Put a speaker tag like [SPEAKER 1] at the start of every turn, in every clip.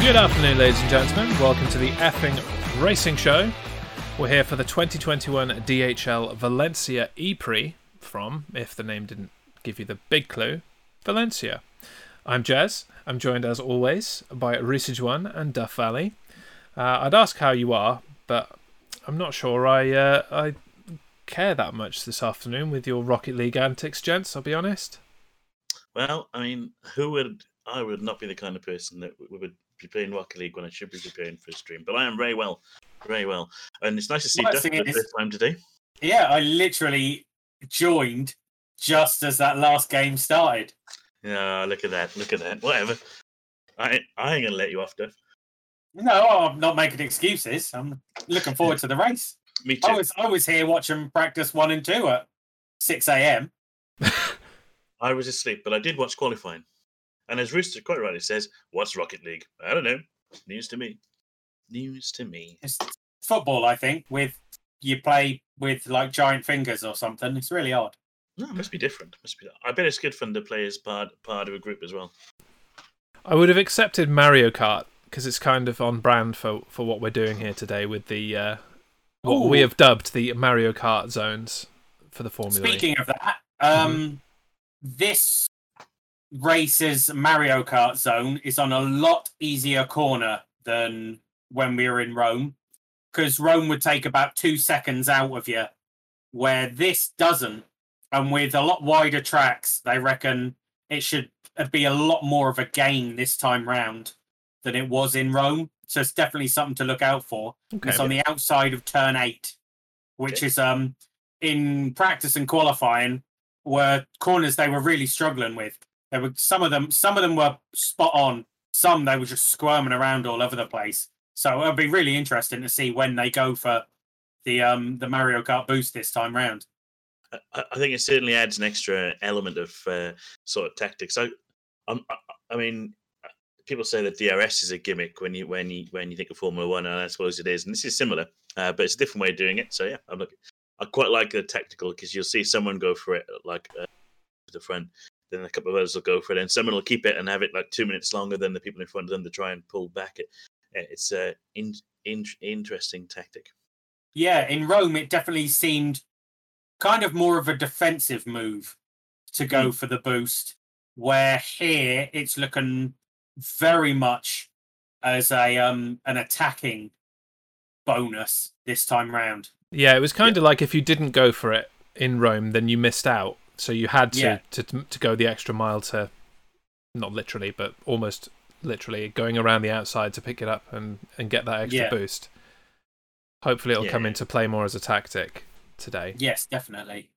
[SPEAKER 1] Good afternoon, ladies and gentlemen. Welcome to the effing racing show. We're here for the 2021 DHL Valencia E-Prix from, if the name didn't give you the big clue, Valencia. I'm Jez. I'm joined as always by Reese One and Duff Valley. Uh, I'd ask how you are, but I'm not sure I uh, I care that much this afternoon with your Rocket League antics, gents. I'll be honest.
[SPEAKER 2] Well, I mean, who would I would not be the kind of person that w- would be playing Rocket League when I should be preparing for a stream. But I am very well, very well, and it's nice to see
[SPEAKER 3] Well,
[SPEAKER 2] Duff for
[SPEAKER 3] seeing
[SPEAKER 2] the
[SPEAKER 3] this-
[SPEAKER 2] first time today.
[SPEAKER 3] Yeah, I literally joined just as that last game started.
[SPEAKER 2] Yeah, look at that, look at that. Whatever. I I ain't gonna let you off, Duff.
[SPEAKER 3] No, I'm not making excuses. I'm looking forward to the race.
[SPEAKER 2] Me too.
[SPEAKER 3] I was I was here watching practice one and two at six a.m.
[SPEAKER 2] I was asleep, but I did watch qualifying. And as Rooster quite rightly says, what's Rocket League? I don't know. News to me. News to me.
[SPEAKER 3] It's football, I think, with you play with like giant fingers or something. It's really odd.
[SPEAKER 2] No, it must be different. Must be. I bet it's good fun to play as part part of a group as well.
[SPEAKER 1] I would have accepted Mario Kart because it's kind of on brand for, for what we're doing here today with the uh, what we
[SPEAKER 3] Ooh.
[SPEAKER 1] have dubbed the Mario Kart zones for the Formula E.
[SPEAKER 3] Speaking of that, um, this race's Mario Kart zone is on a lot easier corner than when we were in Rome, because Rome would take about two seconds out of you, where this doesn't. And with a lot wider tracks, they reckon it should uh, be a lot more of a game this time round than it was in Rome. So it's definitely something to look out for.
[SPEAKER 1] Okay.
[SPEAKER 3] It's on the outside of turn eight, which
[SPEAKER 2] Okay.
[SPEAKER 3] is um in practice and qualifying were corners they were really struggling with. There were some of them some of them were spot on, some they were just squirming around all over the place. So it'll be really interesting to see when they go for the um the Mario Kart boost this time round.
[SPEAKER 2] I, I I think it certainly adds an extra element of uh, sort of tactics. I, I'm, I, I mean, uh, people say that DRS is a gimmick when you when you when you think of Formula One, and I suppose it is, and this is similar, uh, but it's a different way of doing it. So yeah, I'm look, I quite like the tactical because you'll see someone go for it like uh, to the front, then a couple of others will go for it, and someone will keep it and have it like two minutes longer than the people in front of them to try and pull back it. Uh, It's a in, in, interesting tactic.
[SPEAKER 3] Yeah, in Rome it definitely seemed kind of more of a defensive move to
[SPEAKER 2] Hmm.
[SPEAKER 3] go for the boost. Where here it's looking very much as a um an attacking bonus this time round.
[SPEAKER 1] yeah, it was kind of like if you didn't go for it in Rome, then you missed out. So you had to,
[SPEAKER 3] Yeah.
[SPEAKER 1] to to go the extra mile to, not literally, but almost literally going around the outside to pick it up and, and get that extra
[SPEAKER 3] Yeah.
[SPEAKER 1] boost. Hopefully, it'll come
[SPEAKER 2] Yeah.
[SPEAKER 1] into play more as a tactic today.
[SPEAKER 3] Yes, definitely.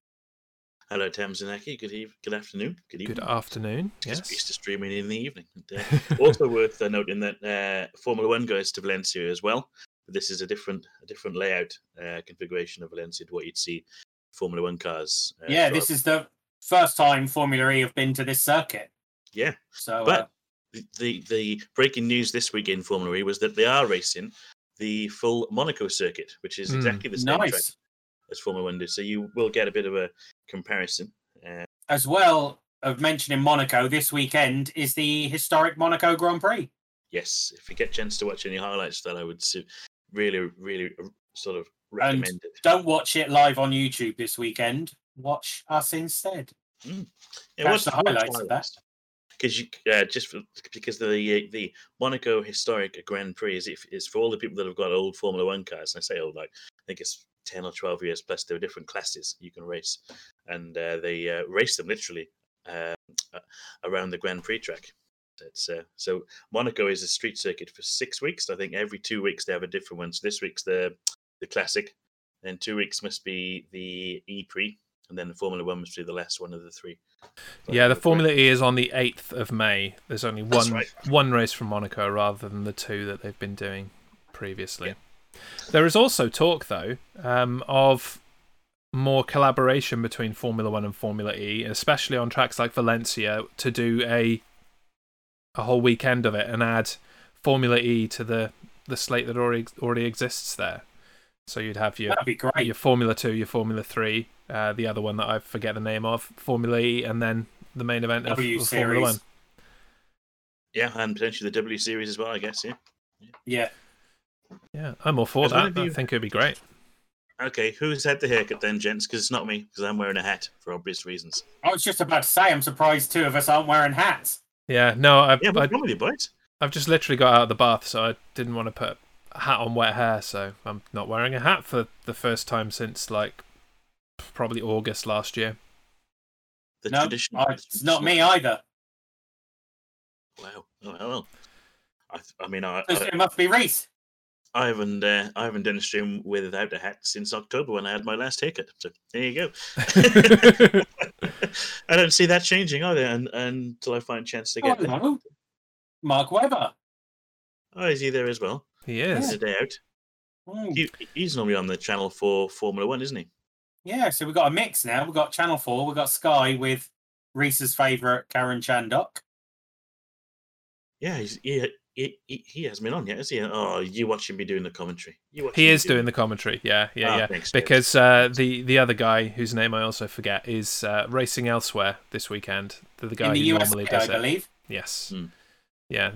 [SPEAKER 2] Hello, Tamsinaki. Good eve- Good afternoon. Good evening.
[SPEAKER 1] Good afternoon.
[SPEAKER 2] Yes.
[SPEAKER 1] Yes.
[SPEAKER 2] Used to streaming in the evening. And, uh, also worth uh, noting that uh, Formula One goes to Valencia as well. But this is a different, a different layout uh, configuration of Valencia to what you'd see Formula One cars. Uh,
[SPEAKER 3] yeah, this is the first time Formula E have been to this circuit.
[SPEAKER 2] Yeah.
[SPEAKER 3] So uh,
[SPEAKER 2] But the, the the breaking news this week in Formula E was that they are racing the full Monaco circuit, which is
[SPEAKER 1] Hmm.
[SPEAKER 2] exactly the same track
[SPEAKER 3] nice.
[SPEAKER 2] as Formula One do. So you will get a bit of a comparison. Uh,
[SPEAKER 3] As well of mentioning Monaco, this weekend is the historic Monaco Grand Prix.
[SPEAKER 2] yes, if you get a chance to watch any highlights, of that I would su- really, really uh, sort of recommend it.
[SPEAKER 3] don't watch it live on YouTube this weekend. Watch us instead. That's the highlights of that.
[SPEAKER 2] Because you uh, just for, because the the Monaco Historic Grand Prix is if is for all the people that have got old Formula One cars, and I say old, like I think it's ten or twelve years plus. There are different classes you can race, and uh, they uh, race them literally um, uh, around the Grand Prix track. It's, uh, so Monaco is a street circuit for six weeks. I think every two weeks they have a different one. So this week's the the classic, then two weeks must be the E Prix, and then the Formula One must be the last one of the three.
[SPEAKER 1] Yeah, the
[SPEAKER 2] But- uh,
[SPEAKER 1] Formula E is on the 8th of May. There's only
[SPEAKER 2] That's
[SPEAKER 1] one
[SPEAKER 2] right.
[SPEAKER 1] one race from Monaco rather than the two that they've been doing previously. There is also talk though um, of more collaboration between Formula 1 and Formula E, especially on tracks like Valencia to do a a whole weekend of it and add Formula E to the the slate that already already exists there. So you'd have your
[SPEAKER 3] That'd be great.
[SPEAKER 1] your Formula Two, your Formula Three, uh, the other one that I forget the name of, Formula E, and then the main event of,
[SPEAKER 3] W
[SPEAKER 1] of Formula
[SPEAKER 3] series.
[SPEAKER 1] One.
[SPEAKER 2] Yeah, and potentially the W Series as well, I guess. Yeah.
[SPEAKER 3] Yeah.
[SPEAKER 1] Yeah, I'm all for
[SPEAKER 2] Has one
[SPEAKER 1] that.
[SPEAKER 2] of
[SPEAKER 1] I
[SPEAKER 2] you-
[SPEAKER 1] think it'd be great.
[SPEAKER 2] Okay, who's had the haircut then, gents? Because it's not me, because I'm wearing a hat for obvious reasons.
[SPEAKER 3] I was just about to say, I'm surprised two of us aren't wearing hats.
[SPEAKER 1] Yeah, no, I've
[SPEAKER 2] Yeah,
[SPEAKER 1] I,
[SPEAKER 2] what's wrong with you, boys?
[SPEAKER 1] I've just literally got out of the bath, so I didn't want to put a hat on wet hair, so I'm not wearing a hat for the first time since like probably August last year.
[SPEAKER 2] The
[SPEAKER 3] no,
[SPEAKER 2] tradition.
[SPEAKER 3] I- it's not me either.
[SPEAKER 2] Wow. Oh, well. I, th- I mean, I, I,
[SPEAKER 3] It must be Reese.
[SPEAKER 2] I haven't uh, I haven't done a stream without a hat since October when I had my last haircut. So there you go. I don't see that changing either, and, until I find a chance to
[SPEAKER 3] Oh,
[SPEAKER 2] get. there.
[SPEAKER 3] hello. Mark Webber.
[SPEAKER 2] Oh, is he there as well?
[SPEAKER 1] he
[SPEAKER 2] He's
[SPEAKER 1] is.
[SPEAKER 2] a day out.
[SPEAKER 3] Oh,
[SPEAKER 2] He, he's normally on the channel for Formula One, isn't he?
[SPEAKER 3] yeah, so we've got a mix now. We've got Channel 4, we've got Sky with Reese's favourite, Karen Chandok.
[SPEAKER 2] Yeah, he's, he, he he he hasn't been on yet, has he? Oh, you watching me doing the commentary? You watch
[SPEAKER 1] He
[SPEAKER 2] me
[SPEAKER 1] is doing the commentary. Yeah, yeah,
[SPEAKER 2] Ah,
[SPEAKER 1] yeah.
[SPEAKER 2] thanks, Dave.
[SPEAKER 1] Because uh, the the other guy whose name I also forget is uh, racing elsewhere this weekend. The, the guy
[SPEAKER 3] in the
[SPEAKER 1] who
[SPEAKER 3] USA,
[SPEAKER 1] normally
[SPEAKER 3] I
[SPEAKER 1] does it.
[SPEAKER 3] believe.
[SPEAKER 1] Yes.
[SPEAKER 2] Hmm.
[SPEAKER 1] Yeah,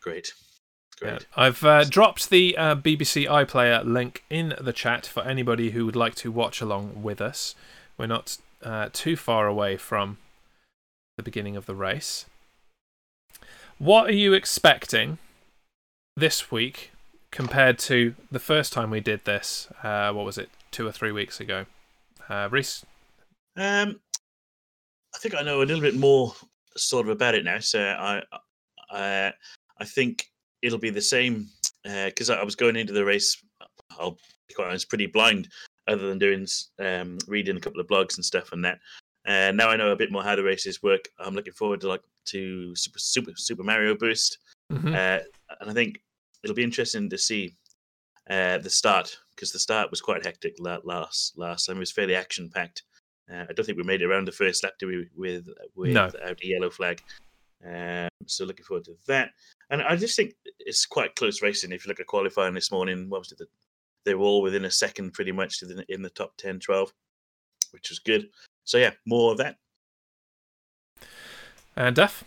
[SPEAKER 2] great, great.
[SPEAKER 1] Yeah. I've uh, dropped the uh, BBC iPlayer link in the chat for anybody who would like to watch along with us. We're not uh, too far away from the beginning of the race. What are you expecting this week compared to the first time we did this? Uh, what was it, two or three weeks ago? Uh, Reese?
[SPEAKER 2] Um, I think I know a little bit more sort of about it now. So I, uh, I think it'll be the same because I I was going into the race. I'll be quite honest, pretty blind, other than doing s- um, reading a couple of blogs and stuff and that. And now I know a bit more how the races work. I'm looking forward to like to Super Super, Super Mario Boost.
[SPEAKER 1] Mhm.
[SPEAKER 2] Uh, and I think it'll be interesting to see uh, the start because the start was quite hectic la- last last time. It was fairly action packed. Uh, I don't think we made it around the first lap, did we? With with
[SPEAKER 1] No.
[SPEAKER 2] without the yellow flag. Um, so looking forward to that. And I just think it's quite close racing. If you look at qualifying this morning, what was it? The, they were all within a second, pretty much, to the- in the top 10, 12, which was good. So yeah, more of that.
[SPEAKER 1] And Uh, Duff?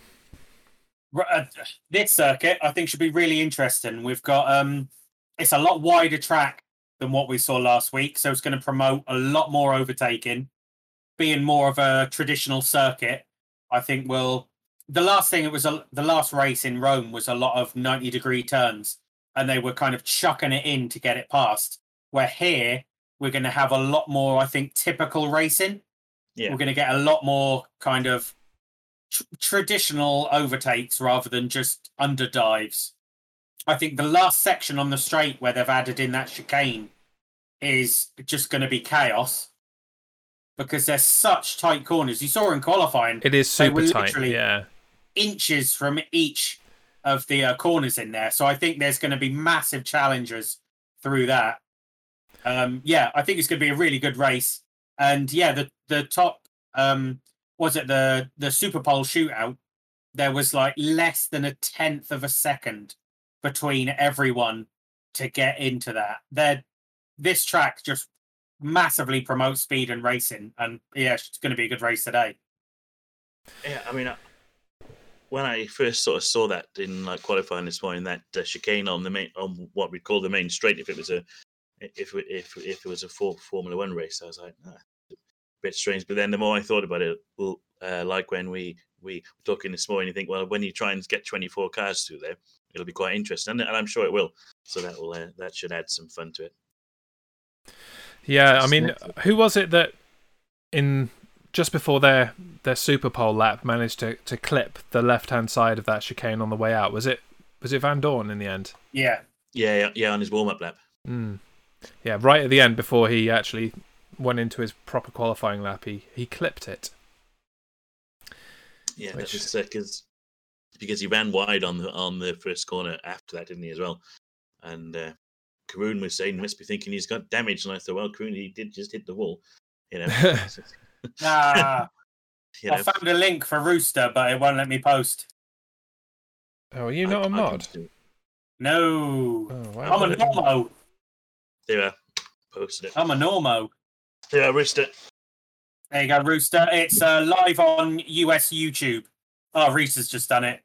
[SPEAKER 3] R- uh, This circuit, I think, should be really interesting. We've got um, it's a lot wider track than what we saw last week, so it's going to promote a lot more overtaking. Being more of a traditional circuit, I think will. The last thing it was a, the last race in Rome was a lot of ninety degree turns, and they were kind of chucking it in to get it past. Where here we're going to have a lot more, I think, typical racing.
[SPEAKER 2] Yeah.
[SPEAKER 3] We're going to get a lot more kind of tr- traditional overtakes rather than just under dives. I think the last section on the straight where they've added in that chicane is just going to be chaos because they're such tight corners. You saw in qualifying
[SPEAKER 1] It is
[SPEAKER 3] They were
[SPEAKER 1] super tight.
[SPEAKER 3] literally-
[SPEAKER 1] Yeah.
[SPEAKER 3] inches from each of the uh, corners in there, so I think there's going to be massive challenges through that. Um, yeah, I think it's going to be a really good race, and yeah, the the top um, was it the the Super Bowl shootout? There was like less than a tenth of a second between everyone to get into that. There, this track just massively promotes speed and racing, and yeah, it's going to be a good race today.
[SPEAKER 2] Yeah, I mean, I, when I first sort of saw that in like qualifying this morning, that uh, chicane on the main on what we would call the main straight, if it was a if it- if if it was a for, Formula One race, I was like, ah, a bit strange. But then the more I thought about it, well, uh, like when we we were talking this morning, you think, well, when you try and get twenty four cars through there, it'll be quite interesting, and, and I'm sure it will. So that will uh, that should add some fun to it.
[SPEAKER 1] Yeah, I
[SPEAKER 2] Just
[SPEAKER 1] mean,
[SPEAKER 2] next
[SPEAKER 1] who was it that in just before their their Super Bowl lap managed to, to clip the left hand side of that chicane on the way out? Was it was it Van Dorn in the end?
[SPEAKER 3] Yeah,
[SPEAKER 2] Yeah, yeah, yeah on his warm up lap.
[SPEAKER 1] Mm. Yeah, right at the end before he actually went into his proper qualifying lap, he, he clipped it.
[SPEAKER 2] Yeah,
[SPEAKER 1] Which-
[SPEAKER 2] that was because because he ran wide on the on the first corner after that, didn't he as well? And uh, Caroon was saying must be thinking he's got damage, and I thought, well, Caroon, he did just hit the wall, you know. so-
[SPEAKER 3] nah.
[SPEAKER 2] you
[SPEAKER 3] I
[SPEAKER 2] know,
[SPEAKER 3] found a link for Rooster, but it won't let me post.
[SPEAKER 1] Oh, are you
[SPEAKER 2] I-
[SPEAKER 1] not a
[SPEAKER 2] I can
[SPEAKER 1] mod?
[SPEAKER 2] do-
[SPEAKER 3] No.
[SPEAKER 1] Oh,
[SPEAKER 3] I'm a
[SPEAKER 1] wow.
[SPEAKER 3] normo.
[SPEAKER 2] There, I posted it.
[SPEAKER 3] I'm a normo.
[SPEAKER 2] There, I rooster.
[SPEAKER 3] There you go, Rooster. It's uh, live on US YouTube. Oh, Reese has just done it.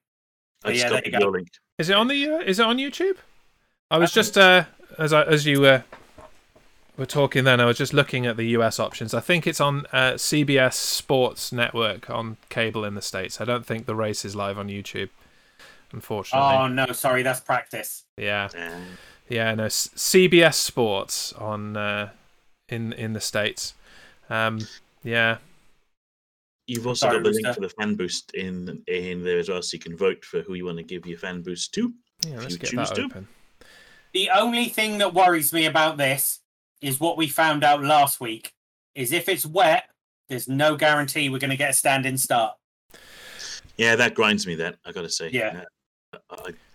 [SPEAKER 2] I
[SPEAKER 3] But
[SPEAKER 2] just
[SPEAKER 3] yeah, there
[SPEAKER 2] copied
[SPEAKER 3] you go.
[SPEAKER 2] your link.
[SPEAKER 1] Is it on the? Uh, is it on YouTube? I was
[SPEAKER 3] Um,
[SPEAKER 1] just uh, as I, as you uh, were talking then, I was just looking at the US options. I think it's on uh, CBS Sports Network on cable in the states. I don't think the race is live on YouTube, unfortunately.
[SPEAKER 3] Oh no, sorry, that's practice.
[SPEAKER 1] yeah,
[SPEAKER 2] Uh,
[SPEAKER 1] yeah, no, S- CBS Sports on uh, in in the states. Um, yeah,
[SPEAKER 2] you've also
[SPEAKER 3] Sorry,
[SPEAKER 2] got the link
[SPEAKER 3] Rooster.
[SPEAKER 2] for the fan boost in in there as well, so you can vote for who you want to give your fan boost to.
[SPEAKER 1] yeah. Let's
[SPEAKER 2] you
[SPEAKER 1] get
[SPEAKER 2] choose
[SPEAKER 1] that
[SPEAKER 2] to.
[SPEAKER 1] open.
[SPEAKER 3] The only thing that worries me about this is what we found out last week is if it's wet, there's no guarantee we're going to get a standing start.
[SPEAKER 2] Yeah, that grinds me. That I gotta say.
[SPEAKER 3] Yeah.
[SPEAKER 2] Uh,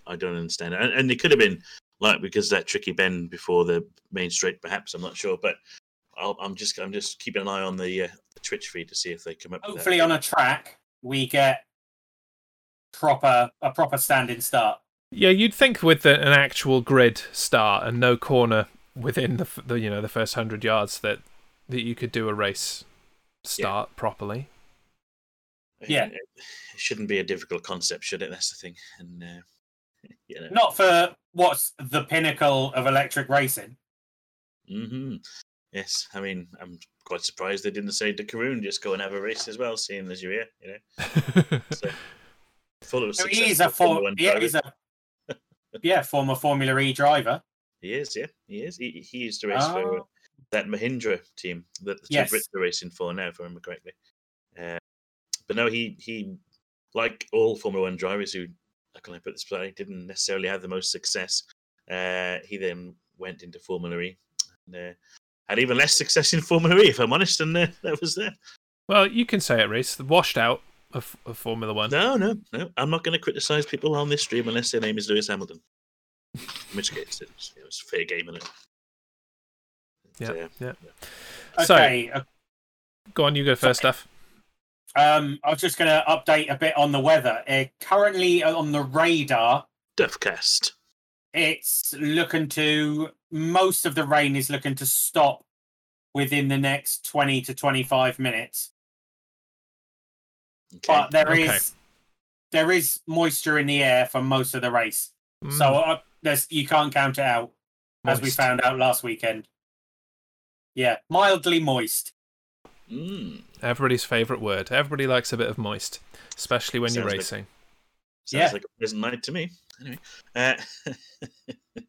[SPEAKER 2] I, I don't understand, and, and it could have been like because of that tricky bend before the main straight, perhaps. I'm not sure, but I'll, I'm just I'm just keeping an eye on the, uh, the Twitch feed to see if they come up. with that.
[SPEAKER 3] Hopefully, on a track we get proper a proper standing start.
[SPEAKER 1] Yeah, you'd think with the, an actual grid start and no corner within the, f- the you know the first hundred yards that that you could do a race start properly.
[SPEAKER 3] yeah.
[SPEAKER 2] it, it shouldn't be a difficult concept, should it? That's the thing, and uh, you know.
[SPEAKER 3] Not for what's the pinnacle of electric racing.
[SPEAKER 2] hmm Yes, I mean, I'm quite surprised they didn't say Dakaroon just go and have a race as well, seeing as you're here, you know. So, full of
[SPEAKER 3] So
[SPEAKER 2] success.
[SPEAKER 3] he's a for,
[SPEAKER 2] One
[SPEAKER 3] yeah, he's a yeah former Formula E driver.
[SPEAKER 2] He is, yeah, he is. He, he used to race for uh,
[SPEAKER 3] Oh.
[SPEAKER 2] that Mahindra team that the two
[SPEAKER 3] Yes.
[SPEAKER 2] Brits are racing for now, if I remember correctly. Uh, but no, he he, like all Formula One drivers who, how can I put this politely, didn't necessarily have the most success. Uh, he then went into Formula E and uh, had even less success in Formula E, if I'm honest. And uh, that was that.
[SPEAKER 1] well, you can say it, Reese. The washed out of, of Formula One.
[SPEAKER 2] No, no, no. I'm not going to criticize people on this stream unless their name is Lewis Hamilton. In which case, it was, it uh, was fair game, innit?
[SPEAKER 1] Yeah,
[SPEAKER 2] Yeah.
[SPEAKER 1] yeah. So
[SPEAKER 3] Okay, uh,
[SPEAKER 1] go on, you go first, Duff.
[SPEAKER 3] um, I was just going to update a bit on the weather. Uh, currently on the radar,
[SPEAKER 2] Duffcast.
[SPEAKER 3] it's looking to most of the rain is looking to stop within the next 20 to 25 minutes
[SPEAKER 2] Okay.
[SPEAKER 3] but there
[SPEAKER 1] Okay.
[SPEAKER 3] is there is moisture in the air for most of the race so
[SPEAKER 1] Hmm.
[SPEAKER 3] uh, there's you can't count it out as we
[SPEAKER 1] Mm, Moist.
[SPEAKER 3] found out last weekend yeah mildly moist
[SPEAKER 2] Mm,
[SPEAKER 1] Everybody's favourite word. Everybody likes a bit of moist, especially when you're
[SPEAKER 2] Sounds like-
[SPEAKER 1] racing.
[SPEAKER 2] sounds
[SPEAKER 3] Yeah.
[SPEAKER 2] like a pleasant night to me. Anyway. Uh,
[SPEAKER 1] Yeah,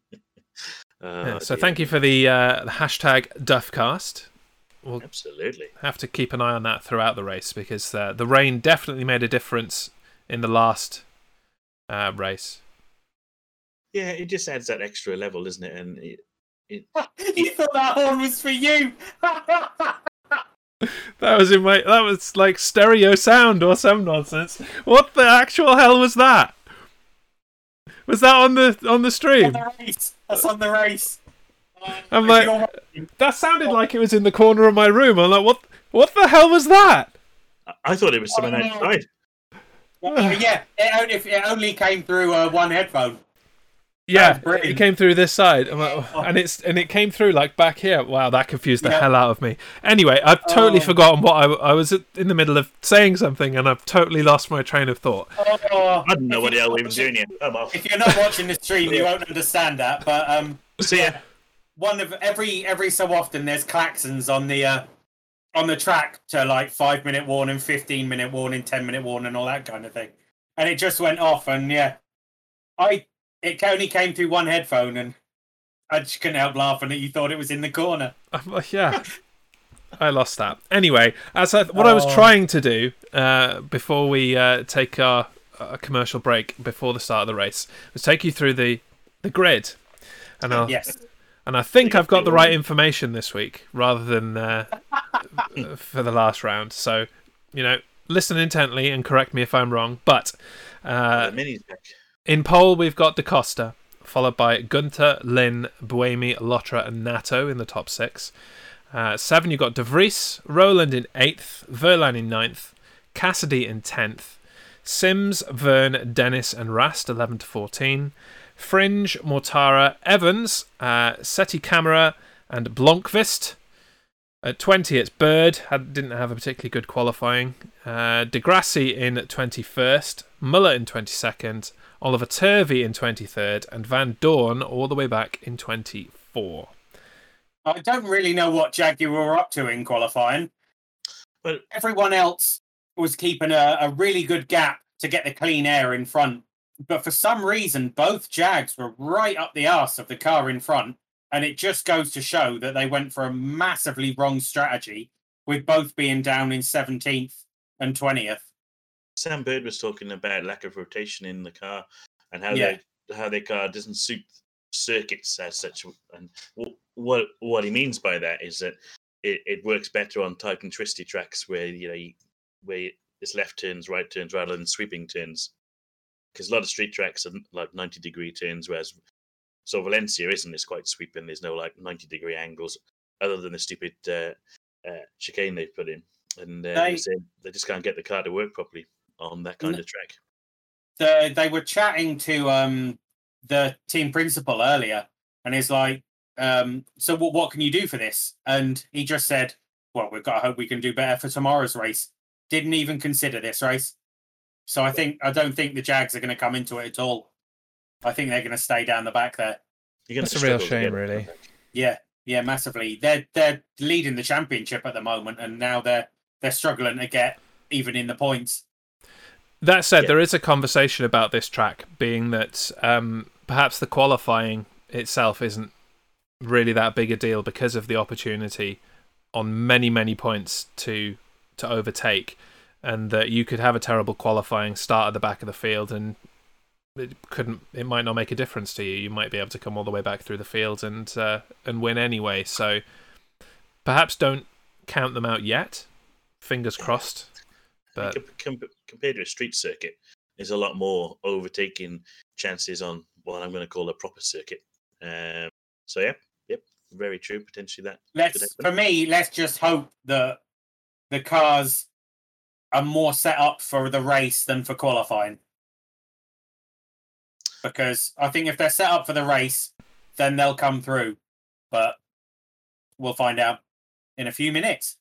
[SPEAKER 2] oh,
[SPEAKER 1] so
[SPEAKER 2] dear.
[SPEAKER 1] thank you for the uh, hashtag Duffcast.
[SPEAKER 2] Absolutely.
[SPEAKER 1] have to keep an eye on that throughout the race because uh, the rain definitely made a difference in the last uh, race.
[SPEAKER 2] Yeah, it just adds that extra level, isn't it? And it,
[SPEAKER 3] you thought that horn was for you
[SPEAKER 1] That was in my. That was like stereo sound or some nonsense. What the actual hell was that? Was that on the on the
[SPEAKER 3] on
[SPEAKER 1] stream?
[SPEAKER 3] the race that's on the race
[SPEAKER 1] I'm like- That sounded like it was in the corner of my room. I'm like, what? What the hell was that?
[SPEAKER 2] I- I thought it was someone
[SPEAKER 3] Oh.
[SPEAKER 2] outside.
[SPEAKER 3] uh, yeah it only, it only came through uh, one headphone
[SPEAKER 1] Yeah,
[SPEAKER 3] was brilliant.
[SPEAKER 1] it came through this side, I'm like, oh, and it's and it came through like back here. Wow, that confused the
[SPEAKER 3] Yeah.
[SPEAKER 1] hell out of me. Anyway, I've totally
[SPEAKER 3] Oh.
[SPEAKER 1] forgotten what I, I was in the middle of saying something, and I've totally lost my train of thought.
[SPEAKER 3] Oh,
[SPEAKER 2] I didn't know
[SPEAKER 3] if
[SPEAKER 2] what the
[SPEAKER 3] you're
[SPEAKER 2] hell
[SPEAKER 3] not
[SPEAKER 2] we were doing here. Oh, I'm off.
[SPEAKER 3] If you're not watching the stream, you won't understand that. But um,
[SPEAKER 2] See ya.
[SPEAKER 3] one of every every so often, there's claxons on the uh, on the track to like five minute warning, fifteen minute warning, ten minute warning, all that kind of thing. And it just went off, and yeah, I it only came through one headphone, and I just couldn't help laughing that you thought it was in the corner.
[SPEAKER 1] I'm like, yeah. I lost that. Anyway, as I, what I was
[SPEAKER 3] Oh.
[SPEAKER 1] trying to do uh, before we uh, take our, our commercial break before the start of the race was take you through the the grid, and I'll,
[SPEAKER 3] Yes,
[SPEAKER 1] and I think
[SPEAKER 2] Yeah,
[SPEAKER 1] I've got the
[SPEAKER 2] yeah.
[SPEAKER 1] right information this week rather than uh, uh, for the last round. So you know, listen intently and correct me if I'm wrong. But uh,
[SPEAKER 2] the mini's back.
[SPEAKER 1] in pole, we've got Da Costa, followed by Gunter, Lynn, Buemi, Lotra, and Nato in the top six. Uh, seven, you've got De Vries, Roland in eighth, Verlan in ninth, Cassidy in tenth, Sims, Vern, Dennis, and Rast, 11 to 14. Fringe, Mortara, Evans, uh, Seti Camera, and Blomqvist. At 20, it's Bird. Had, didn't have a particularly good qualifying. Uh, Degrassi in 21st, Muller in 22nd, Oliver Turvey in 23rd, and Van Dorn all the way back in 24.
[SPEAKER 3] I don't really know what Jaguar were up to in qualifying.
[SPEAKER 2] Well-
[SPEAKER 3] everyone else was keeping a, a really good gap to get the clean air in front. But for some reason, both Jags were right up the arse of the car in front. And it just goes to show that they went for a massively wrong strategy, with both being down in 17th and 20th.
[SPEAKER 2] Sam Bird was talking about lack of rotation in the car and how
[SPEAKER 3] Yeah.
[SPEAKER 2] their how their car doesn't suit circuits as such. And wh- what what he means by that is that it, it works better on tight and twisty tracks where you know you, where it's left turns, right turns rather than sweeping turns. Because a lot of street tracks are n- like ninety degree turns, whereas so Valencia isn't. It's quite sweeping. There's no like ninety degree angles other than the stupid uh, uh, chicane they've put in, and uh, they
[SPEAKER 3] They-
[SPEAKER 2] said they just can't get the car to work properly on that kind
[SPEAKER 3] No.
[SPEAKER 2] of track.
[SPEAKER 3] the, they were chatting to um the team principal earlier, and it's like, um, so what what can you do for this? And he just said, well, we've got to hope we can do better for tomorrow's race. Didn't even consider this race, so I think I don't think the Jags are going to come into it at all. I think they're going to stay down the back there.
[SPEAKER 2] You're gonna
[SPEAKER 1] That's a real
[SPEAKER 2] struggle to
[SPEAKER 1] shame,
[SPEAKER 2] get it.
[SPEAKER 1] really.
[SPEAKER 3] Yeah, yeah, massively. They're they're leading the championship at the moment, and now they're they're struggling to get even in the points.
[SPEAKER 1] That said,
[SPEAKER 2] Yeah.
[SPEAKER 1] there is a conversation about this track being that um, perhaps the qualifying itself isn't really that big a deal because of the opportunity on many many points to to overtake, and that you could have a terrible qualifying start at the back of the field and it couldn't it might not make a difference to you. You might be able to come all the way back through the field and uh, and win anyway. So perhaps don't count them out yet. Fingers crossed. But
[SPEAKER 2] Com- com- compared to a street circuit, there's a lot more overtaking chances on what I'm going to call a proper circuit. Um, so yeah, yep, very true. Potentially that.
[SPEAKER 3] let's
[SPEAKER 2] happen.
[SPEAKER 3] for me let's just hope that the cars are more set up for the race than for qualifying because i think if they're set up for the race then they'll come through but we'll find out in a few minutes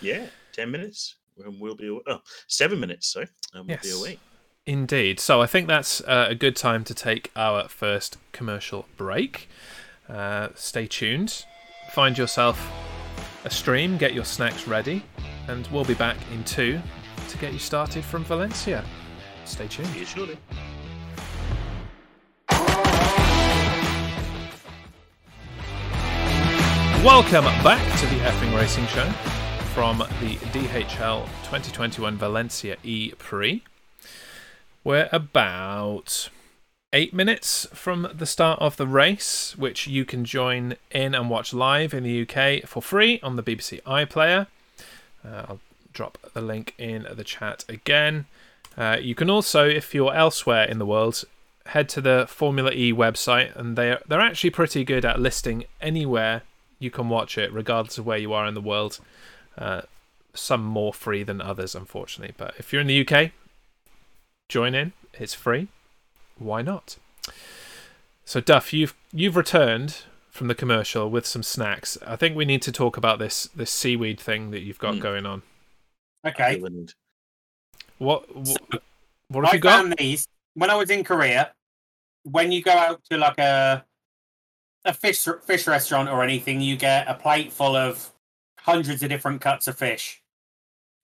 [SPEAKER 2] Yeah, ten minutes. And we'll be aw- oh, seven minutes. Sorry, and we'll
[SPEAKER 1] Yes.
[SPEAKER 2] be away.
[SPEAKER 1] Indeed. So I think that's uh, a good time to take our first commercial break. Uh, stay tuned. Find yourself a stream, get your snacks ready, and we'll be back in two to get you started from Valencia. Stay tuned.
[SPEAKER 2] See you shortly.
[SPEAKER 1] Welcome back to the Effing Racing Show from the DHL 2021 Valencia E Prix. We're about eight minutes from the start of the race, which you can join in and watch live in the UK for free on the BBC iPlayer. Uh, I'll drop the link in the chat again. Uh, you can also, if you're elsewhere in the world, head to the Formula E website, and they they're actually pretty good at listing anywhere you can watch it, regardless of where you are in the world. Uh, some more free than others, unfortunately. But if you're in the UK, join in. It's free. Why not? So Duff, you've you've returned from the commercial with some snacks. I think we need to talk about this this seaweed thing that you've got
[SPEAKER 3] Hmm.
[SPEAKER 2] Mm.
[SPEAKER 1] going on.
[SPEAKER 3] okay
[SPEAKER 2] Island.
[SPEAKER 1] What
[SPEAKER 3] So,
[SPEAKER 1] wh- what have
[SPEAKER 3] I
[SPEAKER 1] you got?
[SPEAKER 3] found these when I was in Korea. When you go out to like a a fish fish restaurant or anything, you get a plate full of hundreds of different cuts of fish.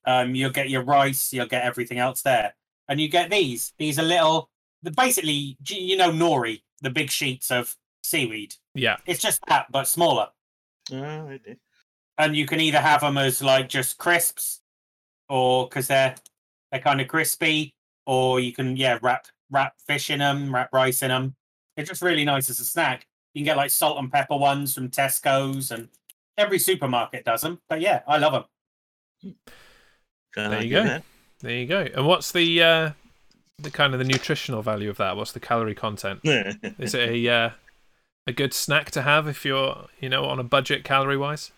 [SPEAKER 3] Um, you'll get your rice, you'll get everything else there, and you get these. These are little, they're basically do you know nori, the big sheets of seaweed.
[SPEAKER 1] Yeah,
[SPEAKER 3] It's just that, but smaller
[SPEAKER 2] Ah, I did.
[SPEAKER 3] and you can either have them as like just crisps or because they're they're kind of crispy or you can yeah wrap wrap fish in them wrap rice in them they're just really nice as a snack you can get like salt and pepper ones from tesco's and every supermarket does them but yeah i love them
[SPEAKER 1] There
[SPEAKER 2] Can't
[SPEAKER 1] you
[SPEAKER 2] argue
[SPEAKER 1] go.
[SPEAKER 2] that.
[SPEAKER 1] there you go. And what's the uh, the kind of the nutritional value of that? What's the calorie content? Is it a uh, a good snack to have if you're you know on a budget calorie wise?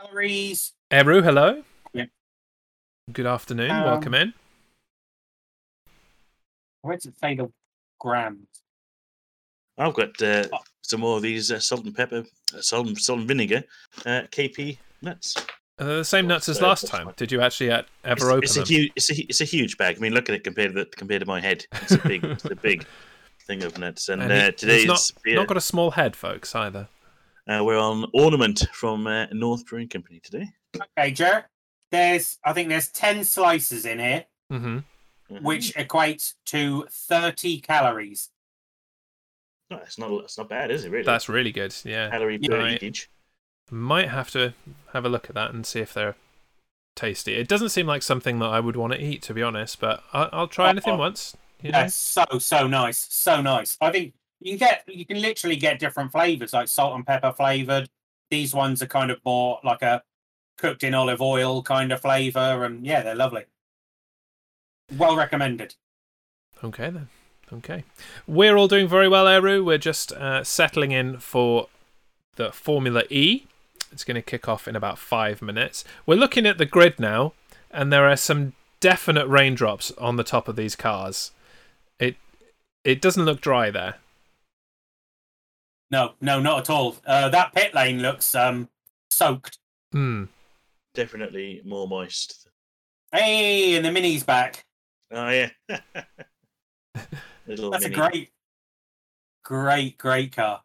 [SPEAKER 3] calories
[SPEAKER 1] Eru, hello.
[SPEAKER 3] Yeah.
[SPEAKER 1] Good afternoon.
[SPEAKER 3] Um,
[SPEAKER 1] Welcome in.
[SPEAKER 3] where does it say the grams
[SPEAKER 1] Oh.
[SPEAKER 2] I've got uh, some more of these uh, salt and pepper, uh, salt, and, salt and vinegar, uh, KP nuts.
[SPEAKER 1] Are they the same nuts as
[SPEAKER 2] Well,
[SPEAKER 1] last
[SPEAKER 2] that's
[SPEAKER 1] time?
[SPEAKER 2] fine.
[SPEAKER 1] Did you actually uh, ever open
[SPEAKER 2] it's, it's
[SPEAKER 1] them?
[SPEAKER 2] a huge, it's a, hu- it's a huge bag. I mean, look at it compared to the, compared to my head. It's a big, it's a big thing of nuts. And,
[SPEAKER 1] he-
[SPEAKER 2] uh,
[SPEAKER 1] he's
[SPEAKER 2] today's
[SPEAKER 1] not,
[SPEAKER 2] beer,
[SPEAKER 1] not got a small head, folks, either.
[SPEAKER 2] uh, we're on ornament from uh, North Brewing Company today.
[SPEAKER 3] Okay, Jared. There's I think there's ten slices in here,
[SPEAKER 1] hmm
[SPEAKER 2] Mhm.
[SPEAKER 3] which equates to thirty calories.
[SPEAKER 2] no, it's not, it's not bad, is it? Really,
[SPEAKER 1] That's really good. Yeah,
[SPEAKER 2] calorie
[SPEAKER 3] Yeah.
[SPEAKER 2] per
[SPEAKER 1] Right.
[SPEAKER 2] eatage.
[SPEAKER 1] might have to have a look at that and see if they're tasty. It doesn't seem like something that I would want to eat, to be honest. But I- I'll
[SPEAKER 2] Oh,
[SPEAKER 1] try anything
[SPEAKER 3] Uh-oh.
[SPEAKER 1] once. You know?
[SPEAKER 3] That's so so nice, so nice. I think you can get you can literally get different flavors like salt and pepper flavored. These ones are kind of more like a cooked in olive oil kind of flavor, and yeah, they're lovely. Well recommended.
[SPEAKER 1] Okay then. Okay. We're all doing very well, Eru. We're just uh, settling in for the Formula E. It's going to kick off in about five minutes. We're looking at the grid now, and there are some definite raindrops on the top of these cars. It it doesn't look dry there.
[SPEAKER 3] No, no, not at all. Uh, that pit lane looks um soaked.
[SPEAKER 1] Hmm.
[SPEAKER 2] Definitely more moist.
[SPEAKER 3] Hey, and the mini's back.
[SPEAKER 2] Oh yeah, little
[SPEAKER 3] That's a
[SPEAKER 2] mini.
[SPEAKER 3] great, great, great car.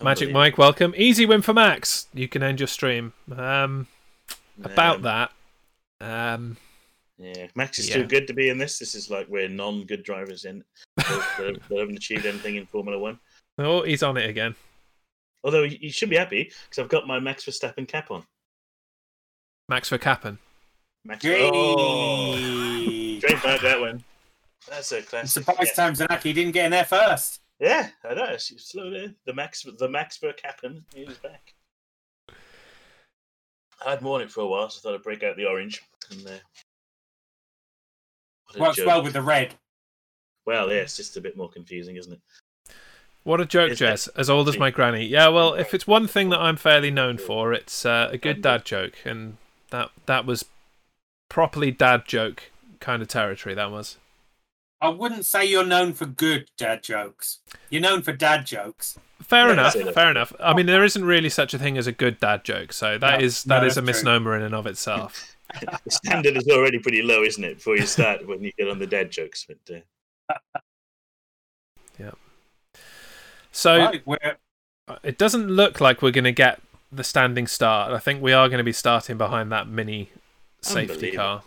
[SPEAKER 1] Magic
[SPEAKER 2] Unbelievable.
[SPEAKER 1] Mike, welcome. Easy win for Max. You can end your stream. Um, about
[SPEAKER 2] Um,
[SPEAKER 1] that. Um,
[SPEAKER 2] Yeah, Max is
[SPEAKER 1] Yeah.
[SPEAKER 2] too good to be in this. This is like where non-good drivers in that that haven't achieved anything in Formula One.
[SPEAKER 1] oh, he's on it again.
[SPEAKER 2] Although you you should be happy because I've got my Max Verstappen cap on.
[SPEAKER 1] Max Verstappen.
[SPEAKER 2] Max, oh,
[SPEAKER 3] Yay!
[SPEAKER 2] great back that one. That's a
[SPEAKER 3] I'm
[SPEAKER 2] classic.
[SPEAKER 3] surprised
[SPEAKER 2] Yeah,
[SPEAKER 3] Tamzanaki didn't get in there first.
[SPEAKER 2] yeah I know. It's it's slow there. The Max, the Max Verstappen is back. I had worn it for a while, so I thought I'd break out the orange. And uh, what a
[SPEAKER 3] Works
[SPEAKER 2] joke.
[SPEAKER 3] well with the red.
[SPEAKER 2] Well, yeah, it's just a bit more confusing, isn't it?
[SPEAKER 1] What a joke,
[SPEAKER 2] Is that-
[SPEAKER 1] Jess. As old as my granny. Yeah, well, if it's one thing that I'm fairly known for, it's uh, a good dad joke, and that that was properly dad joke kind of territory. That was.
[SPEAKER 3] I wouldn't say you're known for good dad jokes. You're known for dad jokes.
[SPEAKER 1] Fair
[SPEAKER 2] Yeah,
[SPEAKER 1] enough.
[SPEAKER 2] that's it.
[SPEAKER 1] Fair enough. I mean, there isn't really such a thing as a good dad joke, so that
[SPEAKER 3] No,
[SPEAKER 1] is
[SPEAKER 3] no,
[SPEAKER 1] that is
[SPEAKER 3] that's
[SPEAKER 1] a
[SPEAKER 3] true.
[SPEAKER 1] misnomer in and of itself.
[SPEAKER 2] the standard is already pretty low, isn't it? Before you start, when you get on the dad jokes, but uh,
[SPEAKER 1] So
[SPEAKER 3] right, we're
[SPEAKER 1] it doesn't look like we're going to get the standing start. I think we are going to be starting behind that mini safety car.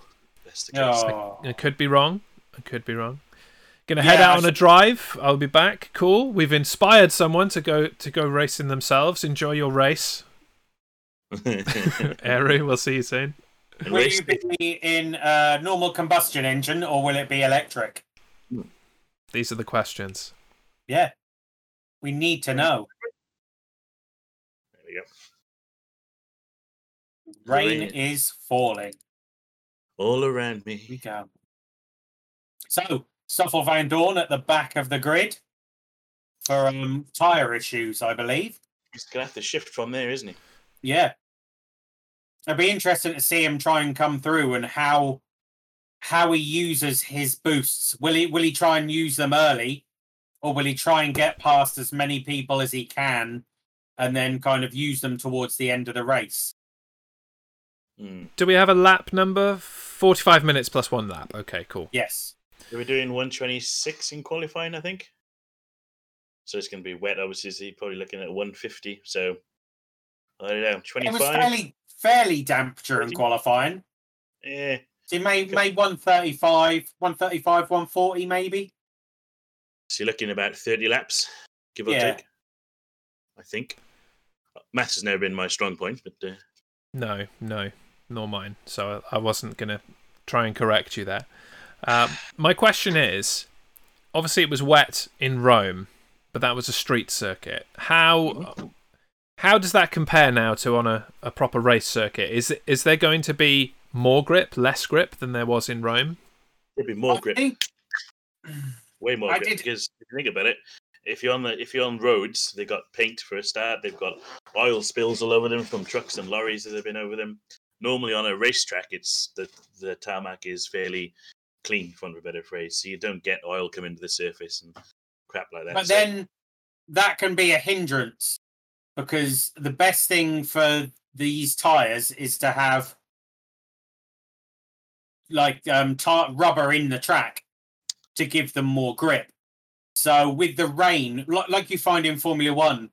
[SPEAKER 2] that's the case.
[SPEAKER 3] oh,
[SPEAKER 1] I could be wrong. I could be wrong. Gonna
[SPEAKER 3] Yeah,
[SPEAKER 1] head
[SPEAKER 3] I
[SPEAKER 1] out on a
[SPEAKER 3] should-
[SPEAKER 1] drive. I'll be back. Cool. We've inspired someone to go to go racing themselves. Enjoy your race, Eru. We'll see you soon.
[SPEAKER 2] And
[SPEAKER 3] will
[SPEAKER 2] race-
[SPEAKER 3] Oh. you be in a normal combustion engine or will it be electric?
[SPEAKER 1] These are the questions.
[SPEAKER 3] Yeah, we need to know.
[SPEAKER 2] there we go.
[SPEAKER 3] Rain
[SPEAKER 2] Rain.
[SPEAKER 3] is falling.
[SPEAKER 2] All around
[SPEAKER 3] We
[SPEAKER 2] me.
[SPEAKER 3] go. So, Stoffel Van Dorn at the back of the grid for um, tyre issues, I believe.
[SPEAKER 2] He's gonna have to shift from there, isn't he?
[SPEAKER 3] Yeah. It'd be interesting to see him try and come through and how how he uses his boosts. Will he will he try and use them early? Or will he try and get past as many people as he can and then kind of use them towards the end of the race?
[SPEAKER 2] Hmm.
[SPEAKER 1] Do we have a lap number? Forty-five minutes plus one lap. Okay, cool.
[SPEAKER 3] Yes.
[SPEAKER 2] They were doing 126 in qualifying, I think. So it's gonna be wet. Obviously, so you're probably looking at 150. So I don't know.
[SPEAKER 3] It
[SPEAKER 2] 25.
[SPEAKER 3] was fairly fairly damp during
[SPEAKER 2] Thirty-
[SPEAKER 3] qualifying.
[SPEAKER 2] Yeah.
[SPEAKER 3] He made
[SPEAKER 2] Okay.
[SPEAKER 3] made 135, 135, 140 maybe.
[SPEAKER 2] So you're looking about 30 laps, give or
[SPEAKER 3] Yeah.
[SPEAKER 2] take. I think. Maths has never been my strong point, but uh,
[SPEAKER 1] No, no, nor mine. So I I wasn't gonna try and correct you there. Um, my question is: obviously, it was wet in Rome, but that was a street circuit. How how does that compare now to on a, a proper race circuit? Is is there going to be more grip, less grip than there was in Rome?
[SPEAKER 2] there'd be more
[SPEAKER 3] I
[SPEAKER 2] grip.
[SPEAKER 3] think
[SPEAKER 2] way more
[SPEAKER 3] I
[SPEAKER 2] grip
[SPEAKER 3] did-
[SPEAKER 2] because if you think about it, if you're on the if you're on roads, they've got paint for a start. They've got oil spills all over them from trucks and lorries that have been over them. Normally on a racetrack, it's the the tarmac is fairly clean, for want of a better phrase. So you don't get oil coming to the surface and crap like that.
[SPEAKER 3] But
[SPEAKER 2] So
[SPEAKER 3] then that can be a hindrance because the best thing for these tires is to have like um tar- rubber in the track to give them more grip. So with the rain, li- like you find in Formula 1,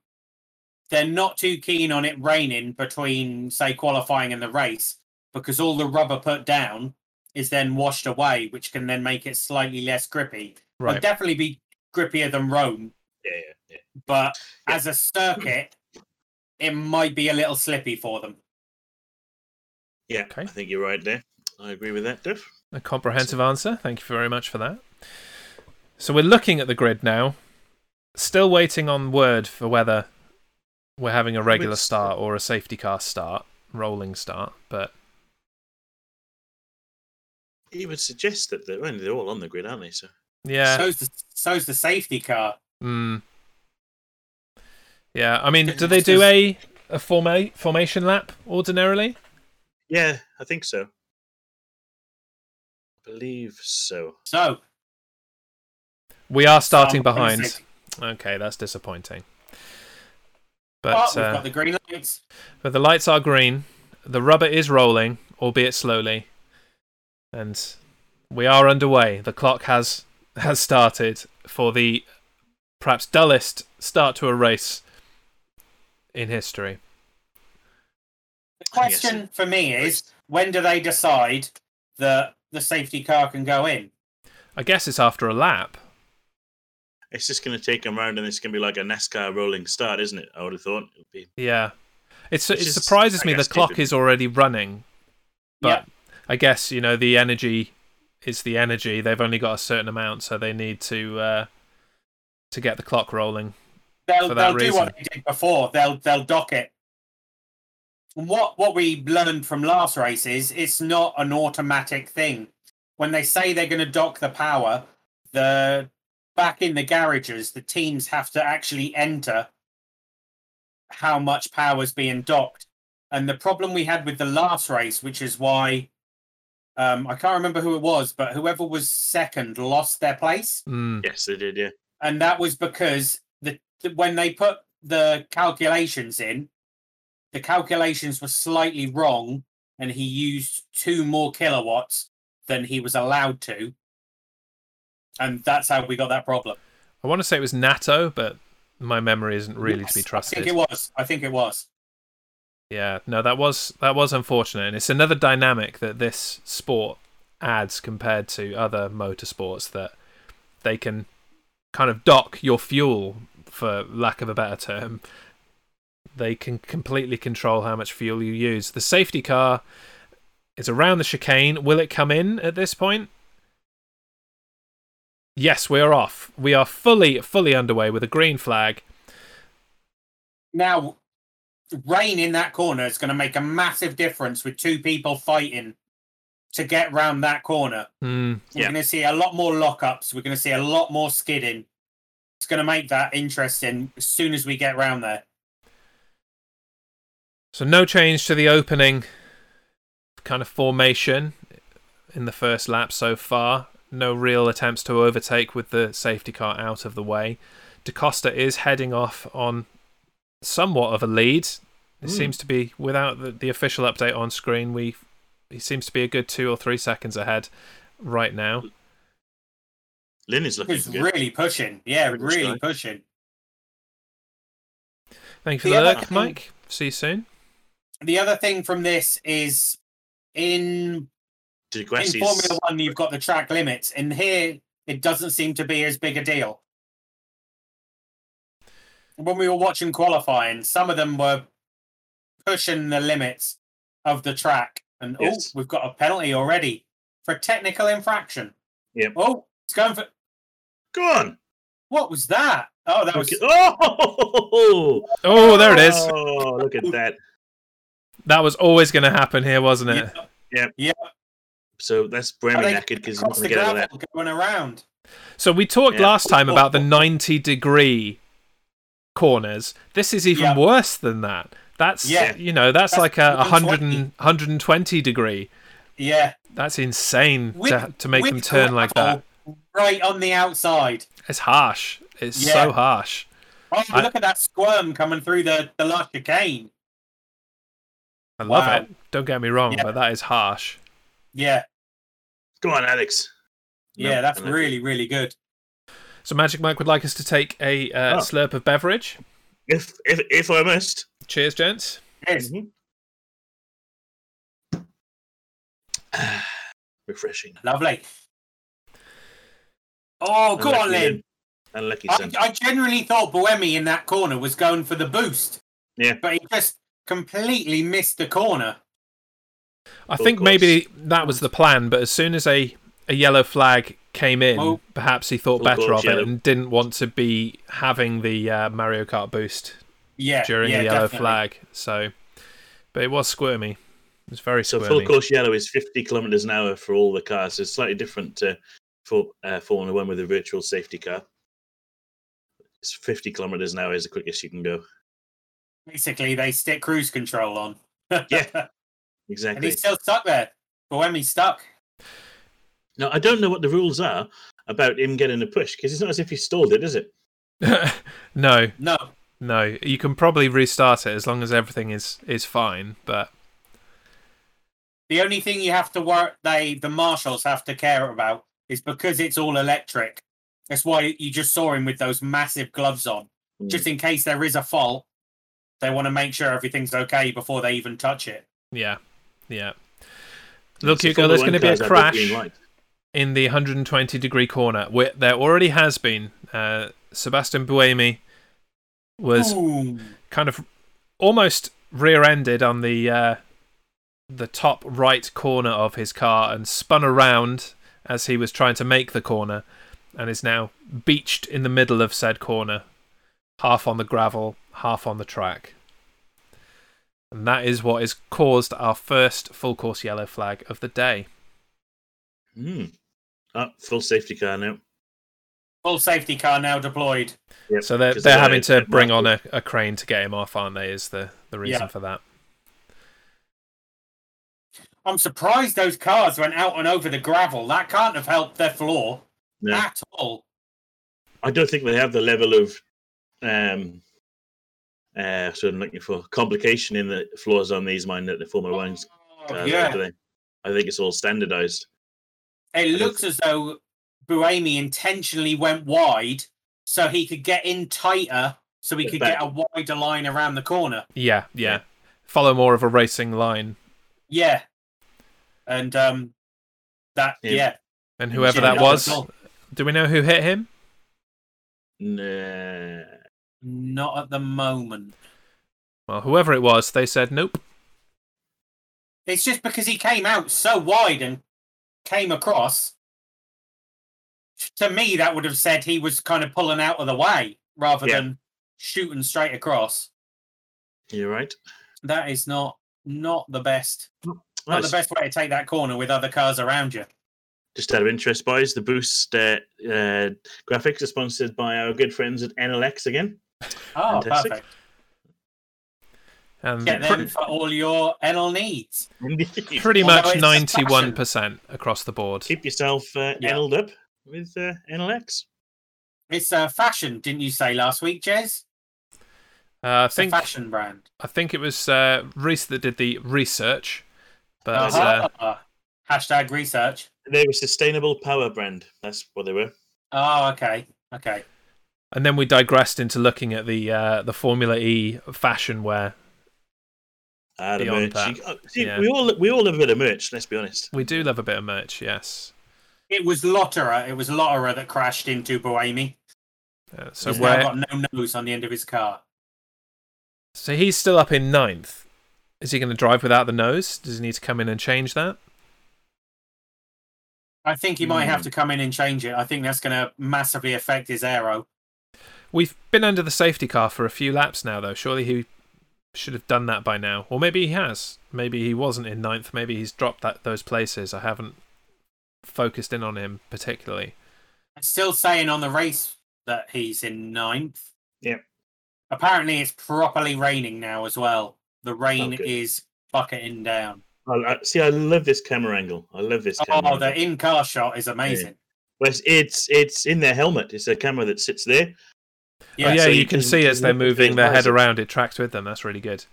[SPEAKER 3] they're not too keen on it raining between say qualifying and the race because all the rubber put down is then washed away, which can then make it slightly less grippy. It'll
[SPEAKER 1] Right.
[SPEAKER 3] definitely be grippier than Rome,
[SPEAKER 2] Yeah, yeah, yeah.
[SPEAKER 3] but as a circuit, it might be a little slippy for them.
[SPEAKER 2] Yeah,
[SPEAKER 1] Okay.
[SPEAKER 2] I think you're right there. I agree with that, Diff.
[SPEAKER 1] A comprehensive answer. Thank you very much for that. So we're looking at the grid now. Still waiting on word for whether we're having a regular
[SPEAKER 2] Which-
[SPEAKER 1] start or a safety car start, rolling start. But
[SPEAKER 2] He would suggest that they're, I mean, they're all on the grid, aren't they? So
[SPEAKER 1] yeah,
[SPEAKER 3] So's the so's the safety car.
[SPEAKER 1] mm. yeah. I mean, do they
[SPEAKER 3] It's
[SPEAKER 1] do
[SPEAKER 3] just-
[SPEAKER 1] a a forma- formation lap ordinarily?
[SPEAKER 2] yeah, I think so. I believe so.
[SPEAKER 3] So
[SPEAKER 1] We are starting
[SPEAKER 3] um,
[SPEAKER 1] behind.
[SPEAKER 3] basic.
[SPEAKER 1] Okay, that's disappointing.
[SPEAKER 3] But
[SPEAKER 1] But
[SPEAKER 3] we've
[SPEAKER 1] uh,
[SPEAKER 3] got the green lights.
[SPEAKER 1] But the lights are green. The rubber is rolling, albeit slowly. And we are underway. The clock has has started for the perhaps dullest start to a race in history.
[SPEAKER 3] The
[SPEAKER 2] Yes.
[SPEAKER 3] question for me is when do they decide that the safety car can go in?
[SPEAKER 1] I guess it's after a lap.
[SPEAKER 2] It's just going to take them round, and it's going to be like a NASCAR rolling start, isn't it? I would have thought it would be.
[SPEAKER 1] Yeah. It's,
[SPEAKER 2] Which
[SPEAKER 1] it
[SPEAKER 2] is,
[SPEAKER 1] surprises
[SPEAKER 2] I
[SPEAKER 1] me the
[SPEAKER 2] guess,
[SPEAKER 1] clock
[SPEAKER 2] stupid.
[SPEAKER 1] is already running. But I guess, you know, the energy is the energy. They've only got a certain amount, so they need to uh, to get the clock rolling.
[SPEAKER 3] they'll,
[SPEAKER 1] for that
[SPEAKER 3] they'll do what they did before. They'll they'll dock it. And what what we learned from last race is it's not an automatic thing. When they say they're going to dock the power, the back in the garages, the teams have to actually enter how much power is being docked. And the problem we had with the last race, which is why um, I can't remember who it was, but whoever was second lost their place
[SPEAKER 1] Mm.
[SPEAKER 2] Yes, they did. Yeah,
[SPEAKER 3] and that was because the the- when they put the calculations in, the calculations were slightly wrong, and he used two more kilowatts than he was allowed to, and that's how we got that problem.
[SPEAKER 1] I want to say it was NATO, but my memory isn't really
[SPEAKER 3] Yes,
[SPEAKER 1] to be
[SPEAKER 3] I think
[SPEAKER 1] trusted.
[SPEAKER 3] it was. I think it was.
[SPEAKER 1] Yeah, no, that was that was unfortunate, and it's another dynamic that this sport adds compared to other motorsports that they can kind of dock your fuel, for lack of a better term. They can completely control how much fuel you use. The safety car is around the chicane. Will it come in at this point? Yes, we are off. We are fully, fully underway with a green flag.
[SPEAKER 3] Now, rain in that corner is going to make a massive difference with two people fighting to get round that corner.
[SPEAKER 1] Hmm.
[SPEAKER 3] We're
[SPEAKER 2] Yeah.
[SPEAKER 3] going to see a lot more lockups. We're going to see a lot more skidding. It's going to make that interesting as soon as we get round there.
[SPEAKER 1] So no change to the opening kind of formation in the first lap so far. No real attempts to overtake with the safety car out of the way. DaCosta is heading off on somewhat of a lead. It
[SPEAKER 2] Hmm.
[SPEAKER 1] seems to be without the, the official update on screen. We he seems to be a good two or three seconds ahead right now.
[SPEAKER 2] Lynn is looking
[SPEAKER 3] It's
[SPEAKER 2] good.
[SPEAKER 3] really pushing. Yeah,
[SPEAKER 2] British
[SPEAKER 3] really
[SPEAKER 2] guy.
[SPEAKER 3] pushing.
[SPEAKER 1] Thank you for
[SPEAKER 3] The
[SPEAKER 1] the
[SPEAKER 3] other
[SPEAKER 1] look,
[SPEAKER 3] thing-
[SPEAKER 1] Mike. See you soon.
[SPEAKER 3] The other thing from this is in in
[SPEAKER 2] Degrassi's
[SPEAKER 3] Formula One, you've got the track limits, and here it doesn't seem to be as big a deal. When we were watching qualifying, some of them were pushing the limits of the track, and
[SPEAKER 2] Yes.
[SPEAKER 3] oh, we've got a penalty already for a technical infraction.
[SPEAKER 2] Yep.
[SPEAKER 3] Oh, it's going for
[SPEAKER 2] Go on.
[SPEAKER 3] what was that? Oh, that was
[SPEAKER 2] Look at- Oh,
[SPEAKER 1] Oh, there it is.
[SPEAKER 2] Oh, look at that.
[SPEAKER 1] That was always going to happen here,
[SPEAKER 2] Oh,
[SPEAKER 1] wasn't it?
[SPEAKER 3] yeah,
[SPEAKER 2] So that's
[SPEAKER 3] Are
[SPEAKER 2] Bremen
[SPEAKER 3] they
[SPEAKER 2] knackered because he's not
[SPEAKER 3] across
[SPEAKER 2] going to
[SPEAKER 3] the
[SPEAKER 2] get out of
[SPEAKER 3] gravel
[SPEAKER 2] that.
[SPEAKER 3] going around.
[SPEAKER 1] So we talked
[SPEAKER 2] Yeah.
[SPEAKER 1] last time about the 90 degree corners. This is even
[SPEAKER 3] Yeah.
[SPEAKER 1] worse than that. That's
[SPEAKER 3] Yeah.
[SPEAKER 1] you know that's,
[SPEAKER 3] That's
[SPEAKER 1] like a 100 and,
[SPEAKER 3] 120.
[SPEAKER 1] 120 degree.
[SPEAKER 3] Yeah,
[SPEAKER 1] That's insane to,
[SPEAKER 3] With-
[SPEAKER 1] to make
[SPEAKER 3] with
[SPEAKER 1] them turn like that.
[SPEAKER 3] gravel Right on the outside.
[SPEAKER 1] It's harsh. It's
[SPEAKER 3] Yeah.
[SPEAKER 1] so harsh.
[SPEAKER 3] Oh,
[SPEAKER 1] I-
[SPEAKER 3] look at that squirm coming through the, the last chicane.
[SPEAKER 1] I love
[SPEAKER 3] Wow.
[SPEAKER 1] it. Don't get me wrong,
[SPEAKER 3] Yeah.
[SPEAKER 1] but that is harsh.
[SPEAKER 3] Yeah,
[SPEAKER 2] Come on, Alex.
[SPEAKER 3] yeah,
[SPEAKER 2] No,
[SPEAKER 3] that's
[SPEAKER 2] and I-
[SPEAKER 3] really, really good.
[SPEAKER 1] So Magic Mike would like us to take a uh,
[SPEAKER 2] Oh.
[SPEAKER 1] slurp of beverage.
[SPEAKER 2] If if if I Mm-hmm. must.
[SPEAKER 1] Cheers, gents.
[SPEAKER 3] Yes.
[SPEAKER 2] Refreshing.
[SPEAKER 3] Lovely. Oh, go on,
[SPEAKER 2] Unlucky
[SPEAKER 3] Lynn.
[SPEAKER 2] Unlucky
[SPEAKER 3] I,
[SPEAKER 2] son.
[SPEAKER 3] I generally thought Boemi in that corner was going for the boost.
[SPEAKER 2] Yeah.
[SPEAKER 3] But he just completely missed the corner.
[SPEAKER 1] I
[SPEAKER 2] Oh, Of
[SPEAKER 1] think
[SPEAKER 2] course.
[SPEAKER 1] maybe that was the plan, but as soon as a, a yellow flag came in,
[SPEAKER 2] Oh.
[SPEAKER 3] Well-
[SPEAKER 1] perhaps he thought
[SPEAKER 2] Of
[SPEAKER 1] better
[SPEAKER 2] course,
[SPEAKER 1] of it
[SPEAKER 2] yellow.
[SPEAKER 1] and didn't want to be having the uh, Mario Kart boost
[SPEAKER 3] Yeah.
[SPEAKER 1] during
[SPEAKER 3] yeah,
[SPEAKER 1] the yellow
[SPEAKER 3] definitely.
[SPEAKER 1] flag. So, but it was squirmy. It was very
[SPEAKER 2] So full
[SPEAKER 1] squirmy.
[SPEAKER 2] course yellow is 50 kilometers an hour for all the cars. So it's slightly different uh, for uh, Formula One with a virtual safety car. It's 50 kilometers an hour is the quickest you can go.
[SPEAKER 3] Basically, they stick cruise control on.
[SPEAKER 2] Yeah.
[SPEAKER 3] and
[SPEAKER 2] Exactly.
[SPEAKER 3] he's still stuck there. Boemi's stuck.
[SPEAKER 2] Now I don't know what the rules are about him getting a push because it's not as if he stalled it, is it?
[SPEAKER 1] no,
[SPEAKER 3] No.
[SPEAKER 1] no. You can probably restart it as long as everything is is fine. But
[SPEAKER 3] The only thing you have to worry, they the marshals have to care about is because it's all electric. That's why you just saw him with those massive gloves on,
[SPEAKER 2] Mm.
[SPEAKER 3] just in case there is a fault. They want to make sure everything's okay before they even touch it.
[SPEAKER 1] yeah, yeah. Look,
[SPEAKER 2] So
[SPEAKER 1] Hugo,
[SPEAKER 2] Formula
[SPEAKER 1] there's
[SPEAKER 2] One
[SPEAKER 1] going to be a
[SPEAKER 2] cars have the
[SPEAKER 1] crash.
[SPEAKER 2] green light.
[SPEAKER 1] in the 120 degree corner. Where there already has been. Uh, Sebastian Buemi was
[SPEAKER 3] Boom.
[SPEAKER 1] kind of almost rear-ended on the uh, the top right corner of his car and spun around as he was trying to make the corner, and is now beached in the middle of said corner, half on the gravel, half on the track. And that is what has caused our first full course yellow flag of the day.
[SPEAKER 2] Mm. Ah, full safety car now.
[SPEAKER 3] Full safety car now deployed.
[SPEAKER 2] Yep,
[SPEAKER 1] So they're,
[SPEAKER 2] 'cause
[SPEAKER 1] they're
[SPEAKER 2] the-
[SPEAKER 1] having to
[SPEAKER 2] the
[SPEAKER 1] bring on
[SPEAKER 2] marshal-
[SPEAKER 1] a, a crane to get him off, aren't they? Is the, the reason
[SPEAKER 3] Yeah.
[SPEAKER 1] for that?
[SPEAKER 3] I'm surprised those cars went out and over the gravel. That can't have helped their floor
[SPEAKER 2] No.
[SPEAKER 3] at all.
[SPEAKER 2] I don't think they have the level of um uh sort of looking for complication in the floors on these mine that the Formula One
[SPEAKER 3] Oh,
[SPEAKER 2] cars have,
[SPEAKER 3] yeah.
[SPEAKER 2] do they? Uh, I think it's all standardized.
[SPEAKER 3] It looks as though Buemi intentionally went wide so he could get in tighter, so he
[SPEAKER 2] Get
[SPEAKER 3] could
[SPEAKER 2] back.
[SPEAKER 3] get a wider line around the corner.
[SPEAKER 1] Yeah, yeah,
[SPEAKER 2] Yeah.
[SPEAKER 1] Follow more of a racing line,
[SPEAKER 3] Yeah. And um that
[SPEAKER 2] Yeah.
[SPEAKER 3] yeah.
[SPEAKER 1] and whoever
[SPEAKER 3] Yeah,
[SPEAKER 1] that
[SPEAKER 3] that
[SPEAKER 1] was,
[SPEAKER 3] was all.
[SPEAKER 1] do we know who hit him?
[SPEAKER 2] Nah.
[SPEAKER 3] not at the moment.
[SPEAKER 1] Well, whoever it was, they said nope.
[SPEAKER 3] It's just because he came out so wide and came across. To me, that would have said he was kind of pulling out of the way rather
[SPEAKER 2] Yeah.
[SPEAKER 3] than shooting straight across.
[SPEAKER 2] You're right.
[SPEAKER 3] That is not not the best not the
[SPEAKER 2] Nice.
[SPEAKER 3] best way to take that corner with other cars around you.
[SPEAKER 2] Just out of interest, boys, the boost uh, uh, graphics are sponsored by our good friends at NLX again.
[SPEAKER 3] Oh,
[SPEAKER 2] Fantastic.
[SPEAKER 3] perfect.
[SPEAKER 1] And
[SPEAKER 3] Get
[SPEAKER 1] pre-
[SPEAKER 3] them for all your NL needs.
[SPEAKER 1] pretty
[SPEAKER 3] Although
[SPEAKER 1] much
[SPEAKER 3] it's
[SPEAKER 1] ninety-one percent across the board.
[SPEAKER 2] Keep yourself uh,
[SPEAKER 3] Yeah.
[SPEAKER 2] NL'd up with uh, NLX.
[SPEAKER 3] It's uh, fashion, didn't you say last week, Jez?
[SPEAKER 1] Uh, I
[SPEAKER 3] It's a
[SPEAKER 1] think
[SPEAKER 3] fashion brand.
[SPEAKER 1] I think it was uh, Reese that did the research, but uh,
[SPEAKER 3] Ah, Hashtag research.
[SPEAKER 2] They were sustainable power brand. That's what they were.
[SPEAKER 3] Oh, okay. Okay.
[SPEAKER 1] and then we digressed into looking at the uh, the Formula E fashion wear.
[SPEAKER 2] Out of
[SPEAKER 1] Beyond
[SPEAKER 2] merch.
[SPEAKER 1] that,
[SPEAKER 2] You- oh, see,
[SPEAKER 1] yeah.
[SPEAKER 2] we all we all love a bit of merch. Let's be honest.
[SPEAKER 1] We do love a bit of merch, yes.
[SPEAKER 3] It was Lotterer. It was Lotterer that crashed into Boemi.
[SPEAKER 1] Uh, so
[SPEAKER 3] He's
[SPEAKER 1] where
[SPEAKER 3] now got no nose on the end of his car.
[SPEAKER 1] So he's still up in ninth. Is he going to drive without the nose? Does he need to come in and change that?
[SPEAKER 3] I think he might have
[SPEAKER 2] Hmm.
[SPEAKER 3] to come in and change it. I think that's going to massively affect his aero.
[SPEAKER 1] We've been under the safety car for a few laps now, though. Surely he should have done that by now. Or maybe he has. Maybe he wasn't in ninth. Maybe he's dropped that those places. I haven't focused in on him particularly.
[SPEAKER 3] It's still saying on the race that he's in ninth.
[SPEAKER 2] Yep.
[SPEAKER 3] Apparently, it's properly raining now as well. The rain
[SPEAKER 2] Oh, good.
[SPEAKER 3] is bucketing down.
[SPEAKER 2] I, I- see, I love this camera angle. I love this. Camera
[SPEAKER 3] Oh,
[SPEAKER 2] angle.
[SPEAKER 3] the in car shot is amazing.
[SPEAKER 2] Well, it's, it's it's in their helmet. It's a camera that sits there.
[SPEAKER 1] Yeah, oh, yeah
[SPEAKER 2] so
[SPEAKER 1] you
[SPEAKER 2] you
[SPEAKER 1] can
[SPEAKER 2] can-
[SPEAKER 1] see as they're
[SPEAKER 2] you can look at
[SPEAKER 1] moving
[SPEAKER 2] his
[SPEAKER 1] their head
[SPEAKER 2] visor.
[SPEAKER 1] around, it tracks with them. That's really good.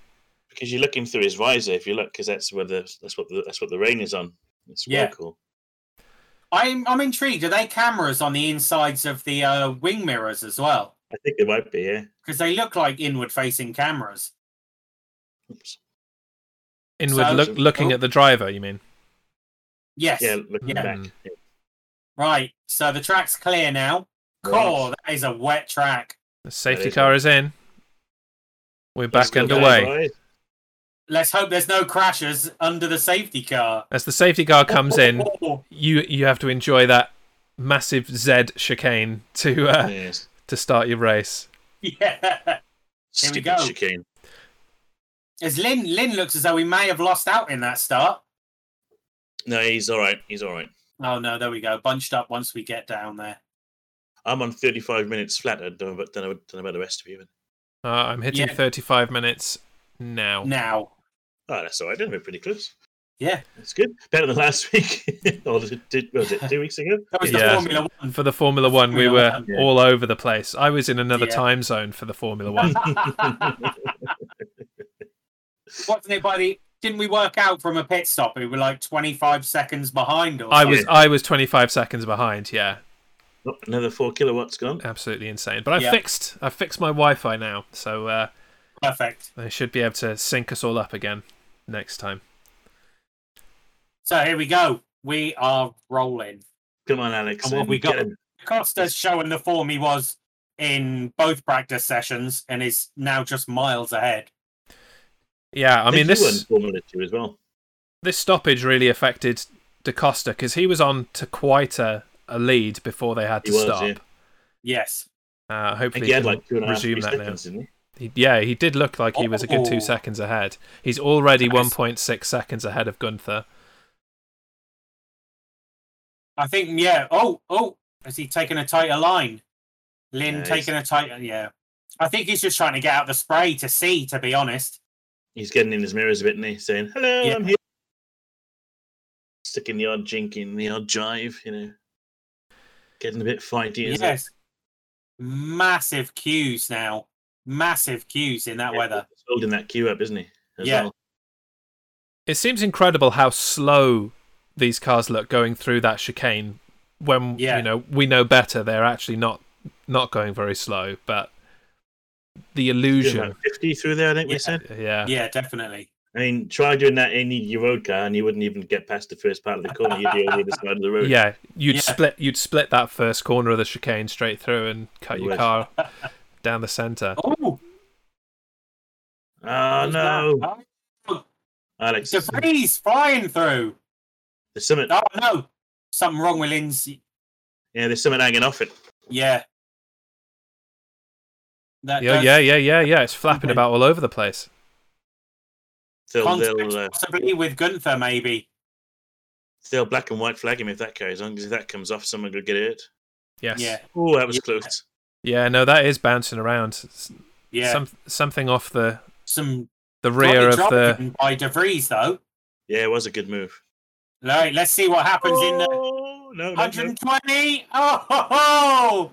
[SPEAKER 2] because you're looking through his visor if you look because that's where the that's what the, that's what the rain is on. It's
[SPEAKER 3] Yeah.
[SPEAKER 2] real cool.
[SPEAKER 3] I'm I'm intrigued. Are they cameras on the insides of the uh, wing mirrors as well?
[SPEAKER 2] I think it might be yeah.
[SPEAKER 3] Because they look like inward-facing cameras.
[SPEAKER 2] Oops.
[SPEAKER 1] Inward
[SPEAKER 3] So-
[SPEAKER 1] look, looking
[SPEAKER 3] Oh.
[SPEAKER 1] at the driver, you mean?
[SPEAKER 3] Yes.
[SPEAKER 2] Yeah, looking
[SPEAKER 3] Yeah.
[SPEAKER 2] back.
[SPEAKER 1] Mm.
[SPEAKER 2] Yeah.
[SPEAKER 3] Right. So the track's clear now. Cool. That is a wet track.
[SPEAKER 1] The safety
[SPEAKER 2] is
[SPEAKER 1] car is in. We're
[SPEAKER 2] Let's
[SPEAKER 1] back
[SPEAKER 2] go,
[SPEAKER 1] underway.
[SPEAKER 2] guys.
[SPEAKER 3] Let's hope there's no crashes under the safety car.
[SPEAKER 1] As the safety car comes in,
[SPEAKER 3] Oh,
[SPEAKER 1] you you have to enjoy that massive Z chicane to uh,
[SPEAKER 2] Yes.
[SPEAKER 1] to start your race.
[SPEAKER 3] yeah. Here we
[SPEAKER 2] Stupid
[SPEAKER 3] go.
[SPEAKER 2] chicane.
[SPEAKER 3] As Lynn Lynn looks as though we may have lost out in that start.
[SPEAKER 2] No, he's all right. He's all right.
[SPEAKER 3] Oh no, there we go. Bunched up once we get down there.
[SPEAKER 2] I'm on 35 minutes flat. I don't know about, don't know, don't know about the rest of you. But...
[SPEAKER 1] Uh, I'm hitting
[SPEAKER 3] Yeah.
[SPEAKER 1] 35 minutes now.
[SPEAKER 3] Now.
[SPEAKER 2] Oh, that's all right. We're pretty close.
[SPEAKER 3] Yeah.
[SPEAKER 2] That's good. Better than last week. or was it, two- what was it two weeks ago?
[SPEAKER 3] That was
[SPEAKER 1] Yeah.
[SPEAKER 3] the Formula One.
[SPEAKER 1] For the Formula One, we
[SPEAKER 3] Formula
[SPEAKER 1] were
[SPEAKER 3] One,
[SPEAKER 2] yeah.
[SPEAKER 1] all over the place. I was in another
[SPEAKER 3] Yeah.
[SPEAKER 1] time zone for the Formula One.
[SPEAKER 2] Oh,
[SPEAKER 3] Wasn't it by the didn't we work out from a pit stop we were like twenty five seconds behind or
[SPEAKER 1] I was I was 25 seconds behind. Yeah,
[SPEAKER 2] Oh, Another four kilowatts gone.
[SPEAKER 1] absolutely insane. But I
[SPEAKER 3] Yeah.
[SPEAKER 1] fixed I fixed my Wi-Fi now, so uh,
[SPEAKER 3] perfect.
[SPEAKER 1] I should be able to sync us all up again next time.
[SPEAKER 3] So here we go. We are rolling.
[SPEAKER 2] Come on, Alex.
[SPEAKER 3] And what
[SPEAKER 2] in,
[SPEAKER 3] we got?
[SPEAKER 2] get him.
[SPEAKER 3] Costa's showing the form he was in both practice sessions and is now just miles ahead.
[SPEAKER 1] Yeah, I mean
[SPEAKER 2] think you
[SPEAKER 1] this
[SPEAKER 2] won Formula Two as well.
[SPEAKER 1] this stoppage really affected Da Costa because he was on to quite a, a lead before they had to
[SPEAKER 2] He was,
[SPEAKER 1] stop.
[SPEAKER 2] yeah.
[SPEAKER 3] Yes.
[SPEAKER 1] Uh,
[SPEAKER 2] I think
[SPEAKER 1] hopefully,
[SPEAKER 2] he
[SPEAKER 1] he
[SPEAKER 2] had
[SPEAKER 1] can
[SPEAKER 2] like two and a half, three
[SPEAKER 1] resume that now.
[SPEAKER 2] seconds, didn't he?
[SPEAKER 1] He- yeah, he did look like he was a good
[SPEAKER 3] Oh.
[SPEAKER 1] two seconds ahead. He's already
[SPEAKER 3] Nice.
[SPEAKER 1] 1.6 seconds ahead of Gunther.
[SPEAKER 3] I think yeah. Oh, oh, has he taken a tighter line? Lynn
[SPEAKER 2] Yeah, he's-
[SPEAKER 3] taking a tighter yeah. I think he's just trying to get out the spray to see, to be honest.
[SPEAKER 2] He's getting in his mirrors a bit, and he's saying, "Hello,
[SPEAKER 3] Yeah.
[SPEAKER 2] I'm here." Sticking the odd jink in, the odd jive, you know. Getting a bit fighty, isn't it?
[SPEAKER 3] Yes. Massive queues now. Massive queues in that
[SPEAKER 2] Yeah,
[SPEAKER 3] weather.
[SPEAKER 2] he's Holding that queue up, isn't he? as
[SPEAKER 3] Yeah.
[SPEAKER 2] well?
[SPEAKER 1] It seems incredible how slow these cars look going through that chicane. When
[SPEAKER 3] Yeah.
[SPEAKER 1] you know we know better, they're actually not not going very slow. But the
[SPEAKER 2] Doing
[SPEAKER 1] illusion,
[SPEAKER 2] about Fifty through there, I think
[SPEAKER 3] Yeah.
[SPEAKER 2] we said.
[SPEAKER 1] yeah,
[SPEAKER 3] Yeah, definitely.
[SPEAKER 2] I mean, try doing that in your road car, and you wouldn't even get past the first part of the corner. You'd be over the side of the road.
[SPEAKER 1] yeah, you'd
[SPEAKER 3] Yeah.
[SPEAKER 1] split you'd split that first corner of the chicane straight through and cut your
[SPEAKER 2] Would.
[SPEAKER 1] car down the center.
[SPEAKER 3] Oh,
[SPEAKER 2] Oh
[SPEAKER 3] who's
[SPEAKER 2] Ah, no,
[SPEAKER 3] that?
[SPEAKER 2] Alex!
[SPEAKER 3] Oh, debris flying through.
[SPEAKER 2] The summit.
[SPEAKER 3] Oh no. Something wrong with Lynn's
[SPEAKER 2] Yeah, there's something hanging off it.
[SPEAKER 3] yeah. That
[SPEAKER 1] Yeah,
[SPEAKER 3] does
[SPEAKER 1] yeah, yeah, yeah, yeah. It's flapping about all over the place.
[SPEAKER 2] They'll
[SPEAKER 3] contact
[SPEAKER 2] they'll, uh,
[SPEAKER 3] possibly with Gunther maybe.
[SPEAKER 2] they'll black and white flag him if that carries on. Because if that comes off, someone could get hurt.
[SPEAKER 1] Yes.
[SPEAKER 3] Yeah.
[SPEAKER 2] Oh, that was
[SPEAKER 3] Yeah.
[SPEAKER 2] close.
[SPEAKER 1] Yeah, no, that is bouncing around. S-
[SPEAKER 3] Yeah.
[SPEAKER 1] Some something off the
[SPEAKER 3] Some
[SPEAKER 1] the rear of
[SPEAKER 3] slightly
[SPEAKER 1] the.
[SPEAKER 3] driving by De Vries though.
[SPEAKER 2] Yeah, it was a good move.
[SPEAKER 3] Right, let's see what happens in uh, the
[SPEAKER 2] Oh, no, no, no.
[SPEAKER 3] 120. Oh, ho, ho!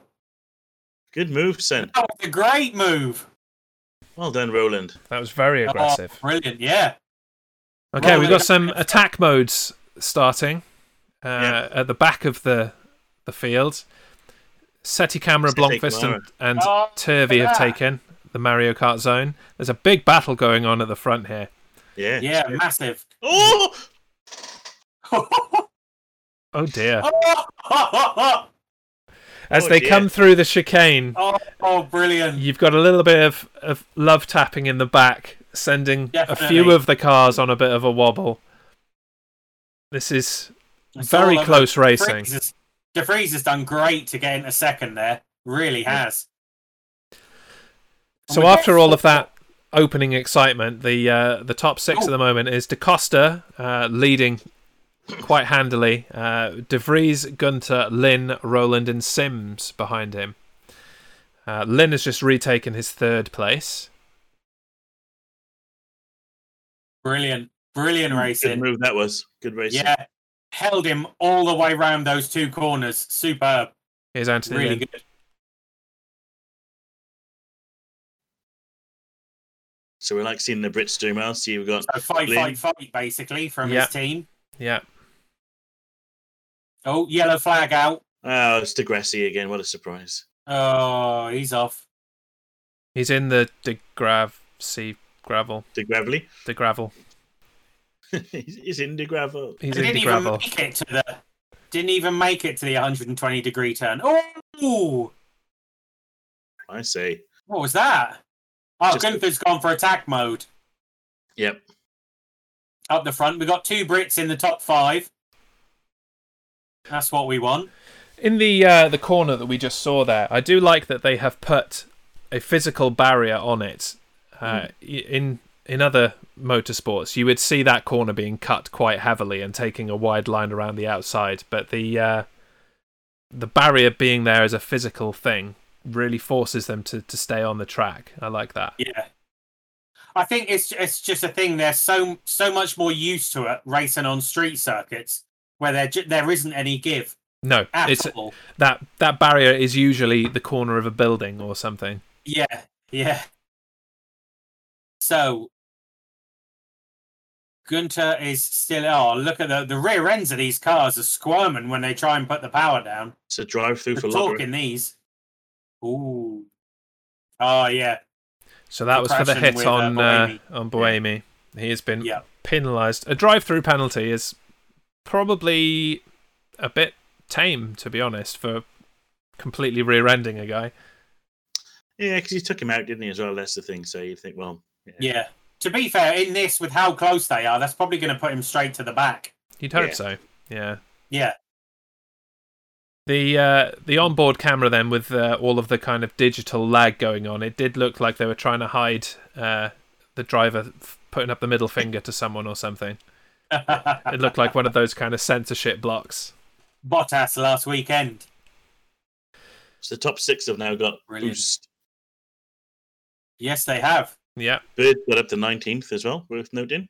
[SPEAKER 2] Good move, son.
[SPEAKER 3] Oh, that was a great move.
[SPEAKER 2] Well done, Roland.
[SPEAKER 1] That was very
[SPEAKER 3] Oh,
[SPEAKER 1] aggressive.
[SPEAKER 3] brilliant, yeah.
[SPEAKER 1] Okay,
[SPEAKER 3] Well,
[SPEAKER 1] we've
[SPEAKER 3] they-
[SPEAKER 1] got some attack modes starting uh,
[SPEAKER 2] Yeah.
[SPEAKER 1] at the back of the the field. Seti Camera,
[SPEAKER 2] Seti
[SPEAKER 1] Blomqvist,
[SPEAKER 2] Camera.
[SPEAKER 1] and, and
[SPEAKER 3] Oh,
[SPEAKER 1] Turvey have
[SPEAKER 3] yeah.
[SPEAKER 1] taken the Mario Kart zone. There's a big battle going on at the front here.
[SPEAKER 2] Yeah.
[SPEAKER 3] Yeah, massive.
[SPEAKER 2] Oh,
[SPEAKER 3] oh,
[SPEAKER 1] Oh dear!
[SPEAKER 3] ho, ho, ho!
[SPEAKER 1] As
[SPEAKER 2] oh
[SPEAKER 1] they
[SPEAKER 2] dear.
[SPEAKER 1] come through the chicane,
[SPEAKER 3] Oh, oh, brilliant.
[SPEAKER 1] you've got a little bit of, of love tapping in the back, sending a few
[SPEAKER 3] Definitely.
[SPEAKER 1] of the cars on a bit of a wobble. This is
[SPEAKER 3] It's
[SPEAKER 1] very
[SPEAKER 3] all over.
[SPEAKER 1] close
[SPEAKER 3] De Vries
[SPEAKER 1] racing.
[SPEAKER 3] has- De Vries has done great to get into second there. Really has.
[SPEAKER 1] So
[SPEAKER 3] And we-
[SPEAKER 1] after all of that opening excitement, the uh, the top six at the moment is Da Costa uh, leading quite handily. Uh, De Vries, Gunter, Lynn, Roland, and Sims behind him. Uh, Lynn has just retaken his third place.
[SPEAKER 3] Brilliant, brilliant
[SPEAKER 2] good
[SPEAKER 3] racing.
[SPEAKER 2] move that was. Good racing.
[SPEAKER 3] Yeah. Held him all the way round those two corners. Superb.
[SPEAKER 1] Here's Anthony.
[SPEAKER 3] Really
[SPEAKER 1] Lynn.
[SPEAKER 3] good.
[SPEAKER 2] So we like seeing the Brits do well. So you've got
[SPEAKER 3] So fight,
[SPEAKER 2] Lin-
[SPEAKER 3] fight, fight, basically from
[SPEAKER 1] Yeah.
[SPEAKER 3] his team.
[SPEAKER 1] Yeah.
[SPEAKER 3] Oh, yellow flag out.
[SPEAKER 2] oh, it's De Grassi again. What a surprise!
[SPEAKER 3] Oh, he's off.
[SPEAKER 1] He's in the the grav sea gravel.
[SPEAKER 2] De Gravely.
[SPEAKER 1] The gravel.
[SPEAKER 2] he's he's in De Gravel.
[SPEAKER 1] He's
[SPEAKER 3] He
[SPEAKER 1] in
[SPEAKER 3] didn't
[SPEAKER 1] the
[SPEAKER 3] even
[SPEAKER 1] gravel.
[SPEAKER 3] make it to the. Didn't even make it to the 120 degree turn. Oh,
[SPEAKER 2] I say.
[SPEAKER 3] what was that? Oh,
[SPEAKER 2] Just-
[SPEAKER 3] Gunther's gone for attack mode
[SPEAKER 2] Yep.
[SPEAKER 3] up the front. We got two Brits in the top five. That's what we want.
[SPEAKER 1] In the uh, the corner that we just saw there, I do like that they have put a physical barrier on it.
[SPEAKER 3] Hmm.
[SPEAKER 1] Uh, i In in other motorsports, you would see that corner being cut quite heavily and taking a wide line around the outside, but the uh, the barrier being there as a physical thing really forces them to, to stay on the track. I like that.
[SPEAKER 3] Yeah, I think it's it's just a thing. They're so so much more used to it racing on street circuits where there ju- there isn't any give
[SPEAKER 1] No,
[SPEAKER 3] at
[SPEAKER 1] it's
[SPEAKER 3] all.
[SPEAKER 1] that that barrier is usually the corner of a building or something.
[SPEAKER 3] Yeah, yeah. So Gunter is still. Oh, look at the the rear ends of these cars are squirming when they try and put the power down.
[SPEAKER 2] It's a drive through
[SPEAKER 3] They're
[SPEAKER 2] for Logger.
[SPEAKER 3] talking these. Ooh. Oh yeah.
[SPEAKER 1] So that
[SPEAKER 3] The
[SPEAKER 1] was for the
[SPEAKER 3] crashing
[SPEAKER 1] hit
[SPEAKER 3] with, uh,
[SPEAKER 1] on uh,
[SPEAKER 3] Buemi.
[SPEAKER 1] on Buemi. He has been
[SPEAKER 3] Yeah.
[SPEAKER 1] penalised. A drive-through penalty is probably a bit tame, to be honest, for completely rear-ending a guy.
[SPEAKER 2] Yeah, because he took him out, didn't he? As well, that's the thing. So you think, well,
[SPEAKER 3] Yeah. To be fair, in this with how close they are, that's probably going to put him straight to the back.
[SPEAKER 1] You'd hope
[SPEAKER 2] Yeah.
[SPEAKER 1] so. Yeah.
[SPEAKER 3] Yeah.
[SPEAKER 1] The uh, the onboard camera then with uh, all of the kind of digital lag going on, it did look like they were trying to hide uh, the driver f- putting up the middle finger to someone or something. It looked like one of those kind of censorship blocks.
[SPEAKER 3] Bottas last weekend.
[SPEAKER 2] so the top six have now got
[SPEAKER 3] Brilliant.
[SPEAKER 2] boost.
[SPEAKER 3] Yes, they have.
[SPEAKER 1] Yeah,
[SPEAKER 2] Bird got up to 19th as well, worth noting.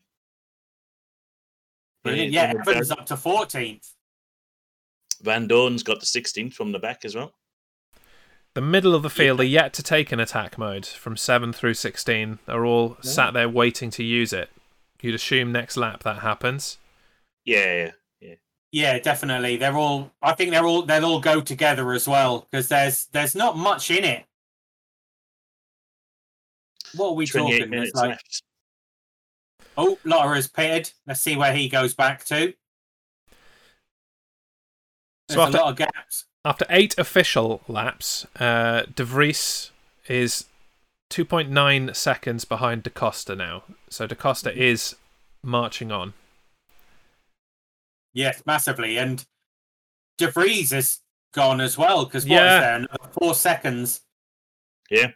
[SPEAKER 3] Brilliant.
[SPEAKER 2] Yeah,
[SPEAKER 3] Yeah,
[SPEAKER 2] and
[SPEAKER 3] Evans up to 14th.
[SPEAKER 2] Van Dorn's got the 16th from the back as well.
[SPEAKER 1] The middle of the field are yet to take an attack mode from 7 through 16, are all sat there waiting to use it. You'd assume next lap that happens.
[SPEAKER 2] Yeah, yeah.
[SPEAKER 3] Yeah, definitely. They're all. I think they're all. They'll all go together as well because there's there's not much in it. What are we
[SPEAKER 2] 28
[SPEAKER 3] talking? There's
[SPEAKER 2] minutes
[SPEAKER 3] like,
[SPEAKER 2] left.
[SPEAKER 3] oh, Lara's pitted. Let's see where he goes back to. There's
[SPEAKER 1] So
[SPEAKER 3] a
[SPEAKER 1] after,
[SPEAKER 3] lot of gaps.
[SPEAKER 1] after eight official laps, uh, De Vries is 2.9 seconds behind Da Costa now. So Da Costa is marching on.
[SPEAKER 3] Yes, massively. And De Vries is gone as well because what is
[SPEAKER 1] Yeah.
[SPEAKER 3] there? Another four seconds.
[SPEAKER 2] Yeah.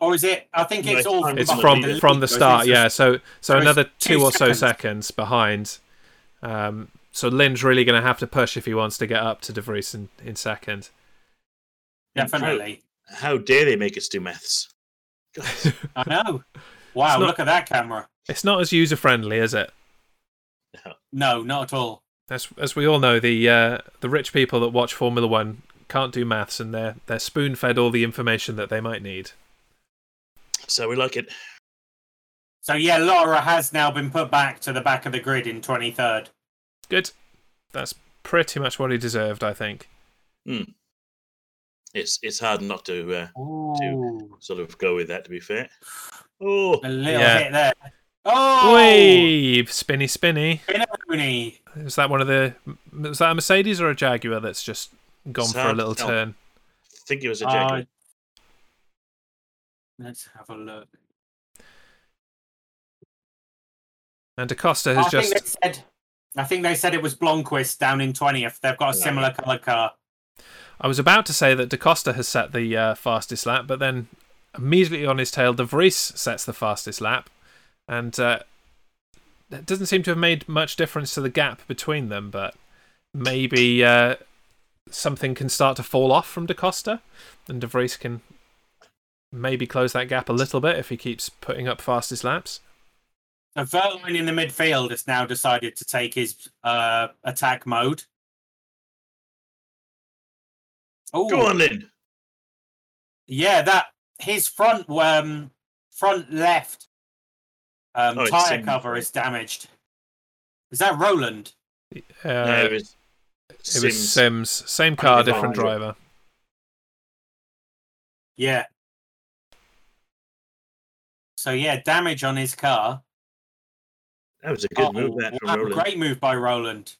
[SPEAKER 3] Or is it? I think
[SPEAKER 2] No,
[SPEAKER 3] it's
[SPEAKER 2] it's
[SPEAKER 3] all
[SPEAKER 2] from
[SPEAKER 1] It's
[SPEAKER 2] Behind
[SPEAKER 1] from
[SPEAKER 2] the
[SPEAKER 1] from the
[SPEAKER 3] lead, so
[SPEAKER 1] start,
[SPEAKER 3] it's just-
[SPEAKER 1] yeah. So so
[SPEAKER 3] it's
[SPEAKER 1] another
[SPEAKER 3] two
[SPEAKER 1] two or so
[SPEAKER 3] seconds.
[SPEAKER 1] seconds behind. Um, so Lynn's really going to have to push if he wants to get up to De Vries in, in second.
[SPEAKER 3] Definitely.
[SPEAKER 2] How dare they make us do maths? God,
[SPEAKER 3] I know. Wow,
[SPEAKER 1] It's not-
[SPEAKER 3] look at that camera.
[SPEAKER 1] It's not as user friendly, is it?
[SPEAKER 3] No, not at all.
[SPEAKER 1] As as we all know, the uh, the rich people that watch Formula One can't do maths, and they're they're spoon fed all the information that they might need.
[SPEAKER 2] so we like it.
[SPEAKER 3] So yeah, Lara has now been put back to the back of the grid in 23rd.
[SPEAKER 1] Good. That's pretty much what he deserved, I think.
[SPEAKER 2] It's it's hard not to uh,
[SPEAKER 3] Ooh,
[SPEAKER 2] sort of go with that. To be fair. Oh,
[SPEAKER 3] a little
[SPEAKER 1] Yeah.
[SPEAKER 3] hit there. Oh,
[SPEAKER 1] Oi, spinny, spinny.
[SPEAKER 3] Benoni.
[SPEAKER 1] Is that one of the? Was that a Mercedes or a Jaguar that's just gone for a
[SPEAKER 2] Sad
[SPEAKER 1] little
[SPEAKER 2] to tell.
[SPEAKER 1] turn?
[SPEAKER 2] I think it was a
[SPEAKER 3] Uh,
[SPEAKER 2] jacket.
[SPEAKER 3] let's have a look.
[SPEAKER 1] And Acosta
[SPEAKER 3] I
[SPEAKER 1] has
[SPEAKER 3] think
[SPEAKER 1] just.
[SPEAKER 3] they said. I think they said it was Blomqvist down in 20th. They've got a
[SPEAKER 2] Yeah.
[SPEAKER 3] similar colour car.
[SPEAKER 1] I was about to say that DaCosta has set the uh, fastest lap, but then immediately on his tail, De Vries sets the fastest lap, and uh, that doesn't seem to have made much difference to the gap between them. But maybe uh, something can start to fall off from DaCosta, and De Vries can maybe close that gap a little bit if he keeps putting up fastest laps.
[SPEAKER 3] So Vertline in the midfield has now decided to take his uh, attack mode. Oh,
[SPEAKER 2] Go on, Lynn.
[SPEAKER 3] yeah, that his front um front left um,
[SPEAKER 2] Oh, it's
[SPEAKER 3] tire
[SPEAKER 2] same-
[SPEAKER 3] cover is damaged. Is that Roland?
[SPEAKER 2] no,
[SPEAKER 1] Uh,
[SPEAKER 2] it was
[SPEAKER 1] it was
[SPEAKER 2] Sims.
[SPEAKER 1] Sims. Same car, different
[SPEAKER 2] Undefined.
[SPEAKER 1] driver.
[SPEAKER 3] Yeah. So yeah, damage on his car.
[SPEAKER 2] That was a good
[SPEAKER 3] Oh,
[SPEAKER 2] move there from
[SPEAKER 3] wow,
[SPEAKER 2] Roland.
[SPEAKER 3] Great move by Roland.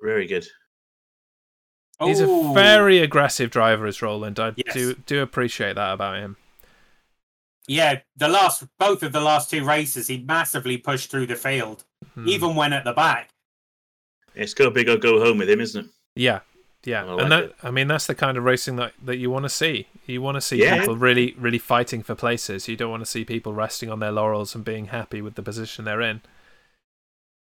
[SPEAKER 2] Very good.
[SPEAKER 1] He's a
[SPEAKER 3] Ooh,
[SPEAKER 1] very aggressive driver, is Roland. I
[SPEAKER 3] Yes.
[SPEAKER 1] do do appreciate that about him.
[SPEAKER 3] yeah. The last both of the last two races, he massively pushed through the field,
[SPEAKER 1] Hmm.
[SPEAKER 3] even when at the back.
[SPEAKER 2] It's go big or go home with him, isn't it?
[SPEAKER 1] Yeah, yeah,
[SPEAKER 2] I
[SPEAKER 1] and
[SPEAKER 2] like
[SPEAKER 1] that
[SPEAKER 2] it.
[SPEAKER 1] I mean that's the kind of racing that, that you want to see. You want to see
[SPEAKER 2] Yeah.
[SPEAKER 1] people really, really fighting for places. You don't want to see people resting on their laurels and being happy with the position they're in.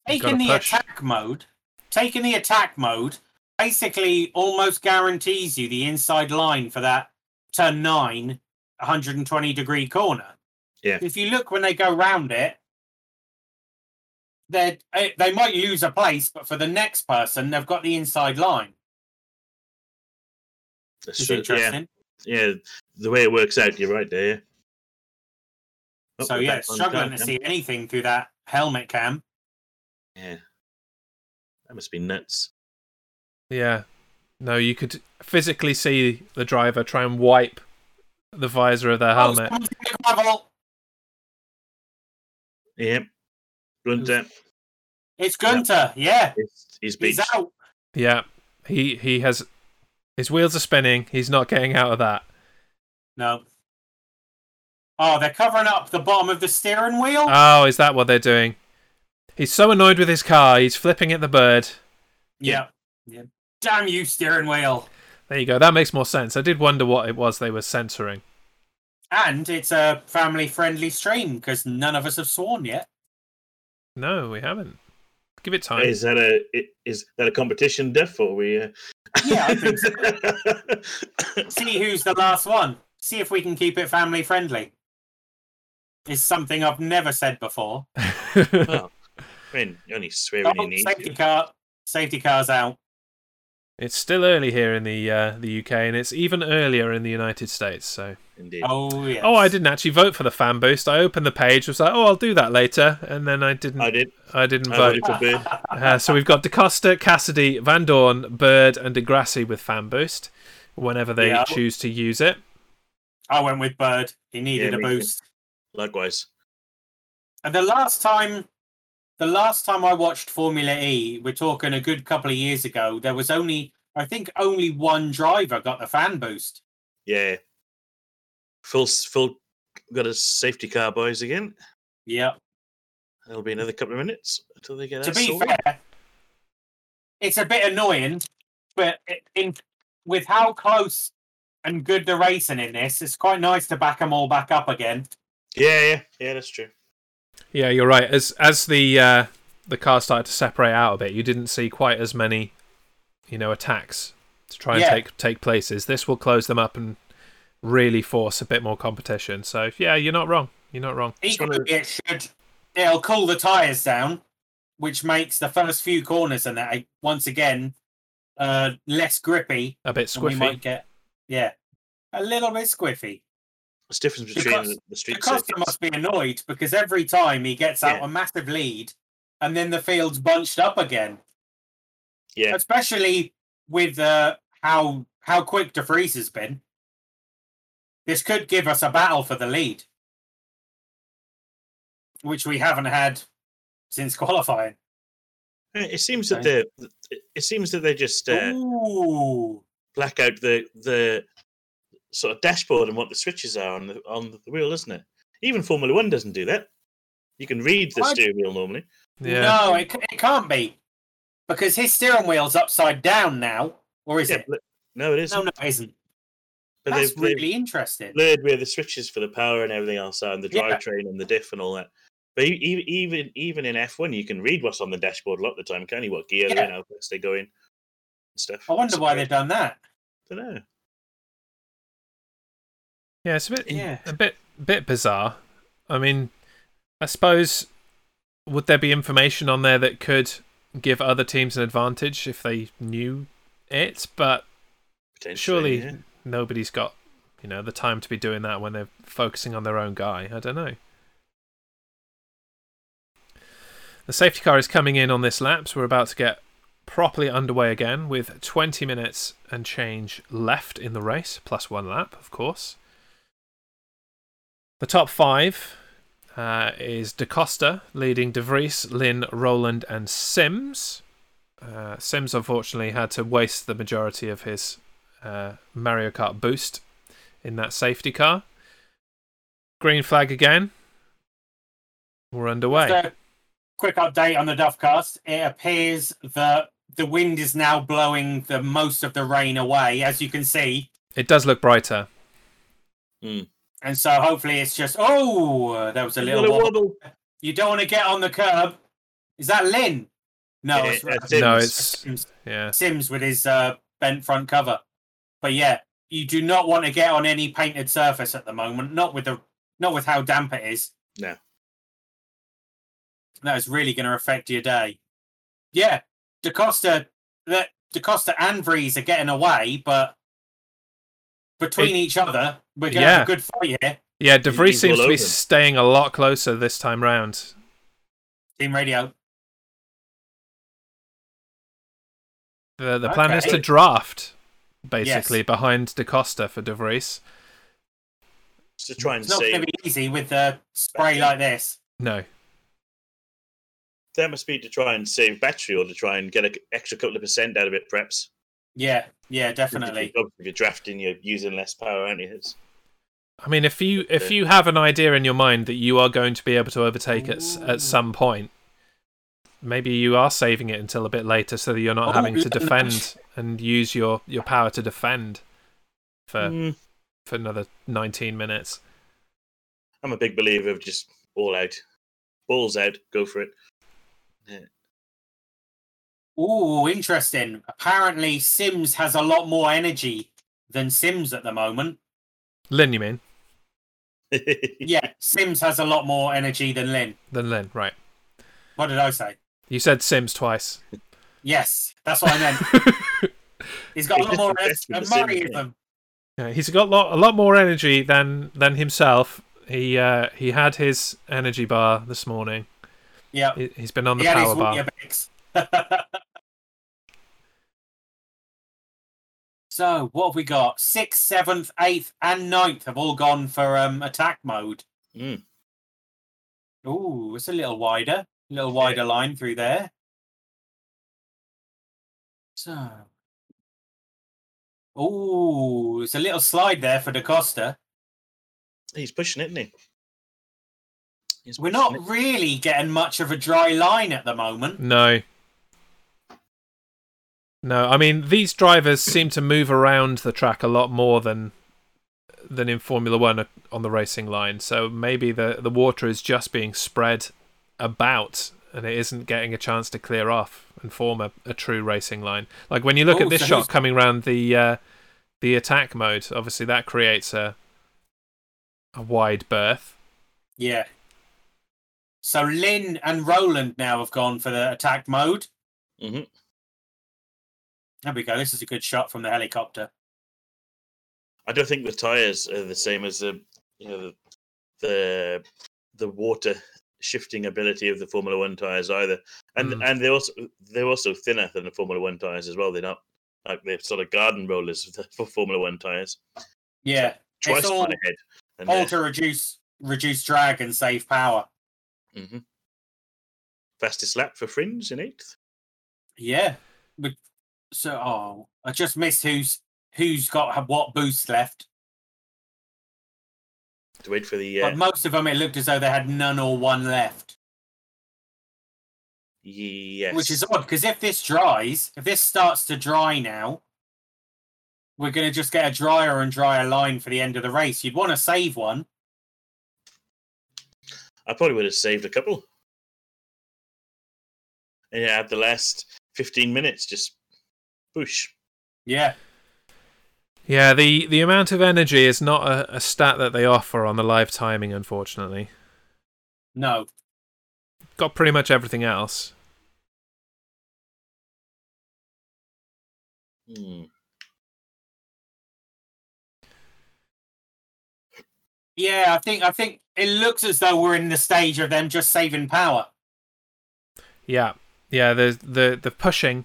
[SPEAKER 1] You've gotta
[SPEAKER 3] Taking the
[SPEAKER 1] push.
[SPEAKER 3] attack mode, taking the attack mode, basically almost guarantees you the inside line for that turn nine, 120 degree corner.
[SPEAKER 2] Yeah.
[SPEAKER 3] If you look when they go round it, they they might lose a place, but for the next person, they've got the inside line.
[SPEAKER 2] That's
[SPEAKER 3] It's
[SPEAKER 2] true.
[SPEAKER 3] interesting.
[SPEAKER 2] Yeah, yeah, the way it works out, you're right there. yeah. Oh,
[SPEAKER 3] so
[SPEAKER 2] we're
[SPEAKER 3] yeah,
[SPEAKER 2] back on
[SPEAKER 3] struggling
[SPEAKER 2] time
[SPEAKER 3] to
[SPEAKER 2] now.
[SPEAKER 3] see anything through that helmet cam.
[SPEAKER 2] Yeah, that must be nuts.
[SPEAKER 1] Yeah, no, you could physically see the driver try and wipe the visor of their helmet.
[SPEAKER 3] Oh, someone's gonna gravel.
[SPEAKER 2] Yeah, Gunter,
[SPEAKER 3] It's Gunter. Yeah,
[SPEAKER 2] he's, he's beat.
[SPEAKER 3] he's out.
[SPEAKER 1] Yeah, he he has his wheels are spinning. He's not getting out of that.
[SPEAKER 3] No. Oh, they're covering up the bottom of the steering wheel.
[SPEAKER 1] Oh, is that what they're doing? He's so annoyed with his car. He's flipping at the bird.
[SPEAKER 3] yeah. yeah. Damn you, steering wheel.
[SPEAKER 1] There you go. That makes more sense. I did wonder what it was they were censoring.
[SPEAKER 3] And it's a family-friendly stream because none of us have sworn yet.
[SPEAKER 1] No, we haven't. Give it time.
[SPEAKER 2] Is that a i- is that a competition death or we? Uh...
[SPEAKER 3] Yeah, I think so. See who's the last one. See if we can keep it family-friendly. It's something I've never said before.
[SPEAKER 2] Friend, you only swear when
[SPEAKER 3] Oh,
[SPEAKER 2] you need.
[SPEAKER 3] safety
[SPEAKER 2] to.
[SPEAKER 3] car. Safety car's out.
[SPEAKER 1] it's still early here in the uh, the UK, and it's even earlier in the United States. So,
[SPEAKER 2] Indeed.
[SPEAKER 3] Oh yeah.
[SPEAKER 1] oh, I didn't actually vote for the fan boost. I opened the page, was like, oh, I'll do that later, and then I didn't.
[SPEAKER 2] I
[SPEAKER 1] I,
[SPEAKER 2] did.
[SPEAKER 1] didn't
[SPEAKER 2] I
[SPEAKER 1] vote.
[SPEAKER 2] voted for Bird.
[SPEAKER 1] Uh, so we've got DaCosta, Cassidy, Van Dorn, Bird, and DeGrassi with fan boost, whenever they
[SPEAKER 3] Yeah.
[SPEAKER 1] choose to use it.
[SPEAKER 3] I went with Bird. He needed
[SPEAKER 2] Yeah,
[SPEAKER 3] a
[SPEAKER 2] me too.
[SPEAKER 3] boost.
[SPEAKER 2] Likewise.
[SPEAKER 3] And the last time, the last time I watched Formula E, we're talking a good couple of years ago. There was only, I think, only one driver got the fan boost.
[SPEAKER 2] Yeah. Full s- full. Got a safety car, boys. Again.
[SPEAKER 3] Yeah.
[SPEAKER 2] There'll be another couple of minutes until they get
[SPEAKER 3] to
[SPEAKER 2] that
[SPEAKER 3] be
[SPEAKER 2] sorted.
[SPEAKER 3] fair, it's a bit annoying, but i- in with how close and good the racing in this, it's quite nice to back them all back up again.
[SPEAKER 2] Yeah, yeah, yeah. That's true.
[SPEAKER 1] Yeah, you're right. As as the uh, the car started to separate out a bit, you didn't see quite as many, you know, attacks to try and
[SPEAKER 3] Yeah.
[SPEAKER 1] take take places. This will close them up and really force a bit more competition. So yeah, you're not wrong. You're not wrong.
[SPEAKER 3] Equally, it should it'll cool the tires down, which makes the first few corners and that eh, once again uh, less grippy.
[SPEAKER 1] A bit
[SPEAKER 3] and we
[SPEAKER 1] squiffy.
[SPEAKER 3] might get yeah, a little bit squiffy.
[SPEAKER 2] It's difference
[SPEAKER 3] The
[SPEAKER 2] between
[SPEAKER 3] cost-
[SPEAKER 2] the, the
[SPEAKER 3] The
[SPEAKER 2] street
[SPEAKER 3] customer
[SPEAKER 2] circuits.
[SPEAKER 3] must be annoyed because every time he gets out
[SPEAKER 2] Yeah.
[SPEAKER 3] a massive lead, and then the field's bunched up again.
[SPEAKER 2] Yeah,
[SPEAKER 3] especially with uh, how how quick DeFries has been. This could give us a battle for the lead, which we haven't had since qualifying.
[SPEAKER 2] Yeah, it seems that
[SPEAKER 3] Okay.
[SPEAKER 2] they it- it seems that they just uh,
[SPEAKER 3] Ooh,
[SPEAKER 2] black out the the sort of dashboard and what the switches are on the on the wheel, isn't it? Even Formula One doesn't do that. You can read the
[SPEAKER 3] What?
[SPEAKER 2] steering wheel normally.
[SPEAKER 1] Yeah.
[SPEAKER 3] no, it, c- it can't be because his steering wheel's upside down now, or is
[SPEAKER 2] Yeah,
[SPEAKER 3] it?
[SPEAKER 2] but- no, it isn't.
[SPEAKER 3] No, no, it isn't.
[SPEAKER 2] but
[SPEAKER 3] That's
[SPEAKER 2] they've, they've
[SPEAKER 3] really interesting.
[SPEAKER 2] blurred where the switches for the power and everything else are, and the
[SPEAKER 3] Yeah.
[SPEAKER 2] drivetrain and the diff and all that. But e- e- even even in F one, you can read what's on the dashboard a lot of the time, can you? What gear
[SPEAKER 3] Yeah.
[SPEAKER 2] they're in, how fast they go in, and stuff.
[SPEAKER 3] I wonder why they've
[SPEAKER 2] they
[SPEAKER 3] done that.
[SPEAKER 2] don't know.
[SPEAKER 1] Yeah, it's a bit
[SPEAKER 3] Yeah.
[SPEAKER 1] a bit bit bizarre. I mean, I suppose would there be information on there that could give other teams an advantage if they knew it? But
[SPEAKER 2] Potentially,
[SPEAKER 1] surely
[SPEAKER 2] yeah.
[SPEAKER 1] nobody's got You know, the time to be doing that when they're focusing on their own guy. I don't know. The safety car is coming in on this lap, so we're about to get properly underway again with 20 minutes and change left in the race, plus one lap, of course. The top five uh, is Da Costa leading De Vries, Lynn, Roland, and Sims. Uh, Sims unfortunately had to waste the majority of his uh, Mario Kart boost in that safety car. Green flag again. We're underway.
[SPEAKER 3] So, quick update on the Duffcast. It appears that the wind is now blowing the most of the rain away, as you can see.
[SPEAKER 1] it does look brighter.
[SPEAKER 3] And so hopefully it's just oh, there was a little.
[SPEAKER 2] Little
[SPEAKER 3] wobble.
[SPEAKER 2] wobble.
[SPEAKER 3] You don't want to get on the curb. Is that Lynn? No,
[SPEAKER 2] Yeah,
[SPEAKER 3] it's,
[SPEAKER 2] that's
[SPEAKER 1] No,
[SPEAKER 2] Sims.
[SPEAKER 1] it's
[SPEAKER 3] Sims.
[SPEAKER 1] yeah.
[SPEAKER 3] Sims with his uh, bent front cover. But yeah, you do not want to get on any painted surface at the moment. Not with the not with how damp it is.
[SPEAKER 2] No.
[SPEAKER 3] That is really going to affect your day. Yeah, DaCosta, that DaCosta and Vries are getting away, but between
[SPEAKER 1] It-
[SPEAKER 3] each other, we're going to
[SPEAKER 1] Yeah.
[SPEAKER 3] have a good fight here.
[SPEAKER 1] Yeah, De
[SPEAKER 2] He's-
[SPEAKER 1] Vries
[SPEAKER 2] he's
[SPEAKER 1] seems
[SPEAKER 2] all
[SPEAKER 1] to be
[SPEAKER 2] over them.
[SPEAKER 1] staying a lot closer this time round.
[SPEAKER 3] Team radio.
[SPEAKER 1] The the plan is
[SPEAKER 3] Okay.
[SPEAKER 1] to draft basically behind Da Costa for De Vries.
[SPEAKER 2] Just to try and
[SPEAKER 3] It's not going
[SPEAKER 2] save.
[SPEAKER 3] to be easy with the spray like this.
[SPEAKER 1] No.
[SPEAKER 2] That must be to try and save battery or to try and get an extra couple of percent out of it, perhaps.
[SPEAKER 3] Yeah, yeah,
[SPEAKER 2] If
[SPEAKER 3] definitely.
[SPEAKER 2] you're, if you're drafting, you're using less power, aren't you? It's-
[SPEAKER 1] I mean, if you if
[SPEAKER 2] Okay.
[SPEAKER 1] you have an idea in your mind that you are going to be able to overtake at s-
[SPEAKER 3] Ooh.
[SPEAKER 1] at some point, maybe you are saving it until a bit later so that you're not
[SPEAKER 3] Oh,
[SPEAKER 1] having to
[SPEAKER 3] yeah,
[SPEAKER 1] defend and use your your power to defend
[SPEAKER 3] Uh,
[SPEAKER 1] for
[SPEAKER 2] Mm.
[SPEAKER 1] for another 19 minutes.
[SPEAKER 2] I'm a big believer of just all out, balls out, go for it.
[SPEAKER 3] Ooh, interesting. Apparently, Sims has a lot more energy than Sims at the moment.
[SPEAKER 1] Lynn, you mean?
[SPEAKER 3] Yeah, Sims has a lot more energy than Lynn.
[SPEAKER 1] Then Lynn, right.
[SPEAKER 3] What did I say?
[SPEAKER 1] You said Sims twice.
[SPEAKER 3] Yes, that's what I meant. He's got a
[SPEAKER 2] It's
[SPEAKER 3] lot
[SPEAKER 2] just
[SPEAKER 3] more
[SPEAKER 2] the
[SPEAKER 3] energy
[SPEAKER 2] best
[SPEAKER 3] than
[SPEAKER 2] with the Sims,
[SPEAKER 3] Mario.
[SPEAKER 2] yeah.
[SPEAKER 3] than-
[SPEAKER 1] Yeah, he's got lot, a lot more energy than than himself. He uh, he had his energy bar this morning.
[SPEAKER 3] Yeah,
[SPEAKER 1] He, he's been on the
[SPEAKER 3] he had his
[SPEAKER 1] power bar.
[SPEAKER 3] Weetabix. so, what have we got? Sixth, seventh, eighth, and ninth have all gone for um, attack mode.
[SPEAKER 2] Mm.
[SPEAKER 3] Ooh, it's a little wider, a little wider line through there. So, ooh, it's a little slide there for Da Costa.
[SPEAKER 2] He's pushing it, isn't he? He's
[SPEAKER 3] We're
[SPEAKER 2] pushing
[SPEAKER 3] not really getting much of a dry line at the moment.
[SPEAKER 1] No. No, I mean these drivers seem to move around the track a lot more than than in Formula 1 on the racing line. So maybe the the water is just being spread about and it isn't getting a chance to clear off and form a, a true racing line. Like when you look
[SPEAKER 3] Oh,
[SPEAKER 1] at this
[SPEAKER 3] so
[SPEAKER 1] shot
[SPEAKER 3] who's-
[SPEAKER 1] coming round the uh, the attack mode, obviously that creates a a wide berth.
[SPEAKER 3] Yeah. So Lynn and Roland now have gone for the attack mode.
[SPEAKER 2] Mhm.
[SPEAKER 3] There we go. This is a good shot from the helicopter.
[SPEAKER 2] I don't think the tires are the same as the you know the the, the water shifting ability of the Formula One tires either, and
[SPEAKER 3] Hmm.
[SPEAKER 1] Mm.
[SPEAKER 2] and they're also they're also thinner than the Formula One tires as well. They're not like they're sort of garden rollers for- for Formula One tires.
[SPEAKER 3] Yeah.
[SPEAKER 2] Twice
[SPEAKER 3] it's all,
[SPEAKER 2] my head. And
[SPEAKER 3] all to reduce reduce drag and save power.
[SPEAKER 2] hmm Fastest lap for Fringe in eighth.
[SPEAKER 3] Yeah. But so oh I just missed who's who's got ha- what boost left.
[SPEAKER 2] To wait for the uh,
[SPEAKER 3] But most of them it looked as though they had none or one left.
[SPEAKER 2] yes,
[SPEAKER 3] Which is odd because if this dries, if this starts to dry now, we're gonna just get a drier and drier line for the end of the race. You'd want to save one.
[SPEAKER 2] I probably would have saved a couple. And yeah, have the last fifteen minutes just push.
[SPEAKER 3] Yeah.
[SPEAKER 1] Yeah, the, the amount of energy is not a, a stat that they offer on the live timing, unfortunately.
[SPEAKER 3] No.
[SPEAKER 1] got pretty much everything else.
[SPEAKER 2] Hmm.
[SPEAKER 3] Yeah, I think I think it looks as though we're in the stage of them just saving power.
[SPEAKER 1] Yeah, yeah. The the the pushing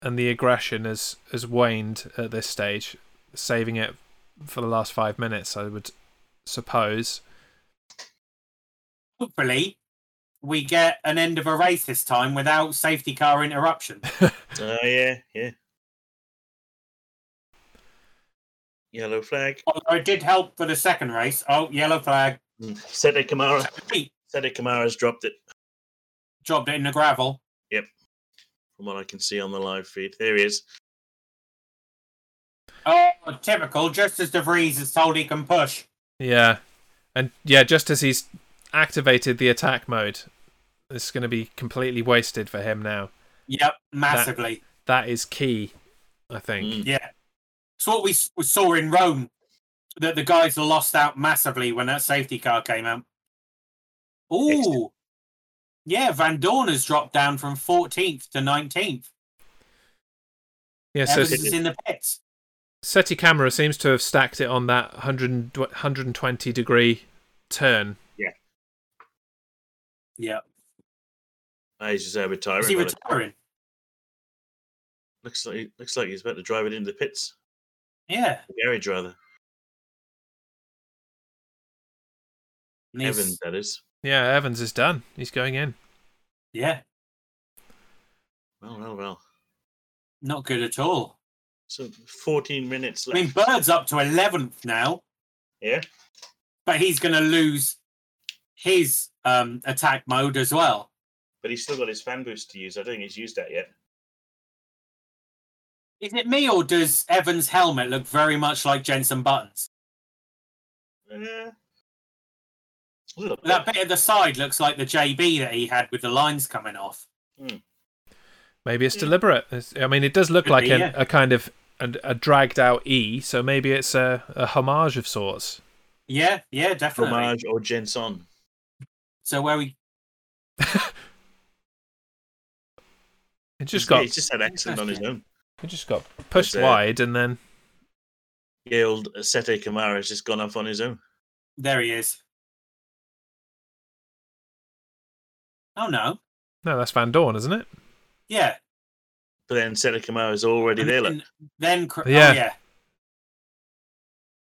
[SPEAKER 1] and the aggression has has waned at this stage. Saving it for the last five minutes, I would suppose.
[SPEAKER 3] Hopefully, we get an end of a race this time without safety car interruption.
[SPEAKER 2] Oh yeah, yeah. Yellow flag.
[SPEAKER 3] Although it did help for the second race. Oh, yellow flag.
[SPEAKER 2] Mm. Sede Kamara.
[SPEAKER 3] He
[SPEAKER 2] Sede Kamara's dropped it,
[SPEAKER 3] dropped it in the gravel.
[SPEAKER 2] from what I can see on the live feed. There he is.
[SPEAKER 3] Oh, typical. Just as De Vries is told he can push.
[SPEAKER 1] Yeah, and yeah, just as he's activated the attack mode, this is going to be completely wasted for him now.
[SPEAKER 3] Yep, massively.
[SPEAKER 1] That is key, I think.
[SPEAKER 2] Mm.
[SPEAKER 3] Yeah. It's what we s- we saw in Rome that the guys lost out massively when that safety car came out. Ooh. Yeah, Van Dorn has dropped down from 14th to 19th.
[SPEAKER 1] Yeah, so
[SPEAKER 3] Evans is in the pits.
[SPEAKER 1] SETI camera seems to have stacked it on that 100, 120 degree turn.
[SPEAKER 3] Yeah.
[SPEAKER 2] Ah, he's just there retiring.
[SPEAKER 3] Is he
[SPEAKER 2] by the-
[SPEAKER 3] retiring?
[SPEAKER 2] Looks like he- looks like he's about to drive it into the pits.
[SPEAKER 3] Yeah.
[SPEAKER 2] The garage rather.
[SPEAKER 3] And he's-
[SPEAKER 2] Evans, that is.
[SPEAKER 1] Yeah, Evans is done. He's going in.
[SPEAKER 3] Yeah.
[SPEAKER 2] Well, well, well.
[SPEAKER 3] Not good at all.
[SPEAKER 2] So 14 minutes
[SPEAKER 3] I
[SPEAKER 2] left.
[SPEAKER 3] mean, Bird's up to 11th now,
[SPEAKER 2] yeah.
[SPEAKER 3] but he's going to lose his um, attack mode as well.
[SPEAKER 2] But he's still got his fan boost to use. I don't think he's used that yet.
[SPEAKER 3] Is it me or does Evans' helmet look very much like Jensen Button's?
[SPEAKER 2] Uh, a little bit.
[SPEAKER 3] That bit at the side looks like the JB that he had with the lines coming off.
[SPEAKER 1] Maybe it's
[SPEAKER 2] Mm.
[SPEAKER 1] deliberate. It's- I mean, it does look
[SPEAKER 3] Could
[SPEAKER 1] like
[SPEAKER 3] be,
[SPEAKER 1] an,
[SPEAKER 3] yeah.
[SPEAKER 1] a kind of a, a dragged out E, so maybe it's a, a homage of sorts.
[SPEAKER 3] Yeah, yeah, definitely.
[SPEAKER 2] Fromage or Jenson.
[SPEAKER 3] So where we
[SPEAKER 1] It just
[SPEAKER 2] Yeah,
[SPEAKER 1] got
[SPEAKER 2] he's just had accident on his
[SPEAKER 3] Interesting.
[SPEAKER 2] own.
[SPEAKER 1] it just got pushed
[SPEAKER 2] It's, uh,
[SPEAKER 1] wide, and then
[SPEAKER 2] Yeah, old uh, Sete Kamara has just gone off on his own.
[SPEAKER 3] there he is. Oh no.
[SPEAKER 1] no, that's Van Dorn, isn't it?
[SPEAKER 3] Yeah.
[SPEAKER 2] But then Sete Kamara is already
[SPEAKER 3] and
[SPEAKER 2] there. Look.
[SPEAKER 3] Then, then cr-
[SPEAKER 1] Yeah.
[SPEAKER 3] Oh, yeah.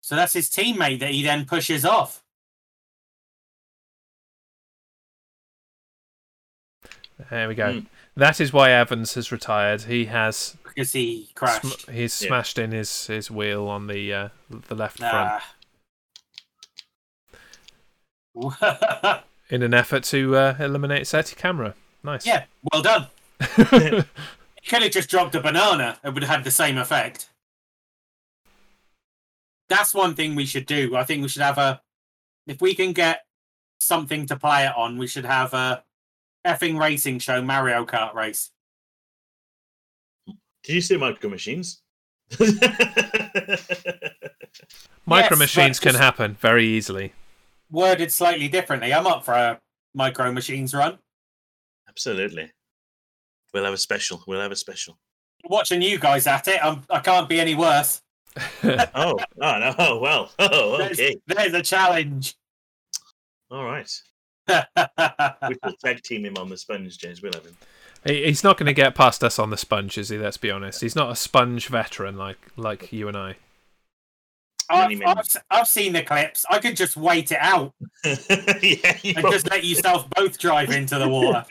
[SPEAKER 3] So that's his teammate that he then pushes off.
[SPEAKER 1] There we go.
[SPEAKER 3] Hmm.
[SPEAKER 2] Mm.
[SPEAKER 1] That is why Evans has retired. He has
[SPEAKER 3] Because he
[SPEAKER 1] sm-
[SPEAKER 3] crashed.
[SPEAKER 1] he's
[SPEAKER 2] Yeah.
[SPEAKER 1] smashed in his, his wheel on the uh, the left front
[SPEAKER 3] Nah.
[SPEAKER 1] in an effort to uh, eliminate Seti camera. Nice.
[SPEAKER 3] yeah, well done. He could have just dropped a banana. It would have had the same effect. That's one thing we should do. I think we should have a. If we can get something to play it on, we should have a effing racing show Mario Kart race.
[SPEAKER 2] Did you say micro machines?
[SPEAKER 1] Micro
[SPEAKER 3] Yes,
[SPEAKER 1] machines
[SPEAKER 3] but
[SPEAKER 1] can
[SPEAKER 3] just-
[SPEAKER 1] happen very easily.
[SPEAKER 3] Worded slightly differently. I'm up for a micro machines run.
[SPEAKER 2] Absolutely. We'll have a special. We'll have a special.
[SPEAKER 3] Watching you guys at it, I'm, I can't be any worse.
[SPEAKER 2] Oh, oh no. Oh, well. Oh,
[SPEAKER 3] There's-
[SPEAKER 2] okay.
[SPEAKER 3] There's, a challenge.
[SPEAKER 2] All right. We will tag team him on the sponge, James. We'll have him.
[SPEAKER 1] He- He's not going to get past us on the sponge, is he? Let's be honest. He's not a sponge veteran like like you and I.
[SPEAKER 3] I've,
[SPEAKER 2] many.
[SPEAKER 3] I've, s- I've seen the clips. I could just wait it out
[SPEAKER 2] yeah, you
[SPEAKER 3] and just let yourself both drive into the water.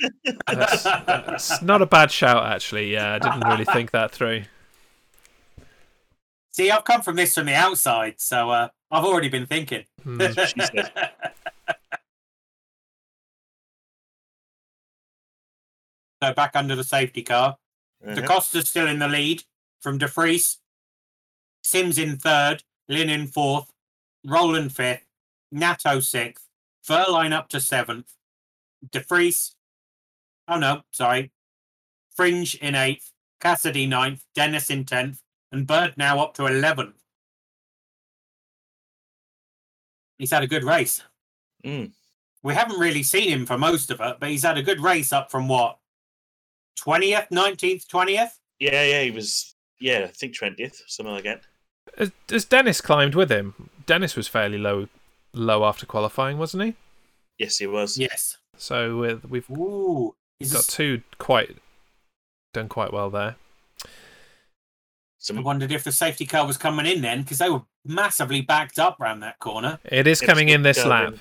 [SPEAKER 1] That's, that's not a bad shout, actually. Yeah, I didn't really think that through.
[SPEAKER 3] See, I've come from this from the outside, so uh, I've already been thinking.
[SPEAKER 1] Hmm.
[SPEAKER 2] what she said.
[SPEAKER 3] So back under the safety car.
[SPEAKER 2] probably-
[SPEAKER 3] De
[SPEAKER 2] Uh-huh.
[SPEAKER 3] Costa's still in the lead from De Vries. Sims in third, Lynn in fourth, Roland fifth, Nato sixth, Verline up to seventh, De Vries. Oh no, sorry. Fringe in eighth, Cassidy ninth, Dennis in tenth, and Bird now up to eleventh. He's had a good race.
[SPEAKER 2] Mm.
[SPEAKER 3] We haven't really seen him for most of it, but he's had a good race up from what? 20th, 19th, 20th?
[SPEAKER 2] Yeah, yeah, he was. Yeah, I think twentieth, something like that.
[SPEAKER 1] As, as Dennis climbed with him, Dennis was fairly low low after qualifying, wasn't he?
[SPEAKER 2] Yes, it was.
[SPEAKER 3] Yes.
[SPEAKER 1] So uh, we've
[SPEAKER 3] Ooh. Is
[SPEAKER 1] got
[SPEAKER 3] this,
[SPEAKER 1] two quite done quite well there.
[SPEAKER 3] I
[SPEAKER 2] Some,
[SPEAKER 3] wondered if the safety car was coming in then because they were massively backed up round that corner.
[SPEAKER 1] It is
[SPEAKER 2] It's
[SPEAKER 1] coming in this
[SPEAKER 2] going.
[SPEAKER 1] lap.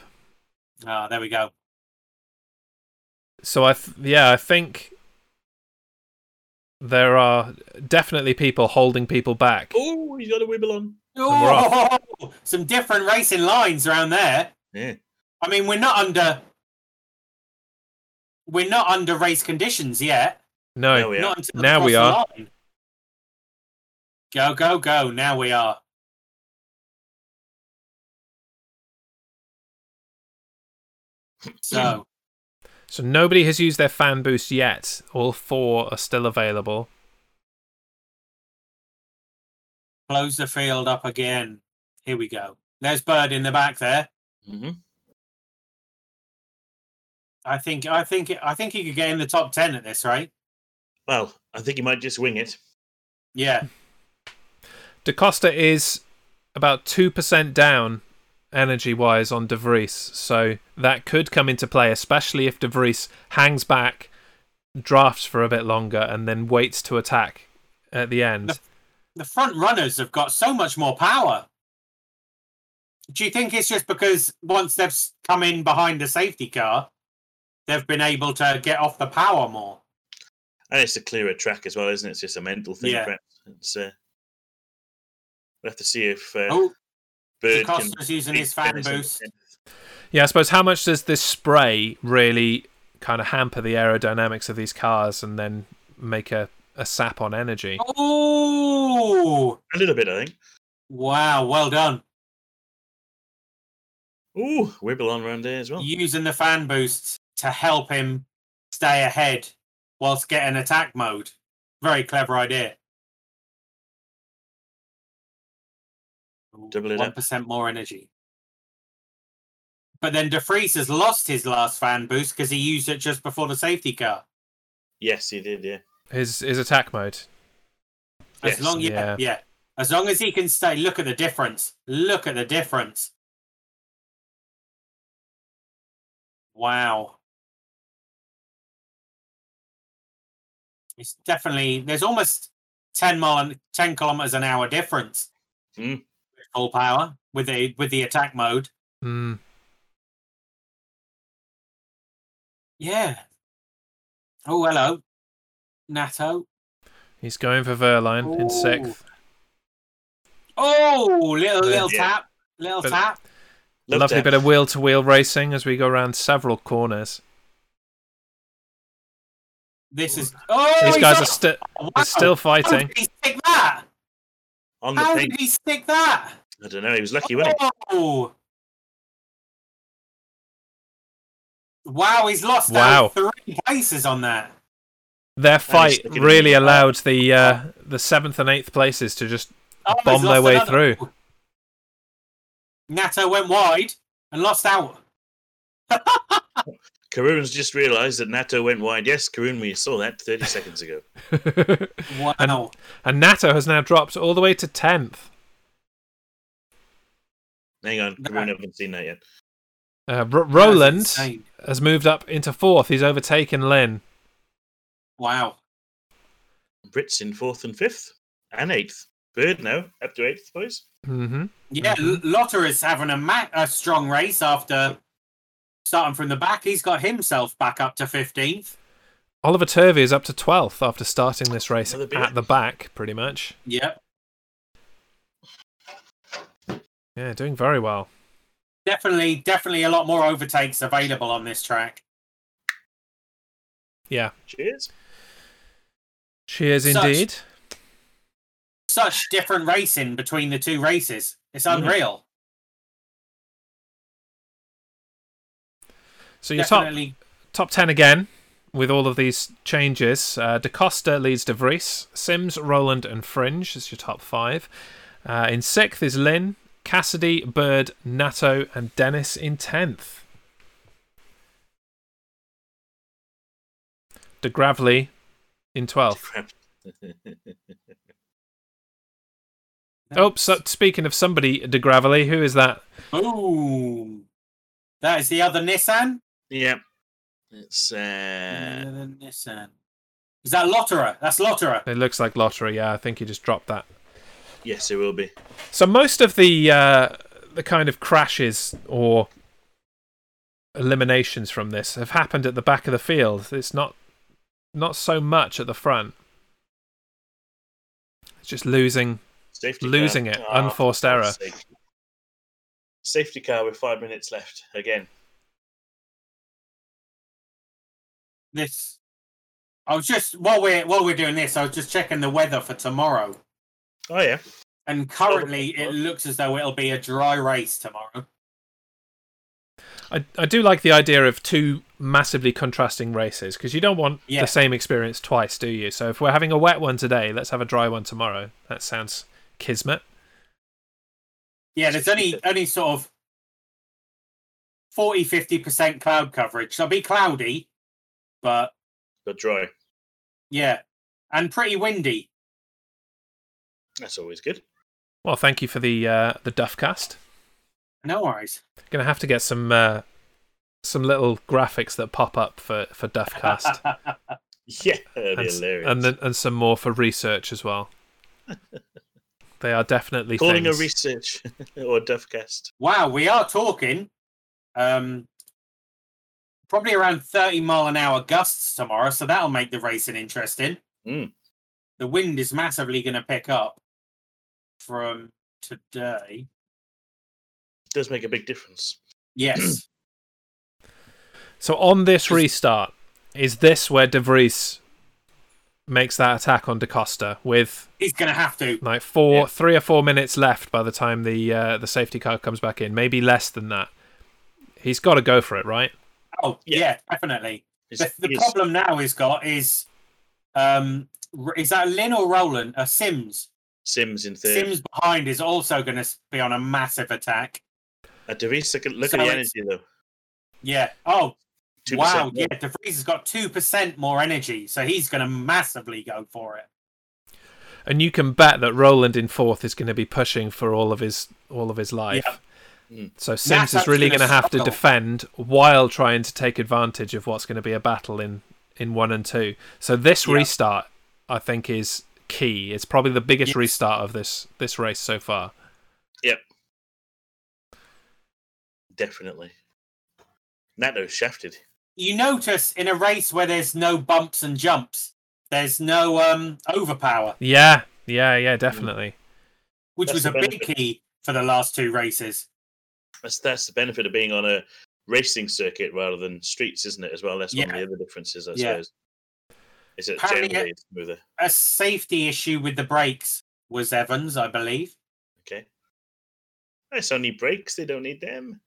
[SPEAKER 3] Ah, there we go.
[SPEAKER 1] So I th- yeah, I think there are definitely people holding people back.
[SPEAKER 2] oh, he's got a wibble on.
[SPEAKER 1] we're off.
[SPEAKER 3] Ooh, some different racing lines around there.
[SPEAKER 2] Yeah.
[SPEAKER 3] I mean, we're not under we're not under race conditions yet.
[SPEAKER 1] No,
[SPEAKER 2] Now we are.
[SPEAKER 3] Not until
[SPEAKER 1] Now we
[SPEAKER 3] across the line. Go go go! Now we are. So
[SPEAKER 1] so nobody has used their fan boost yet. All four are still available.
[SPEAKER 3] close the field up again. Here we go. There's Bird in the back there.
[SPEAKER 2] hmm
[SPEAKER 3] I think I think I think he could get in the top ten at this, right?
[SPEAKER 2] Well, I think he might just wing it.
[SPEAKER 3] Yeah.
[SPEAKER 1] DaCosta is about 2% down energy wise on De Vries, so that could come into play, especially if De Vries hangs back, drafts for a bit longer, and then waits to attack at the end.
[SPEAKER 3] the front runners have got so much more power. Do you think it's just because once they've s- come in behind the safety car, they've been able to get off the power more?
[SPEAKER 2] And it's a clearer track as well, isn't it? It's just a mental thing.
[SPEAKER 3] Yeah.
[SPEAKER 2] perhaps. It's, uh, we'll have to see if uh,
[SPEAKER 3] Oh,
[SPEAKER 2] Bird can.
[SPEAKER 3] DaCosta's using his fan boost.
[SPEAKER 1] Yeah, I suppose how much does this spray really kind of hamper the aerodynamics of these cars and then make a, a sap on energy?
[SPEAKER 3] Oh,
[SPEAKER 2] A little bit, I think.
[SPEAKER 3] wow. Well done.
[SPEAKER 2] Ooh, wibble on round there as well.
[SPEAKER 3] Using the fan boost to help him stay ahead whilst getting attack mode. Very clever idea. Ooh,
[SPEAKER 2] Double it up.
[SPEAKER 3] 1% more energy. But then De Vries has lost his last fan boost because he used it just before the safety car.
[SPEAKER 2] Yes, he did. Yeah.
[SPEAKER 1] His his attack mode.
[SPEAKER 3] As
[SPEAKER 2] Yes,
[SPEAKER 3] long, yeah,
[SPEAKER 1] yeah.
[SPEAKER 3] yeah. As long as he can stay, look at the difference. Look at the difference. Wow. It's definitely there's almost ten mile and ten kilometers an hour difference.
[SPEAKER 2] Mm.
[SPEAKER 3] with Full power with the with the attack mode.
[SPEAKER 1] Mm.
[SPEAKER 3] Yeah. Oh hello, Nato.
[SPEAKER 1] He's going for Verline in
[SPEAKER 3] Ooh.
[SPEAKER 1] sixth.
[SPEAKER 3] Oh, little
[SPEAKER 1] Yeah.
[SPEAKER 3] little tap, little
[SPEAKER 1] But-
[SPEAKER 3] tap.
[SPEAKER 2] Love
[SPEAKER 1] Lovely
[SPEAKER 2] that.
[SPEAKER 1] bit of wheel to wheel racing as we go around several corners.
[SPEAKER 3] This is oh,
[SPEAKER 1] These
[SPEAKER 3] he's
[SPEAKER 1] guys
[SPEAKER 3] on-
[SPEAKER 1] are, sti-
[SPEAKER 3] Wow.
[SPEAKER 1] are still
[SPEAKER 3] How
[SPEAKER 1] fighting.
[SPEAKER 3] did he stick that?
[SPEAKER 2] on the
[SPEAKER 3] How
[SPEAKER 2] thing.
[SPEAKER 3] did he stick that?
[SPEAKER 2] I don't know. He was lucky, wasn't
[SPEAKER 3] Oh. Wow, he's lost
[SPEAKER 1] Wow.
[SPEAKER 3] out three places on that.
[SPEAKER 1] Their fight
[SPEAKER 2] sticking
[SPEAKER 1] really
[SPEAKER 2] in.
[SPEAKER 1] allowed the uh, the seventh and eighth places to just
[SPEAKER 3] Oh, he's
[SPEAKER 1] bomb their
[SPEAKER 3] lost
[SPEAKER 1] way
[SPEAKER 3] another-
[SPEAKER 1] through.
[SPEAKER 3] Nato went wide and lost out.
[SPEAKER 2] he? Karun's just realised that Nato went wide. Yes, Karun, we saw that 30 seconds ago.
[SPEAKER 3] Wow.
[SPEAKER 1] and Nato has now dropped all the way to tenth.
[SPEAKER 2] Hang on,
[SPEAKER 3] That-
[SPEAKER 2] Karun haven't seen that yet.
[SPEAKER 1] Uh, R- Roland
[SPEAKER 3] That's insane.
[SPEAKER 1] has moved up into fourth. He's overtaken Lynn.
[SPEAKER 3] Wow.
[SPEAKER 2] Brits in fourth and fifth and eighth. Bird now up to eighth, boys.
[SPEAKER 1] hmm
[SPEAKER 3] Yeah, L- Lotter is having a, ma- a strong race after starting from the back. He's got himself back up to 15th.
[SPEAKER 1] Oliver Turvey is up to twelfth after starting this race
[SPEAKER 2] Another beer.
[SPEAKER 1] at the back, pretty much.
[SPEAKER 3] Yep.
[SPEAKER 1] Yeah, doing very well.
[SPEAKER 3] Definitely, definitely a lot more overtakes available on this track.
[SPEAKER 1] Yeah,
[SPEAKER 2] Cheers.
[SPEAKER 1] cheers
[SPEAKER 3] Such-
[SPEAKER 1] indeed.
[SPEAKER 3] such different racing between the two races. It's
[SPEAKER 2] Mm.
[SPEAKER 3] unreal.
[SPEAKER 1] So your top
[SPEAKER 3] Definitely.
[SPEAKER 1] top 10 again with all of these changes. Uh, DaCosta leads De Vries, Sims, Roland, and Fringe is your top five. Uh, in sixth is Lynn, Cassidy, Bird, Nato, and Dennis in tenth. De Oh. Gravely in twelfth.
[SPEAKER 2] Crap.
[SPEAKER 1] Oh, so, speaking of somebody de Gravelly, who is that?
[SPEAKER 3] Ooh. That is the other Nissan?
[SPEAKER 2] Yeah. It's uh,
[SPEAKER 3] The other Nissan. Is that Lotterer? That's Lotterer.
[SPEAKER 1] It looks like Lottery. Yeah, I think he just dropped that.
[SPEAKER 2] yes, it will be.
[SPEAKER 1] So most of the uh, the kind of crashes or eliminations from this have happened at the back of the field. It's not not so much at the front. It's just losing.
[SPEAKER 2] Safety
[SPEAKER 1] Losing it.
[SPEAKER 2] Ah,
[SPEAKER 1] Unforced
[SPEAKER 2] for
[SPEAKER 1] error.
[SPEAKER 2] God's sake. Safety car with five minutes left again.
[SPEAKER 3] This. I was just while we're while we're doing this, I was just checking the weather for tomorrow.
[SPEAKER 2] Oh yeah,
[SPEAKER 3] And currently it looks as though it'll be a dry race tomorrow.
[SPEAKER 1] I I do like the idea of two massively contrasting races because you don't want
[SPEAKER 3] Yeah.
[SPEAKER 1] the same experience twice, do you? So if we're having a wet one today, let's have a dry one tomorrow. That sounds kismet.
[SPEAKER 3] Yeah, there's only only sort of 40 50% cloud coverage. So it'll be cloudy, but
[SPEAKER 2] got dry.
[SPEAKER 3] yeah. And pretty windy.
[SPEAKER 2] That's always good.
[SPEAKER 1] Well, thank you for the uh, the Duffcast.
[SPEAKER 3] No worries.
[SPEAKER 1] Gonna have to get some uh, some little graphics that pop up for for Duffcast.
[SPEAKER 2] Yeah, that'd be
[SPEAKER 1] and, s-
[SPEAKER 2] hilarious.
[SPEAKER 1] and then- and some more for research as well. they are definitely
[SPEAKER 2] calling
[SPEAKER 1] things.
[SPEAKER 2] a research or Duffcast.
[SPEAKER 3] Wow, we are talking um probably around 30 mile an hour gusts tomorrow, so that'll make the racing interesting.
[SPEAKER 2] Mm.
[SPEAKER 3] The wind is massively going to pick up from today.
[SPEAKER 2] does make a big difference.
[SPEAKER 3] Yes.
[SPEAKER 1] so on this restart, is this where De Vries makes that attack on Da Costa with
[SPEAKER 3] He's going to have to.
[SPEAKER 1] like four,
[SPEAKER 2] Yeah.
[SPEAKER 1] three or four minutes left by the time the uh, the safety car comes back in? Maybe less than that. He's got to go for it, right?
[SPEAKER 3] Oh,
[SPEAKER 2] Yeah.
[SPEAKER 3] yeah, definitely.
[SPEAKER 2] It's,
[SPEAKER 3] The, the
[SPEAKER 2] it's-
[SPEAKER 3] problem now he's got is um r- is that Lynn or Roland? Uh, Sims.
[SPEAKER 2] Sims in third.
[SPEAKER 3] Sims behind is also going to be on a massive attack.
[SPEAKER 2] Uh, Davies, look at, look
[SPEAKER 3] So
[SPEAKER 2] at the
[SPEAKER 3] it's-
[SPEAKER 2] energy though.
[SPEAKER 3] Yeah. Oh,
[SPEAKER 2] 2%.
[SPEAKER 3] Wow, yeah, De Vries has got two percent more energy, so he's going to massively go for it.
[SPEAKER 1] And you can bet that Roland in fourth is going to be pushing for all of his all of his life.
[SPEAKER 2] Mm.
[SPEAKER 1] So Sims is
[SPEAKER 3] Nassau's
[SPEAKER 1] really
[SPEAKER 3] gonna
[SPEAKER 1] going to have to
[SPEAKER 3] struggle.
[SPEAKER 1] defend while trying to take advantage of what's going to be a battle in in one and two. So this
[SPEAKER 3] Yeah.
[SPEAKER 1] restart, I think, is key. It's probably the biggest
[SPEAKER 3] Yes.
[SPEAKER 1] restart of this this race so far.
[SPEAKER 2] Definitely. Nato's shafted.
[SPEAKER 3] You notice in a race where there's no bumps and jumps, there's no um overpower,
[SPEAKER 1] Yeah, yeah, yeah, definitely.
[SPEAKER 3] which
[SPEAKER 2] That's
[SPEAKER 3] was
[SPEAKER 2] the
[SPEAKER 3] a big
[SPEAKER 2] benefit.
[SPEAKER 3] key for the last two races.
[SPEAKER 2] That's that's the benefit of being on a racing circuit rather than streets, isn't it? As well, that's one
[SPEAKER 3] Yeah.
[SPEAKER 2] of the other differences, I
[SPEAKER 3] Yeah.
[SPEAKER 2] suppose. Is it
[SPEAKER 3] Apparently
[SPEAKER 2] generally it's smoother?
[SPEAKER 3] A safety issue with the brakes was Evans, I believe.
[SPEAKER 2] Okay. It's only brakes; they don't need them.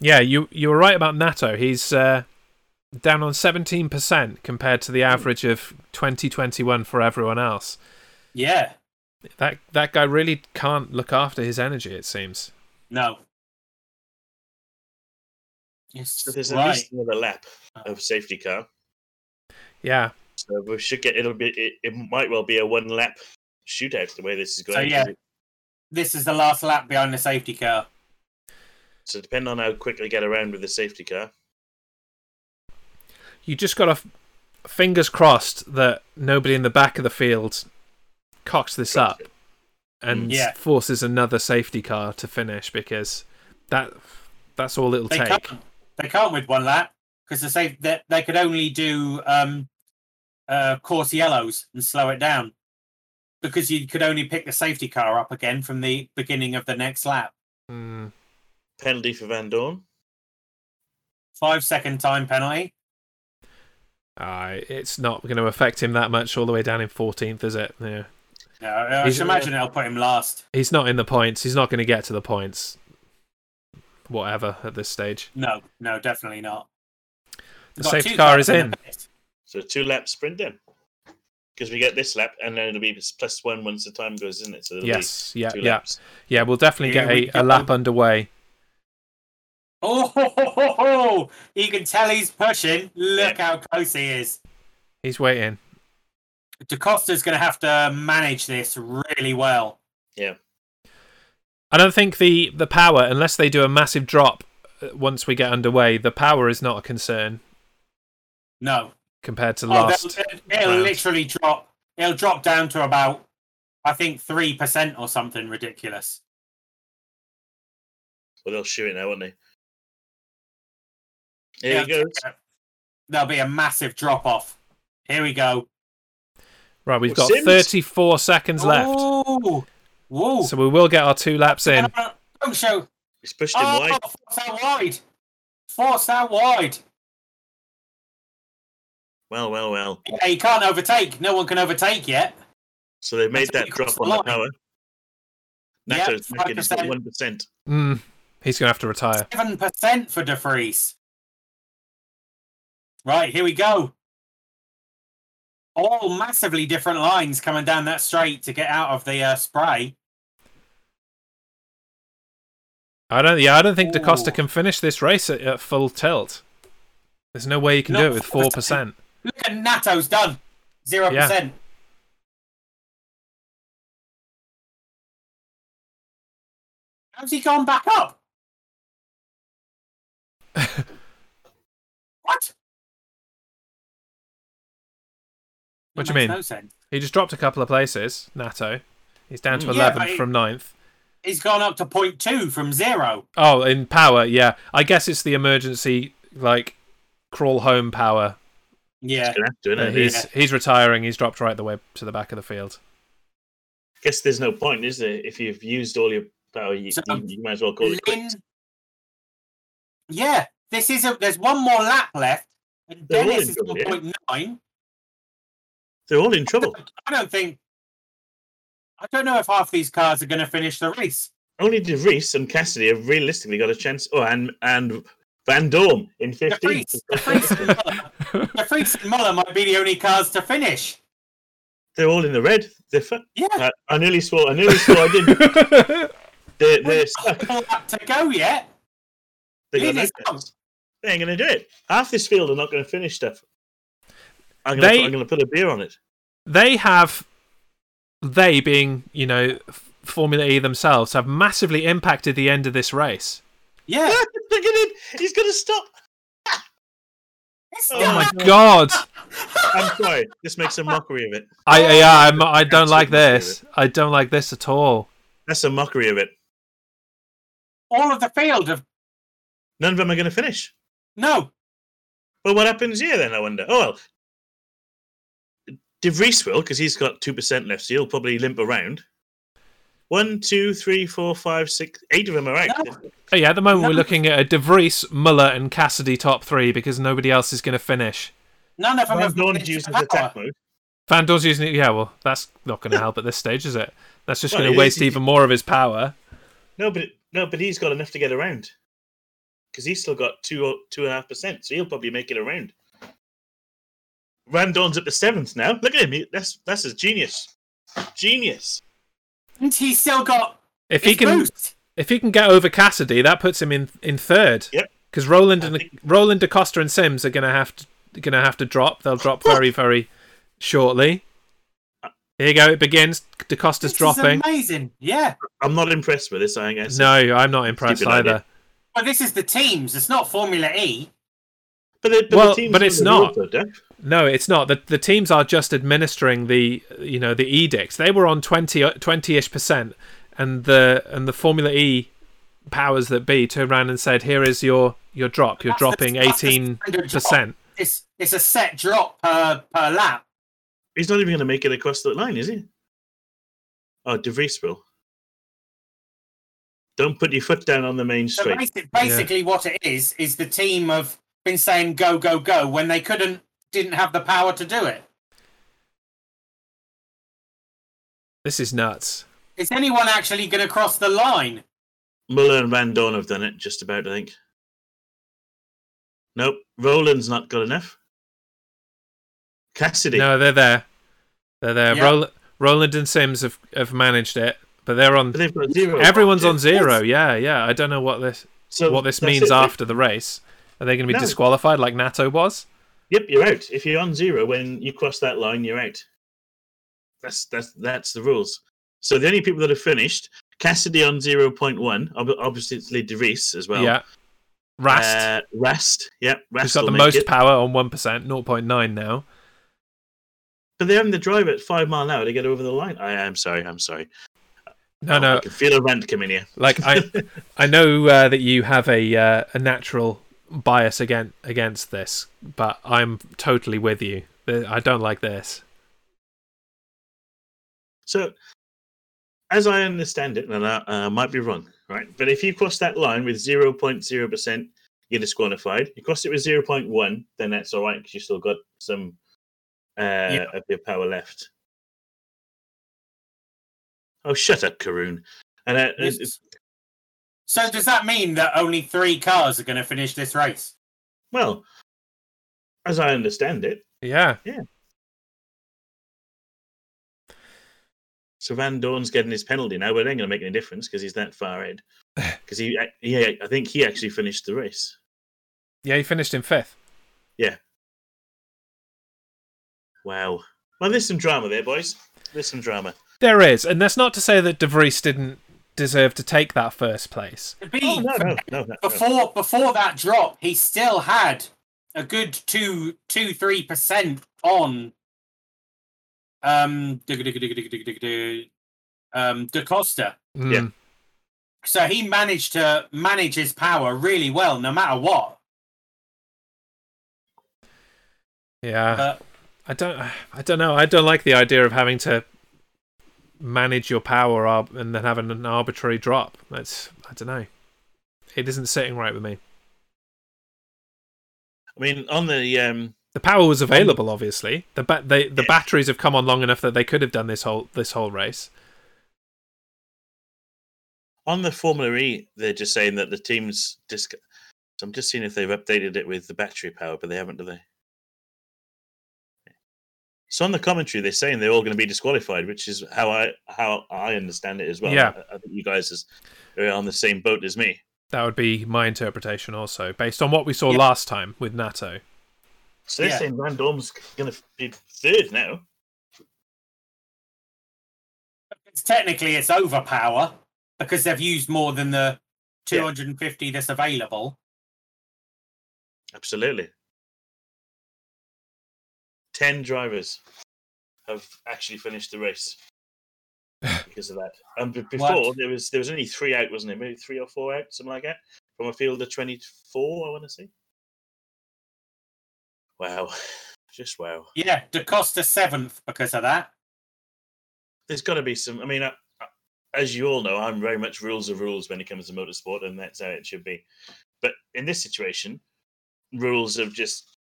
[SPEAKER 1] Yeah, you you were right about Nato. He's uh, down on seventeen percent compared to the
[SPEAKER 3] Hmm.
[SPEAKER 1] average of twenty twenty one for everyone else.
[SPEAKER 3] Yeah,
[SPEAKER 1] That that guy really can't look after his energy. It seems.
[SPEAKER 3] no. Yes,
[SPEAKER 2] So there's at
[SPEAKER 3] right.
[SPEAKER 2] least another lap of safety car.
[SPEAKER 1] Yeah,
[SPEAKER 2] So we should get it'll be it, it might well be a one lap shootout the way this is going.
[SPEAKER 3] So
[SPEAKER 2] 'cause
[SPEAKER 3] yeah,
[SPEAKER 2] it-
[SPEAKER 3] this is the last lap behind the safety car.
[SPEAKER 2] So depending on how quick they get around with the safety car,
[SPEAKER 1] you just got to fingers crossed that nobody in the back of the field cocks this up and
[SPEAKER 3] Yeah.
[SPEAKER 1] forces another safety car to finish because that that's all it'll
[SPEAKER 3] they
[SPEAKER 1] take.
[SPEAKER 3] can't they can't with one lap because they say that they could only do um uh course yellows and slow it down because you could only pick the safety car up again from the beginning of the next lap
[SPEAKER 1] Mm.
[SPEAKER 2] penalty for Van Dorn.
[SPEAKER 3] five second time penalty
[SPEAKER 1] Aye, it's not going to affect him that much all the way down in 14th, is it? Yeah.
[SPEAKER 3] no, i
[SPEAKER 1] He's-
[SPEAKER 3] should imagine it'll put him last
[SPEAKER 1] He's not in the points. He's not going to get to the points. Whatever at this stage.
[SPEAKER 3] no no definitely not
[SPEAKER 1] The
[SPEAKER 3] Got
[SPEAKER 1] safety
[SPEAKER 3] two
[SPEAKER 1] car
[SPEAKER 3] cars
[SPEAKER 1] is
[SPEAKER 3] the pit.
[SPEAKER 2] So two lap sprint then. Because we get this lap and then it'll be plus one once the time goes, isn't it? So there'll be
[SPEAKER 1] Yes. Yeah.
[SPEAKER 2] two
[SPEAKER 1] Yeah.
[SPEAKER 2] laps.
[SPEAKER 1] Yeah. We'll definitely
[SPEAKER 3] Here we
[SPEAKER 1] get a, a
[SPEAKER 3] go.
[SPEAKER 1] lap underway.
[SPEAKER 3] Oh, ho, ho, ho, ho. you Oh, can tell he's pushing. Look how close he is.
[SPEAKER 1] He's waiting.
[SPEAKER 3] DaCosta's going to have to manage this really well.
[SPEAKER 1] I don't think the the power, unless they do a massive drop uh, once we get underway, the power is not a concern
[SPEAKER 3] No.
[SPEAKER 1] compared to
[SPEAKER 3] Oh,
[SPEAKER 1] last.
[SPEAKER 3] they'll- it'll
[SPEAKER 1] round.
[SPEAKER 3] literally drop. It'll drop down to about, I think, 3% or something ridiculous.
[SPEAKER 2] Well, they'll shoot it now, won't they? Here he
[SPEAKER 3] Yeah.
[SPEAKER 2] goes.
[SPEAKER 3] There'll be a massive drop off. Here we go.
[SPEAKER 1] Right, we've
[SPEAKER 2] Well,
[SPEAKER 1] got
[SPEAKER 2] Sims-
[SPEAKER 1] 34 seconds left,
[SPEAKER 3] Ooh. Whoa.
[SPEAKER 1] so we will get our two laps in.
[SPEAKER 3] Don't show.
[SPEAKER 2] He's pushed him
[SPEAKER 3] Oh,
[SPEAKER 2] wide.
[SPEAKER 3] force out wide. Force out wide.
[SPEAKER 2] Well, well, well.
[SPEAKER 3] Yeah, you can't overtake. No one can overtake yet.
[SPEAKER 2] So they've made
[SPEAKER 3] That's
[SPEAKER 2] that
[SPEAKER 3] pretty
[SPEAKER 2] drop
[SPEAKER 3] close
[SPEAKER 2] on the
[SPEAKER 3] line.
[SPEAKER 2] power.
[SPEAKER 3] Yep,
[SPEAKER 2] NATO's making it
[SPEAKER 3] 5%.
[SPEAKER 2] one percent.
[SPEAKER 1] Mm, he's going to have to retire.
[SPEAKER 3] 7% for De Vries. Right, here we go. All massively different lines coming down that straight to get out of the uh, spray.
[SPEAKER 1] I don't. Yeah, I don't think Da Costa
[SPEAKER 3] Ooh.
[SPEAKER 1] can finish this race at, at full tilt. There's no way he can
[SPEAKER 3] No,
[SPEAKER 1] do it with four
[SPEAKER 3] 4%.
[SPEAKER 1] percent.
[SPEAKER 3] Look at Nato's done. 0%. How's he gone back up? what?
[SPEAKER 1] What do
[SPEAKER 3] That
[SPEAKER 1] you
[SPEAKER 3] makes
[SPEAKER 1] mean?
[SPEAKER 3] No sense.
[SPEAKER 1] He just dropped a couple of places. Nato, he's down to
[SPEAKER 2] Mm.
[SPEAKER 3] Yeah,
[SPEAKER 1] 11th
[SPEAKER 3] but he-
[SPEAKER 1] from 9th.
[SPEAKER 3] He's gone up to point two from zero.
[SPEAKER 1] Oh, in power, yeah. I guess it's the emergency like crawl home power.
[SPEAKER 3] Yeah.
[SPEAKER 2] Gonna have to,
[SPEAKER 1] Uh,
[SPEAKER 2] innit?
[SPEAKER 1] he's he's retiring. He's dropped right the way to the back of the field.
[SPEAKER 2] guess there's no point, is there? If you've used all your power, you,
[SPEAKER 3] So,
[SPEAKER 2] you, you might as well call it
[SPEAKER 3] Lynn...
[SPEAKER 2] quits.
[SPEAKER 3] Yeah, this is a, there's one more lap left, and
[SPEAKER 2] They're all
[SPEAKER 3] Dennis
[SPEAKER 2] in
[SPEAKER 3] is
[SPEAKER 2] trouble,
[SPEAKER 3] on
[SPEAKER 2] yeah.
[SPEAKER 3] point nine.
[SPEAKER 2] They're all in trouble.
[SPEAKER 3] I don't think. I don't know if half these cars are going to finish the race.
[SPEAKER 2] Only De Vries and Cassidy have realistically got a chance. Oh, and and Van Dorm in
[SPEAKER 3] The
[SPEAKER 2] 15th.
[SPEAKER 3] Freaks, the Freaks and Muller, the Freaks and Muller might be the only cars to finish.
[SPEAKER 2] They're all in the red. They're fu-
[SPEAKER 3] Yeah,
[SPEAKER 2] I, I nearly swore. I nearly swore I did. They're, they're stuck.
[SPEAKER 3] one lap to go yet.
[SPEAKER 2] They, got
[SPEAKER 3] Lynn
[SPEAKER 2] no
[SPEAKER 3] is
[SPEAKER 2] chance. They ain't going to do it. Half this field are not going to finish stuff. I'm going
[SPEAKER 1] They-
[SPEAKER 2] to I'm going to put a beer on it.
[SPEAKER 1] they have they being you know F- Formula E themselves have massively impacted the end of this race.
[SPEAKER 3] Yeah,
[SPEAKER 2] Look at him. He's going to stop.
[SPEAKER 3] it's
[SPEAKER 2] Oh
[SPEAKER 1] Oh
[SPEAKER 3] still
[SPEAKER 1] my
[SPEAKER 3] up.
[SPEAKER 1] god!
[SPEAKER 2] I'm sorry. This makes a mockery of it.
[SPEAKER 1] I I, I'm, I don't like this. I don't like this at all.
[SPEAKER 2] That's a mockery of it.
[SPEAKER 3] all of the field of
[SPEAKER 2] None of them are going to finish.
[SPEAKER 3] no.
[SPEAKER 2] Well, what happens here then? I wonder. Oh well, De Vries will because he's got two percent left, so he'll probably limp around. One, two, three, four, five, six, eight of them are out.
[SPEAKER 3] No.
[SPEAKER 1] Oh, yeah, at the moment we're
[SPEAKER 3] No.
[SPEAKER 1] looking at a De Vries, Muller, and Cassidy top three because nobody else is going to finish.
[SPEAKER 3] None of them
[SPEAKER 2] Van
[SPEAKER 3] have
[SPEAKER 2] Dorn
[SPEAKER 3] finished
[SPEAKER 2] uses
[SPEAKER 3] the
[SPEAKER 2] attack
[SPEAKER 3] power.
[SPEAKER 2] mode.
[SPEAKER 1] Van Dorn's using it. Yeah, well, that's not going to help at this stage, is it? That's just
[SPEAKER 2] Well,
[SPEAKER 1] going
[SPEAKER 2] it
[SPEAKER 1] to
[SPEAKER 2] is.
[SPEAKER 1] waste even more of his power.
[SPEAKER 2] No, but no, but he's got enough to get around because he's still got two or two and a half percent, so he'll probably make it around. Van Dorn's at the seventh now. Look at him. he- That's that's a genius. Genius.
[SPEAKER 3] And he's still got
[SPEAKER 1] If
[SPEAKER 3] his
[SPEAKER 1] he can,
[SPEAKER 3] boost.
[SPEAKER 1] if he can get over Cassidy, that puts him in in third.
[SPEAKER 2] Yep.
[SPEAKER 1] Because Roland
[SPEAKER 2] I
[SPEAKER 1] and
[SPEAKER 2] think-
[SPEAKER 1] Roland DaCosta and Sims are going to have to going to have to drop. They'll drop very very shortly.
[SPEAKER 2] Uh.
[SPEAKER 1] Here you go. It begins. DaCosta's
[SPEAKER 3] This is
[SPEAKER 1] dropping.
[SPEAKER 3] amazing. Yeah.
[SPEAKER 2] I'm not impressed with this. I guess.
[SPEAKER 1] No, I'm not impressed
[SPEAKER 2] Stupid idea.
[SPEAKER 1] either.
[SPEAKER 3] Well, this is the teams. It's not Formula E.
[SPEAKER 2] But, the, but,
[SPEAKER 1] Well,
[SPEAKER 2] the team's
[SPEAKER 1] but
[SPEAKER 2] on
[SPEAKER 1] it's
[SPEAKER 2] the
[SPEAKER 1] not.
[SPEAKER 2] road, though, Duff.
[SPEAKER 1] No, it's not. The the teams are just administering the you know the edicts. They were on 20 ish percent, and the and the Formula E powers that be turned around and said, "Here is your your drop. You're
[SPEAKER 3] That's the-
[SPEAKER 1] dropping
[SPEAKER 3] that's the
[SPEAKER 1] eighteen
[SPEAKER 3] standard drop.
[SPEAKER 1] percent."
[SPEAKER 3] It's it's a set drop per per lap.
[SPEAKER 2] He's not even going to make it across the line, is he? Oh, De Vries will. Don't put your foot down on the main
[SPEAKER 3] So
[SPEAKER 2] straight.
[SPEAKER 3] basi- basically, what it is is the team have been saying go go go when they couldn't didn't have the power to do it.
[SPEAKER 1] This is nuts.
[SPEAKER 3] Is anyone actually going to cross the line?
[SPEAKER 2] Muller and Van Dorn have done it just about, I think. Nope, Roland's not good enough. Cassidy,
[SPEAKER 1] No, they're there. They're there.
[SPEAKER 3] Yeah.
[SPEAKER 1] Rol- Roland and Sims have have managed it, but they're on.
[SPEAKER 2] but they've got zero.
[SPEAKER 1] Everyone's on zero. Yeah, yeah. I don't know what this.
[SPEAKER 2] So
[SPEAKER 1] what this
[SPEAKER 2] that's
[SPEAKER 1] means
[SPEAKER 2] it.
[SPEAKER 1] after the race. Are they going to be
[SPEAKER 2] No.
[SPEAKER 1] disqualified like Nato was?
[SPEAKER 2] Yep, you're out. If you're on zero when you cross that line, you're out. That's that's that's the rules. So the only people that have finished Cassidy on zero point one, obviously DeVries as well.
[SPEAKER 1] yeah. Rast,
[SPEAKER 2] Uh, Rast. Yep. Rast.
[SPEAKER 1] who's got
[SPEAKER 2] will
[SPEAKER 1] the
[SPEAKER 2] make
[SPEAKER 1] most
[SPEAKER 2] it.
[SPEAKER 1] power on 1%, 0.9 now.
[SPEAKER 2] But they're having to drive at five mile an hour to get over the line. I am sorry. I'm sorry. Oh,
[SPEAKER 1] No,
[SPEAKER 2] I
[SPEAKER 1] no.
[SPEAKER 2] can feel a rant coming here.
[SPEAKER 1] Like I, I know uh, that you have a uh, a natural bias against against this, but I'm totally with you. The- I don't like this.
[SPEAKER 2] So, as I understand it, and I uh, might be wrong, right? But if you cross that line with 0.0%, you're disqualified. You cross it with 0.1, then that's all right because you still got some uh,
[SPEAKER 3] Yeah.
[SPEAKER 2] of your power left. Oh, shut up, Karoon. And uh, it's- it's-
[SPEAKER 3] So does that mean that only three cars are going to finish this race?
[SPEAKER 2] well, as I understand it,
[SPEAKER 1] Yeah,
[SPEAKER 2] so Van Dorn's getting his penalty now, but it ain't going to make any difference because he's that far ahead. Because he, ac- yeah, I think he actually finished the race.
[SPEAKER 1] yeah. He finished in fifth.
[SPEAKER 2] Wow. Well, there's some drama there, boys. There's some drama.
[SPEAKER 1] There is, and that's not to say that De Vries didn't deserve to take that first place.
[SPEAKER 3] To be
[SPEAKER 2] Oh, no, no, no, no, no.
[SPEAKER 3] before before that drop, he still had a good two two three percent on um um Da Costa.
[SPEAKER 1] Mm.
[SPEAKER 2] Yeah.
[SPEAKER 3] So he managed to manage his power really well, no matter what.
[SPEAKER 1] yeah.
[SPEAKER 3] But
[SPEAKER 1] I don't. I don't know. I don't like the idea of having to manage your power up and then having an arbitrary drop. That's. I don't know. It isn't sitting right with me.
[SPEAKER 2] I mean, on the um,
[SPEAKER 1] The power was available, obviously. The ba- they, the
[SPEAKER 2] Yeah.
[SPEAKER 1] batteries have come on long enough that they could have done this whole this whole race.
[SPEAKER 2] on the Formula E, they're just saying that the teams disc. So I'm just seeing if they've updated it with the battery power, but they haven't, do they? So on the commentary, they're saying they're all going to be disqualified, which is how I how I understand it as well.
[SPEAKER 1] Yeah.
[SPEAKER 2] I, I think you guys is, are on the same boat as me.
[SPEAKER 1] That would be my interpretation, also based on what we saw
[SPEAKER 3] Yeah.
[SPEAKER 1] last time with Nato.
[SPEAKER 2] So they're
[SPEAKER 3] Yeah.
[SPEAKER 2] saying Van Dorn's going to be third now.
[SPEAKER 3] it's, technically, it's overpower because they've used more than the
[SPEAKER 2] Yeah.
[SPEAKER 3] two hundred and fifty that's available.
[SPEAKER 2] Absolutely. Ten drivers have actually finished the race because of that. And b- before
[SPEAKER 3] What?
[SPEAKER 2] there was there was only three out, wasn't it? Maybe three or four out, something like that, from a field of twenty four. I want to say. Wow, just wow.
[SPEAKER 3] Yeah, Da Costa seventh because of that.
[SPEAKER 2] There's got to be some. I mean, I, I- as you all know, I'm very much rules of rules when it comes to motorsport, and that's how it should be. But in this situation, rules have just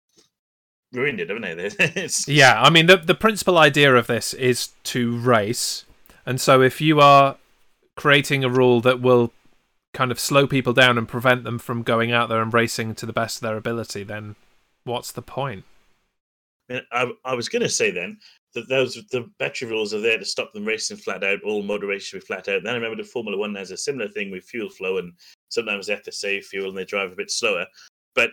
[SPEAKER 2] ruined it, haven't they? It's-
[SPEAKER 1] Yeah, I mean the the principal idea of this is to race, and so if you are creating a rule that will kind of slow people down and prevent them from going out there and racing to the best of their ability, then what's the point?
[SPEAKER 2] And I, I was going to say then that those the battery rules are there to stop them racing flat out, all moderation with flat out. Then I remember the Formula One has a similar thing with fuel flow, and sometimes they have to save fuel and they drive a bit slower. But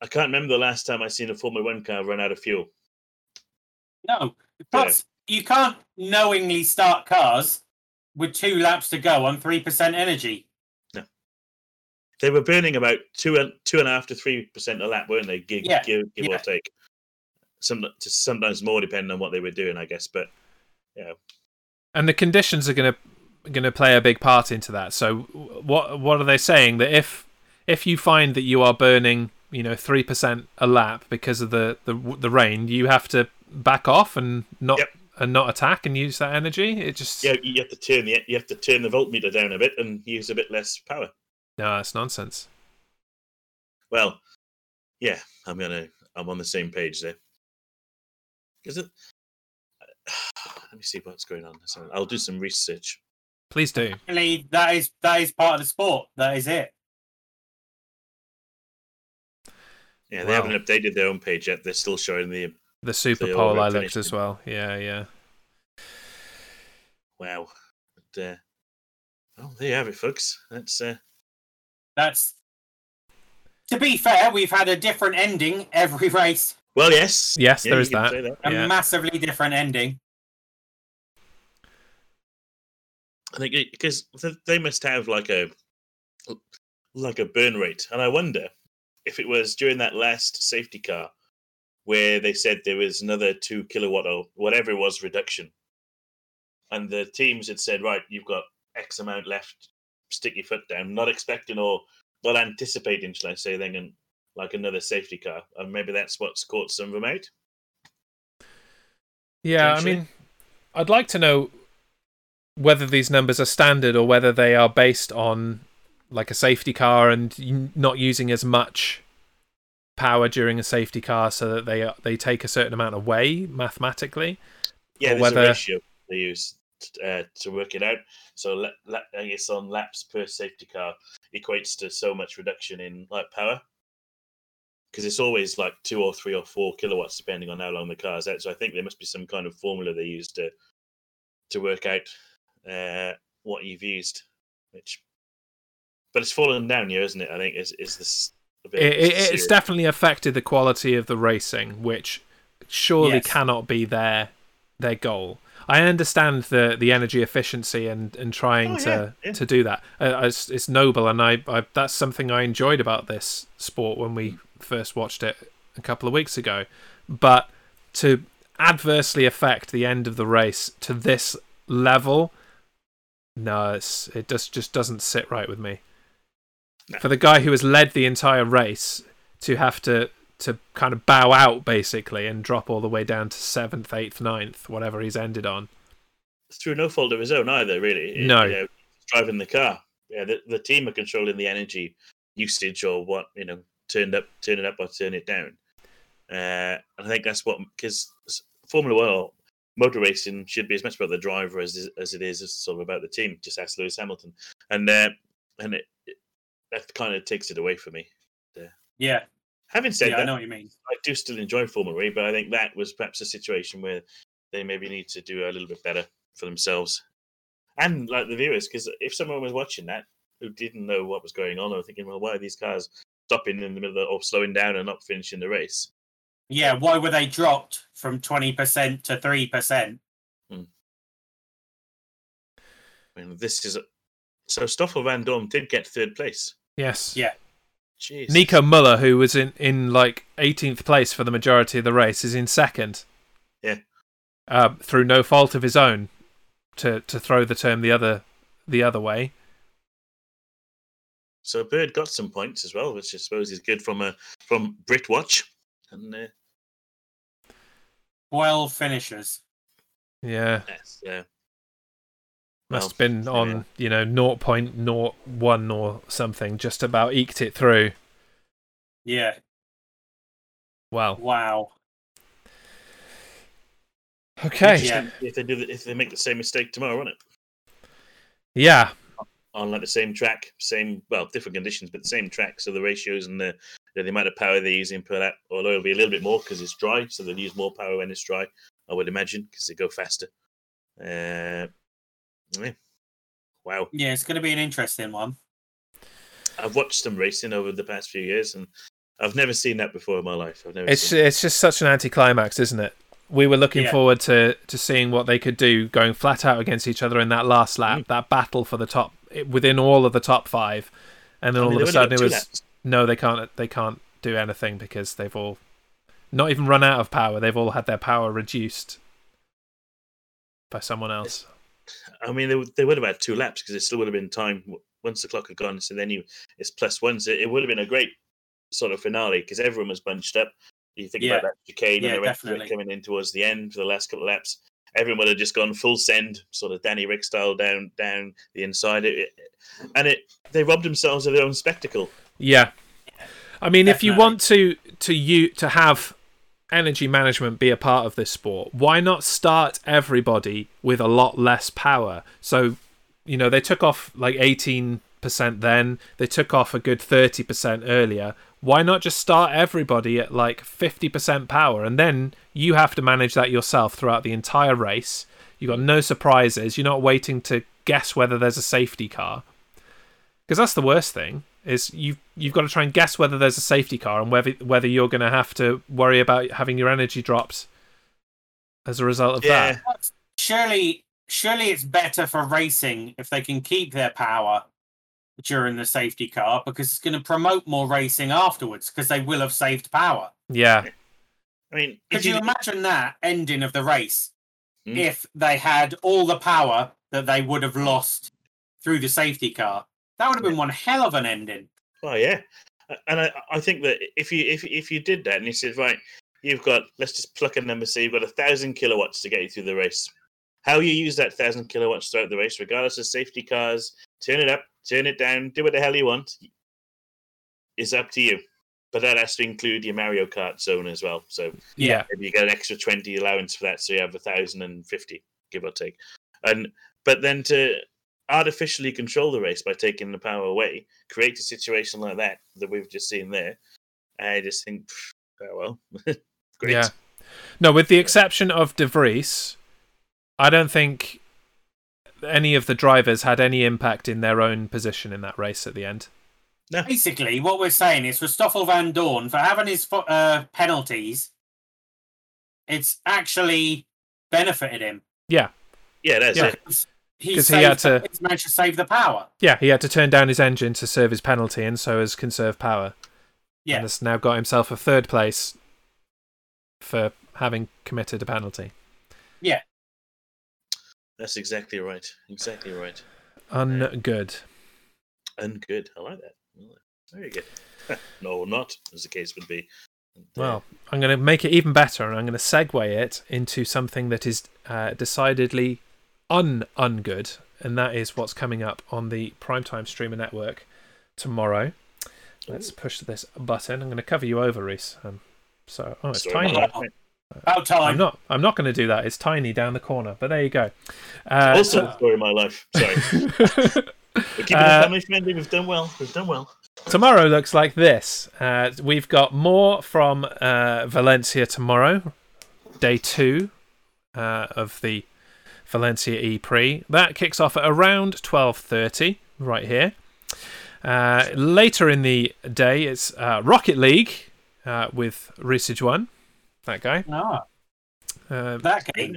[SPEAKER 2] I can't remember the last time I seen a Formula One car run out of fuel.
[SPEAKER 3] No, plus you can't knowingly start cars with two laps to go on three percent energy.
[SPEAKER 2] They were burning about two and two and a half to three percent a lap, weren't they? Give,
[SPEAKER 3] Yeah,
[SPEAKER 2] give, give
[SPEAKER 3] yeah.
[SPEAKER 2] or take. Some just sometimes more, depending on what they were doing, I guess. But
[SPEAKER 1] and the conditions are going to going to play a big part into that. So w- what what are they saying that if if you find that you are burning you know three percent a lap because of the, the the rain, you have to back off and not
[SPEAKER 2] Yep.
[SPEAKER 1] and not attack and use that energy. It just
[SPEAKER 2] yeah, you have to turn the you have to turn the voltmeter down a bit and use a bit less power.
[SPEAKER 1] no, that's nonsense.
[SPEAKER 2] Well, yeah, I'm gonna. I'm on the same page there. Is it? Let me see what's going on. So I'll do some research.
[SPEAKER 1] Please do.
[SPEAKER 3] Really, that is that is part of the sport. That is it.
[SPEAKER 2] Yeah, they
[SPEAKER 1] Wow.
[SPEAKER 2] haven't updated their own page yet. They're still showing the
[SPEAKER 1] The super
[SPEAKER 2] They
[SPEAKER 1] poll I
[SPEAKER 2] already
[SPEAKER 1] looked
[SPEAKER 2] finished
[SPEAKER 1] as
[SPEAKER 2] it.
[SPEAKER 1] well. Yeah, yeah.
[SPEAKER 2] oh, wow. But, uh, well, there you have it, folks. That's uh,
[SPEAKER 3] That's to be fair, we've had a different ending every race,
[SPEAKER 2] Well, yes.
[SPEAKER 1] Yes,
[SPEAKER 2] Yeah,
[SPEAKER 1] there
[SPEAKER 2] you
[SPEAKER 1] is
[SPEAKER 2] can
[SPEAKER 1] that.
[SPEAKER 2] say that.
[SPEAKER 3] a
[SPEAKER 1] Yeah.
[SPEAKER 3] massively different ending.
[SPEAKER 2] I think because they must have like a like a burn rate, and I wonder if it was during that last safety car where they said there was another two kilowatt or whatever it was reduction, and the teams had said, right, you've got X amount left, stick your foot down, not expecting or not anticipating, shall I say, then and like another safety car, and maybe that's what's caught some of them out.
[SPEAKER 1] Yeah, I
[SPEAKER 2] potentially.
[SPEAKER 1] mean, I'd like to know whether these numbers are standard or whether they are based on like a safety car and y- not using as much power during a safety car so that they they take a certain amount away mathematically.
[SPEAKER 2] Yeah,
[SPEAKER 1] or
[SPEAKER 2] there's
[SPEAKER 1] whether-
[SPEAKER 2] a ratio they use t- uh, to work it out. So la- la- I guess on laps per safety car equates to so much reduction in like power because it's always like two or three or four kilowatts depending on how long the car's out. So I think there must be some kind of formula they use to to work out uh, what you've used, which but it's fallen down here, isn't it? I think is is this. a bit
[SPEAKER 1] It, it,
[SPEAKER 2] serious.
[SPEAKER 1] it's definitely affected the quality of the racing, which surely
[SPEAKER 3] Yes.
[SPEAKER 1] cannot be their their goal. I understand the the energy efficiency and and trying
[SPEAKER 2] Oh,
[SPEAKER 1] to
[SPEAKER 2] yeah, yeah.
[SPEAKER 1] to do that. Uh, it's, it's noble, and I, I that's something I enjoyed about this sport when we first watched it a couple of weeks ago. But to adversely affect the end of the race to this level, no, it's, it just just doesn't sit right with me.
[SPEAKER 2] No.
[SPEAKER 1] For the guy who has led the entire race to have to to kind of bow out basically and drop all the way down to seventh, eighth, ninth, whatever he's ended on.
[SPEAKER 2] through no fault of his own either, really. It-
[SPEAKER 1] No.
[SPEAKER 2] you know, driving the car. Yeah, the, the team are controlling the energy usage or what you know turned up, turn it up or turn it down. Uh, and I think that's what because Formula One or motor racing should be as much about the driver as as it is sort of about the team. Just ask Lewis Hamilton, and uh, and it, it- that kind of takes it away from me.
[SPEAKER 3] Yeah,
[SPEAKER 2] Having said
[SPEAKER 3] yeah, I
[SPEAKER 2] that,
[SPEAKER 3] know what you mean.
[SPEAKER 2] I do still enjoy Formula E, but I think that was perhaps a situation where they maybe need to do a little bit better for themselves and like the viewers. Because if someone was watching that who didn't know what was going on, or thinking, well, why are these cars stopping in the middle of the, or slowing down and not finishing the race?
[SPEAKER 3] Yeah, why were they dropped from twenty percent to three percent?
[SPEAKER 2] I mean, this is a... so Stoffel Van Dorn did get third place.
[SPEAKER 1] Yes.
[SPEAKER 3] Yeah.
[SPEAKER 2] Jeez,
[SPEAKER 1] Nico Muller, who was in, in like 18th place for the majority of the race, is in second.
[SPEAKER 2] Yeah.
[SPEAKER 1] Uh, through no fault of his own, to to throw the term the other the other way.
[SPEAKER 2] So Bird got some points as well, which I suppose is good from a from Brit Watch. And uh,
[SPEAKER 3] Twelve finishers.
[SPEAKER 1] Yeah.
[SPEAKER 2] yes, yeah,
[SPEAKER 1] Must have
[SPEAKER 2] Well,
[SPEAKER 1] been
[SPEAKER 2] yeah.
[SPEAKER 1] on, you know, 0.01 or something, just about eked it through.
[SPEAKER 3] Yeah.
[SPEAKER 1] Wow.
[SPEAKER 3] Wow.
[SPEAKER 1] Okay.
[SPEAKER 3] Yeah.
[SPEAKER 2] Interesting If they do, the, if they make the same mistake tomorrow, won't it?
[SPEAKER 1] yeah.
[SPEAKER 2] on like the same track, same well, different conditions, but the same track. So the ratios and the you know, the amount of power they're using per lap, although it'll be a little bit more because it's dry, so they'll use more power when it's dry, I would imagine, because they go faster. Uh, yeah. Wow,
[SPEAKER 3] Yeah, it's going to be an interesting one.
[SPEAKER 2] I've watched them racing over the past few years, and I've never seen that before in my life. I've never.
[SPEAKER 1] It's
[SPEAKER 2] seen
[SPEAKER 1] it's just such an anticlimax, isn't it? We were looking
[SPEAKER 3] Yeah.
[SPEAKER 1] forward to to seeing what they could do going flat out against each other in that last
[SPEAKER 2] Mm.
[SPEAKER 1] lap, that battle for the top within all of the top five, and then
[SPEAKER 2] I mean,
[SPEAKER 1] uh, all of a
[SPEAKER 2] they've
[SPEAKER 1] sudden
[SPEAKER 2] only got
[SPEAKER 1] it
[SPEAKER 2] two
[SPEAKER 1] was
[SPEAKER 2] laps.
[SPEAKER 1] no, they can't they can't do anything because they've all not even run out of power. They've all had their power reduced by someone else.
[SPEAKER 2] I mean, they, would- they would have had two laps because it still would have been time w- once the clock had gone. So then you, it's plus one. So it would have been a great sort of finale because everyone was bunched up. You think
[SPEAKER 3] Yeah.
[SPEAKER 2] about that chicane
[SPEAKER 3] Yeah,
[SPEAKER 2] and the rest of it
[SPEAKER 3] definitely.
[SPEAKER 2] coming in towards the end for the last couple of laps. Everyone would have just gone full send, sort of Danny Rick style down down the inside. It, it- and it they robbed themselves of their own spectacle.
[SPEAKER 1] Yeah. I mean, if you
[SPEAKER 3] Definitely.
[SPEAKER 1] want to to you to have energy management be a part of this sport, why not start everybody with a lot less power? So, you know, they took off like 18% then, they took off a good 30% earlier. Why not just start everybody at like 50% power and then you have to manage that yourself throughout the entire race? You've got no surprises. You're not waiting to guess whether there's a safety car. Because that's the worst thing. Is you you've got to try and guess whether there's a safety car and whether whether you're going to have to worry about having your energy drops as a result of
[SPEAKER 2] yeah,
[SPEAKER 1] that.
[SPEAKER 3] Surely, surely it's better for racing if they can keep their power during the safety car because it's going to promote more racing afterwards because they will have saved power.
[SPEAKER 1] Yeah,
[SPEAKER 2] I mean, if
[SPEAKER 3] Could you
[SPEAKER 2] you-
[SPEAKER 3] imagine that ending of the race
[SPEAKER 2] Hmm.
[SPEAKER 3] if they had all the power that they would have lost through the safety car? That would have been one hell of an ending.
[SPEAKER 2] Oh yeah, A- and I, I think that if you if if you did that and you said right, you've got let's just pluck a number. So you've got a thousand kilowatts to get you through the race. How you use that thousand kilowatts throughout the race, regardless of safety cars, turn it up, turn it down, do what the hell you want, is up to you. But that has to include your Mario Kart zone as well. So
[SPEAKER 1] yeah,
[SPEAKER 2] maybe you get an extra 20 allowance for that so you have 1050 give or take and but then to artificially control the race by taking the power away create a situation like that that we've just seen there i just think pff, oh well great
[SPEAKER 1] yeah. No, with the exception of De Vries, I don't think any of the drivers had any impact in their own position in that race at the end.
[SPEAKER 3] Basically, what we're saying is for Stoffel Van Dorn, for having his fo- uh, penalties, it's actually benefited him.
[SPEAKER 2] yeah that's
[SPEAKER 1] Yeah.
[SPEAKER 2] it
[SPEAKER 3] He,
[SPEAKER 1] 'Cause he
[SPEAKER 3] saved
[SPEAKER 1] had to-
[SPEAKER 3] the- managed to save the power.
[SPEAKER 1] Yeah, he had to turn down his engine to serve his penalty and so as conserve power.
[SPEAKER 3] Yeah.
[SPEAKER 1] And has now got himself a third place for having committed a penalty.
[SPEAKER 2] that's exactly right exactly right
[SPEAKER 1] Ungood.
[SPEAKER 2] and good i like that I like that. very good no not as the case would be And, uh,
[SPEAKER 1] Well, I'm going to make it even better and I'm going to segue it into something that is uh, decidedly un ungood, and that is what's coming up on the Primetime Streamer Network tomorrow. Let's push this button. I'm going to cover you over, Reese. Um, so, oh, it's tiny.
[SPEAKER 2] sorry, my-
[SPEAKER 3] Oh, About time.
[SPEAKER 1] I'm not. I'm not going to do that. It's tiny down the corner, but there you go. Uh,
[SPEAKER 2] also the story of my life sorry we're keeping
[SPEAKER 1] Uh,
[SPEAKER 2] the family friendly we've done well we've done well
[SPEAKER 1] tomorrow looks like this. Uh, we've got more from uh, Valencia tomorrow, day two uh, of the Valencia E Prix. That kicks off at around twelve thirty, right here. Uh, later in the day, it's uh, Rocket League uh, with Reese One, that guy.
[SPEAKER 3] Ah,
[SPEAKER 1] Uh,
[SPEAKER 3] that game.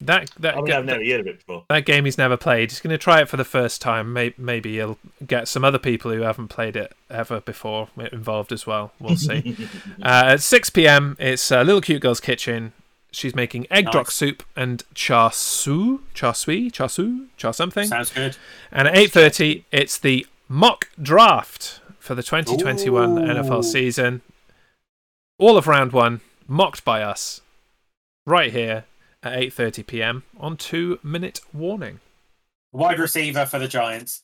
[SPEAKER 1] that that
[SPEAKER 2] I mean, I've never heard of it before.
[SPEAKER 1] that game he's never played. He's going to try it for the first time. Maybe, maybe he'll get some other people who haven't played it ever before involved as well. We'll see. uh, at 6 p.m., it's uh, Little Cute Girl's Kitchen. She's making egg drop
[SPEAKER 3] Nice.
[SPEAKER 1] soup and char siu, char siu, char siu, char something.
[SPEAKER 3] Sounds good.
[SPEAKER 1] And at 8.30, it's the mock draft for the 2021
[SPEAKER 3] Ooh.
[SPEAKER 1] NFL season. All of round one, mocked by us right here at 8.30 p.m. on two-minute warning.
[SPEAKER 3] Wide receiver for the Giants.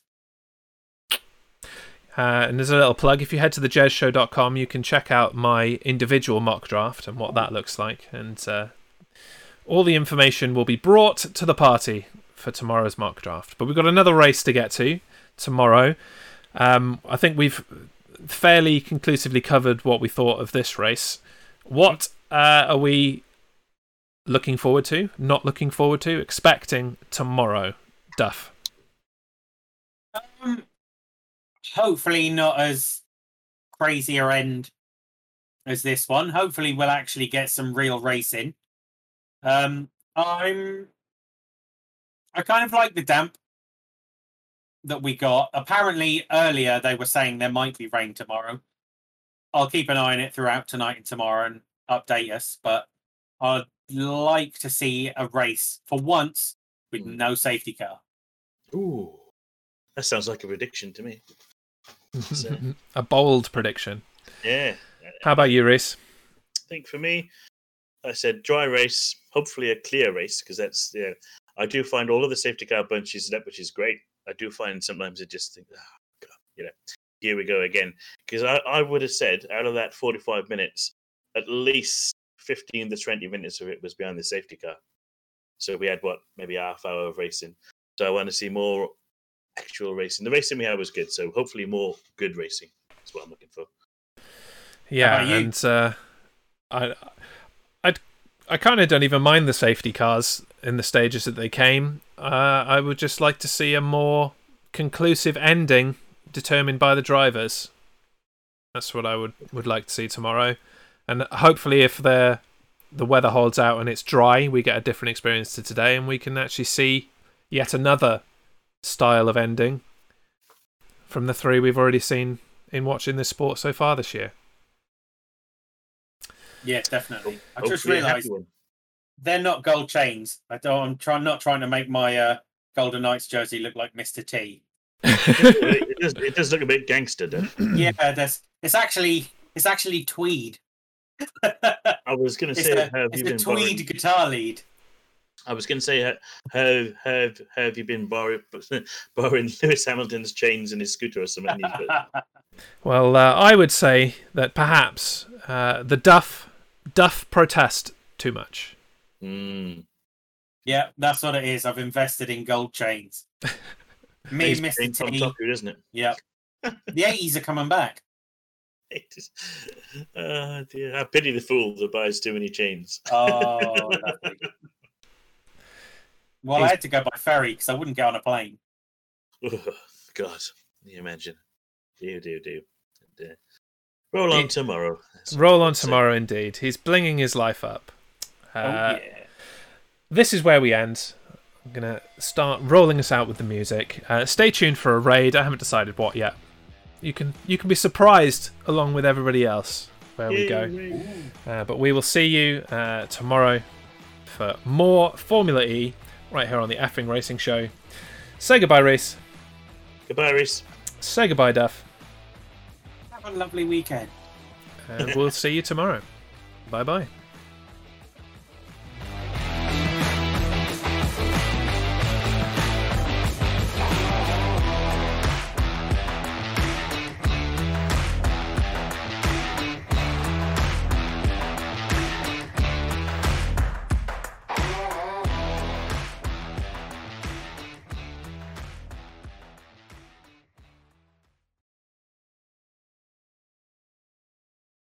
[SPEAKER 1] Uh, and there's a little plug. If you head to thejezshow.com, you can check out my individual mock draft and what that looks like. And uh, all the information will be brought to the party for tomorrow's mock draft. But we've got another race to get to tomorrow. Um, I think we've fairly conclusively covered what we thought of this race. What uh, are we looking forward to? Not looking forward to? Expecting tomorrow, Duff.
[SPEAKER 3] Um, hopefully not as crazy a end as this one. Hopefully we'll actually get some real racing. Um, I'm. I kind of like the damp that we got. Apparently earlier they were saying there might be rain tomorrow. I'll keep an eye on it throughout tonight and tomorrow and update us. But I'd like to see a race for once with
[SPEAKER 2] Mm.
[SPEAKER 3] no safety car.
[SPEAKER 2] Ooh, that sounds like a prediction to me. So-
[SPEAKER 1] a bold prediction.
[SPEAKER 2] Yeah,
[SPEAKER 1] How about you, Reese?
[SPEAKER 2] I think for me, I said dry race, hopefully a clear race, because that's yeah. I do find all of the safety car bunches it up, which is great. I do find sometimes I just think, oh, God, you know, here we go again. Because I, I would have said out of that 45 minutes, at least 15 to 20 minutes of it was behind the safety car. So we had what, maybe half hour of racing. So I want to see more actual racing. The racing we had was good. So hopefully more good racing. That's what I'm looking for.
[SPEAKER 1] Yeah,
[SPEAKER 3] about you?
[SPEAKER 1] and uh, I, I, I kind of don't even mind the safety cars in the stages that they came. Uh, I would just like to see a more conclusive ending determined by the drivers. That's what I would, would like to see tomorrow. And hopefully, if the the weather holds out and it's dry, we get a different experience to today, and we can actually see yet another style of ending from the three we've already seen in watching this sport so far this year.
[SPEAKER 3] Yeah, definitely. I just
[SPEAKER 2] Hopefully a happy
[SPEAKER 3] realised
[SPEAKER 2] one.
[SPEAKER 3] they're not gold chains. I don't. I'm trying not trying to make my uh, Golden Knights jersey look like Mr. T.
[SPEAKER 2] it, it does, it does look a bit gangster, doesn't it?
[SPEAKER 3] yeah, there's. It's actually it's actually tweed. it's
[SPEAKER 2] I was going to say,
[SPEAKER 3] a,
[SPEAKER 2] have
[SPEAKER 3] it's
[SPEAKER 2] you
[SPEAKER 3] a
[SPEAKER 2] been
[SPEAKER 3] tweed
[SPEAKER 2] borrowing-
[SPEAKER 3] guitar lead.
[SPEAKER 2] I was going to say, ha- have have have you been borrowing, borrowing Lewis Hamilton's chains and his scooter or something? But
[SPEAKER 1] Well, uh, I would say that perhaps uh, the Duff Duff protest too much.
[SPEAKER 2] Mm.
[SPEAKER 3] yeah, that's what it is. I've invested in gold chains. Me,
[SPEAKER 2] He's
[SPEAKER 3] and Mr.
[SPEAKER 2] playing Tom
[SPEAKER 3] T.
[SPEAKER 2] Tucker, isn't it?
[SPEAKER 3] Yeah. The 80s are coming back.
[SPEAKER 2] It is- Ah, dear. I pity the fool that buys too many chains.
[SPEAKER 3] Oh, lovely. Well, I had to go by ferry because I wouldn't get on a plane.
[SPEAKER 2] Ugh, Oh, God, can you imagine? Do do do. And, uh, Roll on
[SPEAKER 1] It-
[SPEAKER 2] tomorrow. That's what
[SPEAKER 1] Roll
[SPEAKER 2] I'd
[SPEAKER 1] on
[SPEAKER 2] say.
[SPEAKER 1] tomorrow, indeed. He's blinging his life up. Uh,
[SPEAKER 3] oh, yeah.
[SPEAKER 1] this is where we end. I'm gonna start rolling us out with the music. Uh, stay tuned for a raid. I haven't decided what yet. You can you can be surprised along with everybody else where we go. Uh, but we will see you uh, tomorrow for more Formula E right here on the effing racing show. Say goodbye, Reese.
[SPEAKER 2] Goodbye, Reese.
[SPEAKER 1] Say goodbye, Duff.
[SPEAKER 3] Have a lovely weekend.
[SPEAKER 1] And we'll see you tomorrow. Bye bye.